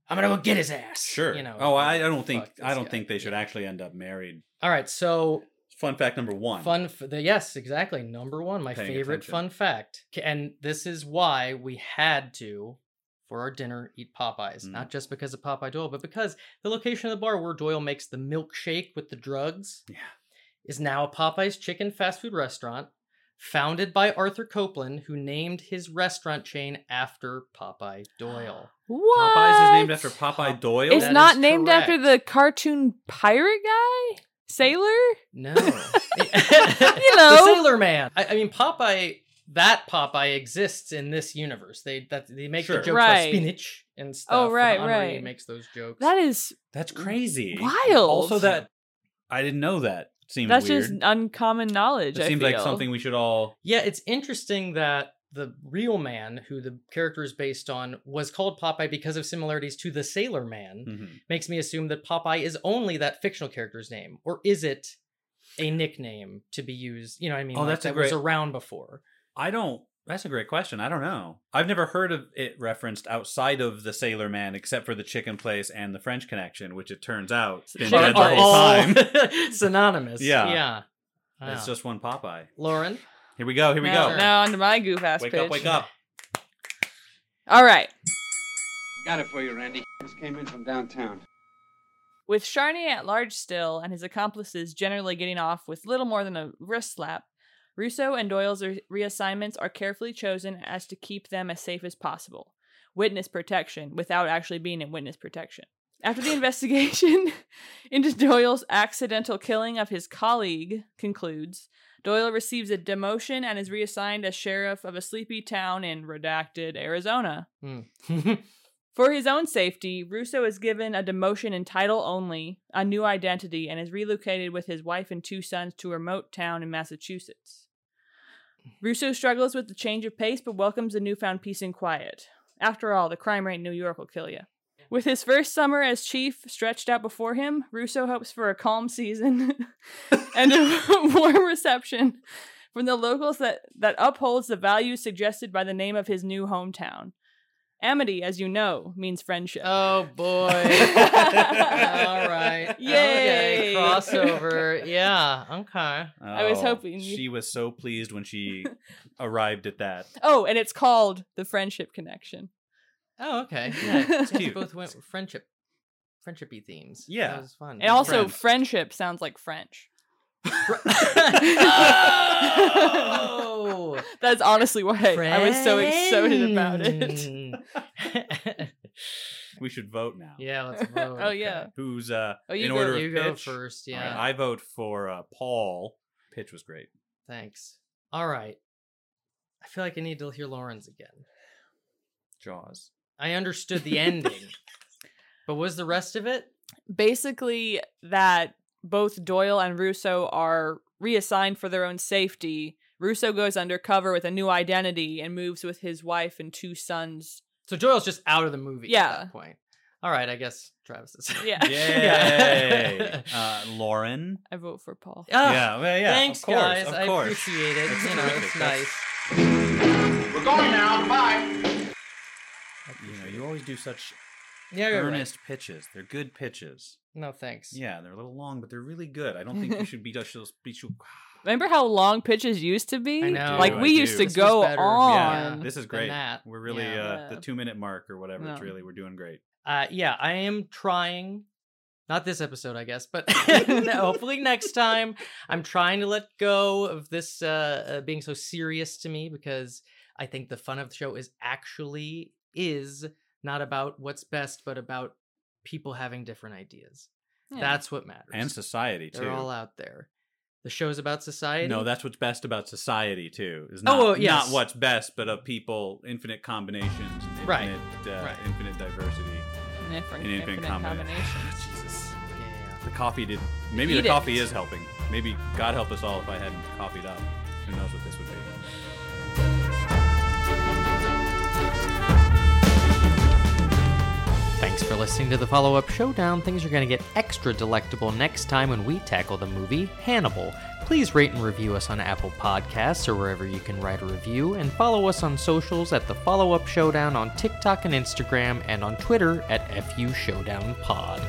Speaker 3: I'm gonna go get his ass.
Speaker 6: sure.
Speaker 3: You know.
Speaker 6: Oh,
Speaker 3: if
Speaker 6: I, I
Speaker 3: you
Speaker 6: don't think
Speaker 3: fuck
Speaker 6: I
Speaker 3: this
Speaker 6: don't
Speaker 3: guy.
Speaker 6: think they should actually end up married.
Speaker 3: All right. So
Speaker 6: Fun fact number one.
Speaker 3: Fun, f- the, yes, exactly. Number one, my
Speaker 6: Paying
Speaker 3: favorite
Speaker 6: attention.
Speaker 3: fun fact, K- and this is why we had to, for our dinner, eat Popeyes.
Speaker 6: Mm.
Speaker 3: Not just because of Popeye Doyle, but because the location of the bar where Doyle makes the milkshake with the drugs
Speaker 6: Yeah.
Speaker 3: is now a Popeyes chicken fast food restaurant, founded by Arthur Copeland, who named his restaurant chain after Popeye Doyle.
Speaker 4: What?
Speaker 6: Popeyes is named after Popeye Doyle.
Speaker 4: It's
Speaker 3: That
Speaker 4: not
Speaker 3: is
Speaker 4: named after the
Speaker 3: correct.
Speaker 4: cartoon pirate guy? Sailor?
Speaker 3: No,
Speaker 4: know.
Speaker 3: the Sailor Man. I, I mean, Popeye. That Popeye exists in this universe. They that they make
Speaker 6: Sure.
Speaker 3: the jokes
Speaker 4: Right.
Speaker 3: about
Speaker 4: Oh,
Speaker 3: spinach and stuff. and
Speaker 4: right,
Speaker 3: Henri
Speaker 4: right.
Speaker 3: Makes those jokes.
Speaker 4: That is
Speaker 6: That's crazy.
Speaker 4: Wild.
Speaker 6: Also, that I didn't know that. Seems
Speaker 4: that's
Speaker 6: weird.
Speaker 4: just uncommon knowledge.
Speaker 6: It
Speaker 4: I
Speaker 6: seems like
Speaker 4: feel.
Speaker 6: something we should all.
Speaker 3: yeah, it's interesting that the real man, who the character is based on, was called Popeye because of similarities to the Sailor Man.
Speaker 4: Mm.
Speaker 6: Mhm.
Speaker 3: Makes me assume that Popeye is only that fictional character's name, or is it a nickname to be used? You know, what I mean,
Speaker 6: Oh,
Speaker 3: like,
Speaker 6: that's a
Speaker 3: that was
Speaker 6: great-
Speaker 3: around before.
Speaker 6: I don't. That's a great question. I don't know. I've never heard of it referenced outside of the Sailor Man, except for the Chicken Place and the French Connection, which it turns out has been
Speaker 4: Chicken
Speaker 6: dead the
Speaker 4: Place.
Speaker 6: whole time.
Speaker 3: synonymous.
Speaker 6: Yeah.
Speaker 3: yeah.
Speaker 6: It's
Speaker 3: Wow.
Speaker 6: just one Popeye.
Speaker 3: Lauren.
Speaker 6: Here we go. Here we
Speaker 4: now,
Speaker 6: go.
Speaker 4: Now onto my goof ass
Speaker 6: Wake
Speaker 4: pitch.
Speaker 6: up! Wake up!
Speaker 4: All right.
Speaker 2: Got it for you, Randy. This came in from downtown.
Speaker 4: With Charney at large still and his accomplices generally getting off with little more than a wrist slap, Russo and Doyle's re- reassignments are carefully chosen as to keep them as safe as possible. Witness protection without actually being in witness protection. After the investigation into Doyle's accidental killing of his colleague concludes, Doyle receives a demotion and is reassigned as sheriff of a sleepy town in redacted Arizona. For his own safety, Russo is given a demotion in title only, a new identity, and is relocated with his wife and two sons to a remote town in Massachusetts. Russo struggles with the change of pace but welcomes the newfound peace and quiet. After all, the crime rate in New York will kill you. With his first summer as chief stretched out before him, Russo hopes for a calm season and a warm reception from the locals that, that upholds the values suggested by the name of his new hometown. Amity, as you know, means friendship.
Speaker 3: oh boy. All right. Okay.
Speaker 4: Yay.
Speaker 3: Crossover. Yeah. Okay.
Speaker 4: I was hoping you-
Speaker 6: Oh, she was so pleased when she arrived at that.
Speaker 4: Oh, and it's called the friendship connection.
Speaker 3: Oh, okay.
Speaker 4: Yeah, it's
Speaker 3: Since we
Speaker 6: cute.
Speaker 3: Both went with friendship, friendshipy themes.
Speaker 6: Yeah.
Speaker 3: That was fun.
Speaker 4: And also,
Speaker 6: Friends.
Speaker 4: friendship sounds like French.
Speaker 3: oh,
Speaker 4: That's honestly why I was so excited about it.
Speaker 3: it.
Speaker 6: We should vote now.
Speaker 3: yeah. Let's
Speaker 4: Oh,
Speaker 3: vote.
Speaker 4: yeah.
Speaker 6: Who's uh
Speaker 4: Oh, you
Speaker 6: in
Speaker 4: go-
Speaker 6: order
Speaker 3: You
Speaker 6: of
Speaker 3: go
Speaker 6: pitch?
Speaker 3: first.
Speaker 6: All
Speaker 3: Yeah.
Speaker 6: right, I vote for uh, Paul. Pitch was great.
Speaker 3: Thanks. All right. I feel like I need to hear Lauren's again.
Speaker 6: Jaws.
Speaker 3: I understood the ending, but was the rest of it?
Speaker 4: Basically, that both Doyle and Russo are reassigned for their own safety. Russo goes undercover with a new identity and moves with his wife and two sons.
Speaker 3: So Doyle's just out of the movie at
Speaker 4: Yeah.
Speaker 3: that point. All right, I guess Travis is.
Speaker 4: Yeah.
Speaker 6: Yay! uh, Lauren.
Speaker 4: I vote for Paul.
Speaker 3: Ah,
Speaker 6: yeah, well, yeah.
Speaker 3: Thanks,
Speaker 6: of course,
Speaker 3: guys.
Speaker 6: Of
Speaker 3: I
Speaker 6: course.
Speaker 3: appreciate it.
Speaker 6: That's
Speaker 3: you know,
Speaker 6: terrific.
Speaker 3: it's
Speaker 6: That's-
Speaker 3: nice.
Speaker 2: We're going now. Bye.
Speaker 6: You know, you always do such
Speaker 3: Yeah, you're right.
Speaker 6: earnest pitches. They're good pitches.
Speaker 3: No thanks.
Speaker 6: Yeah, they're a little long, but they're really good. I don't think we should be just just be too.
Speaker 4: Remember how long pitches used to be?
Speaker 3: I know.
Speaker 4: Like
Speaker 6: I
Speaker 4: we
Speaker 6: do.
Speaker 4: used to
Speaker 6: This
Speaker 3: was
Speaker 4: go
Speaker 3: better.
Speaker 6: Yeah,
Speaker 4: on.
Speaker 3: Um,
Speaker 6: this is
Speaker 3: than
Speaker 6: great.
Speaker 3: that.
Speaker 6: We're really
Speaker 4: Yeah.
Speaker 6: uh, the two minute mark or whatever. It's
Speaker 4: No.
Speaker 6: really we're doing great.
Speaker 3: Uh, yeah, I am trying. Not this episode, I guess, but hopefully next time. I'm trying to let go of this uh, uh, being so serious to me because I think the fun of the show is actually is not about what's best, but about people having different ideas.
Speaker 4: Yeah.
Speaker 3: That's what matters.
Speaker 6: And society too.
Speaker 3: they're all out there. The show's about society.
Speaker 6: No, that's what's best about society too. Is not,
Speaker 3: Oh, well, yes.
Speaker 6: not what's best, but of people, infinite combinations, infinite,
Speaker 3: Right.
Speaker 6: uh,
Speaker 3: Right.
Speaker 6: infinite diversity,
Speaker 4: an infinite,
Speaker 6: and infinite,
Speaker 4: infinite
Speaker 6: combina-
Speaker 4: combination.
Speaker 6: Jesus,
Speaker 3: Yeah, yeah,
Speaker 6: the coffee did. Maybe
Speaker 4: Eat
Speaker 6: the coffee
Speaker 4: it.
Speaker 6: is helping. Maybe God help us all if I hadn't coffeeed up. Who knows what this would be.
Speaker 3: yeah. Thanks for listening to the follow up showdown. Things are going to get extra delectable next time when we tackle the movie Hannibal. Please rate and review us on Apple Podcasts or wherever you can write a review, and follow us on socials at the Follow Up Showdown on TikTok and Instagram, and on Twitter at FU Showdown Pod.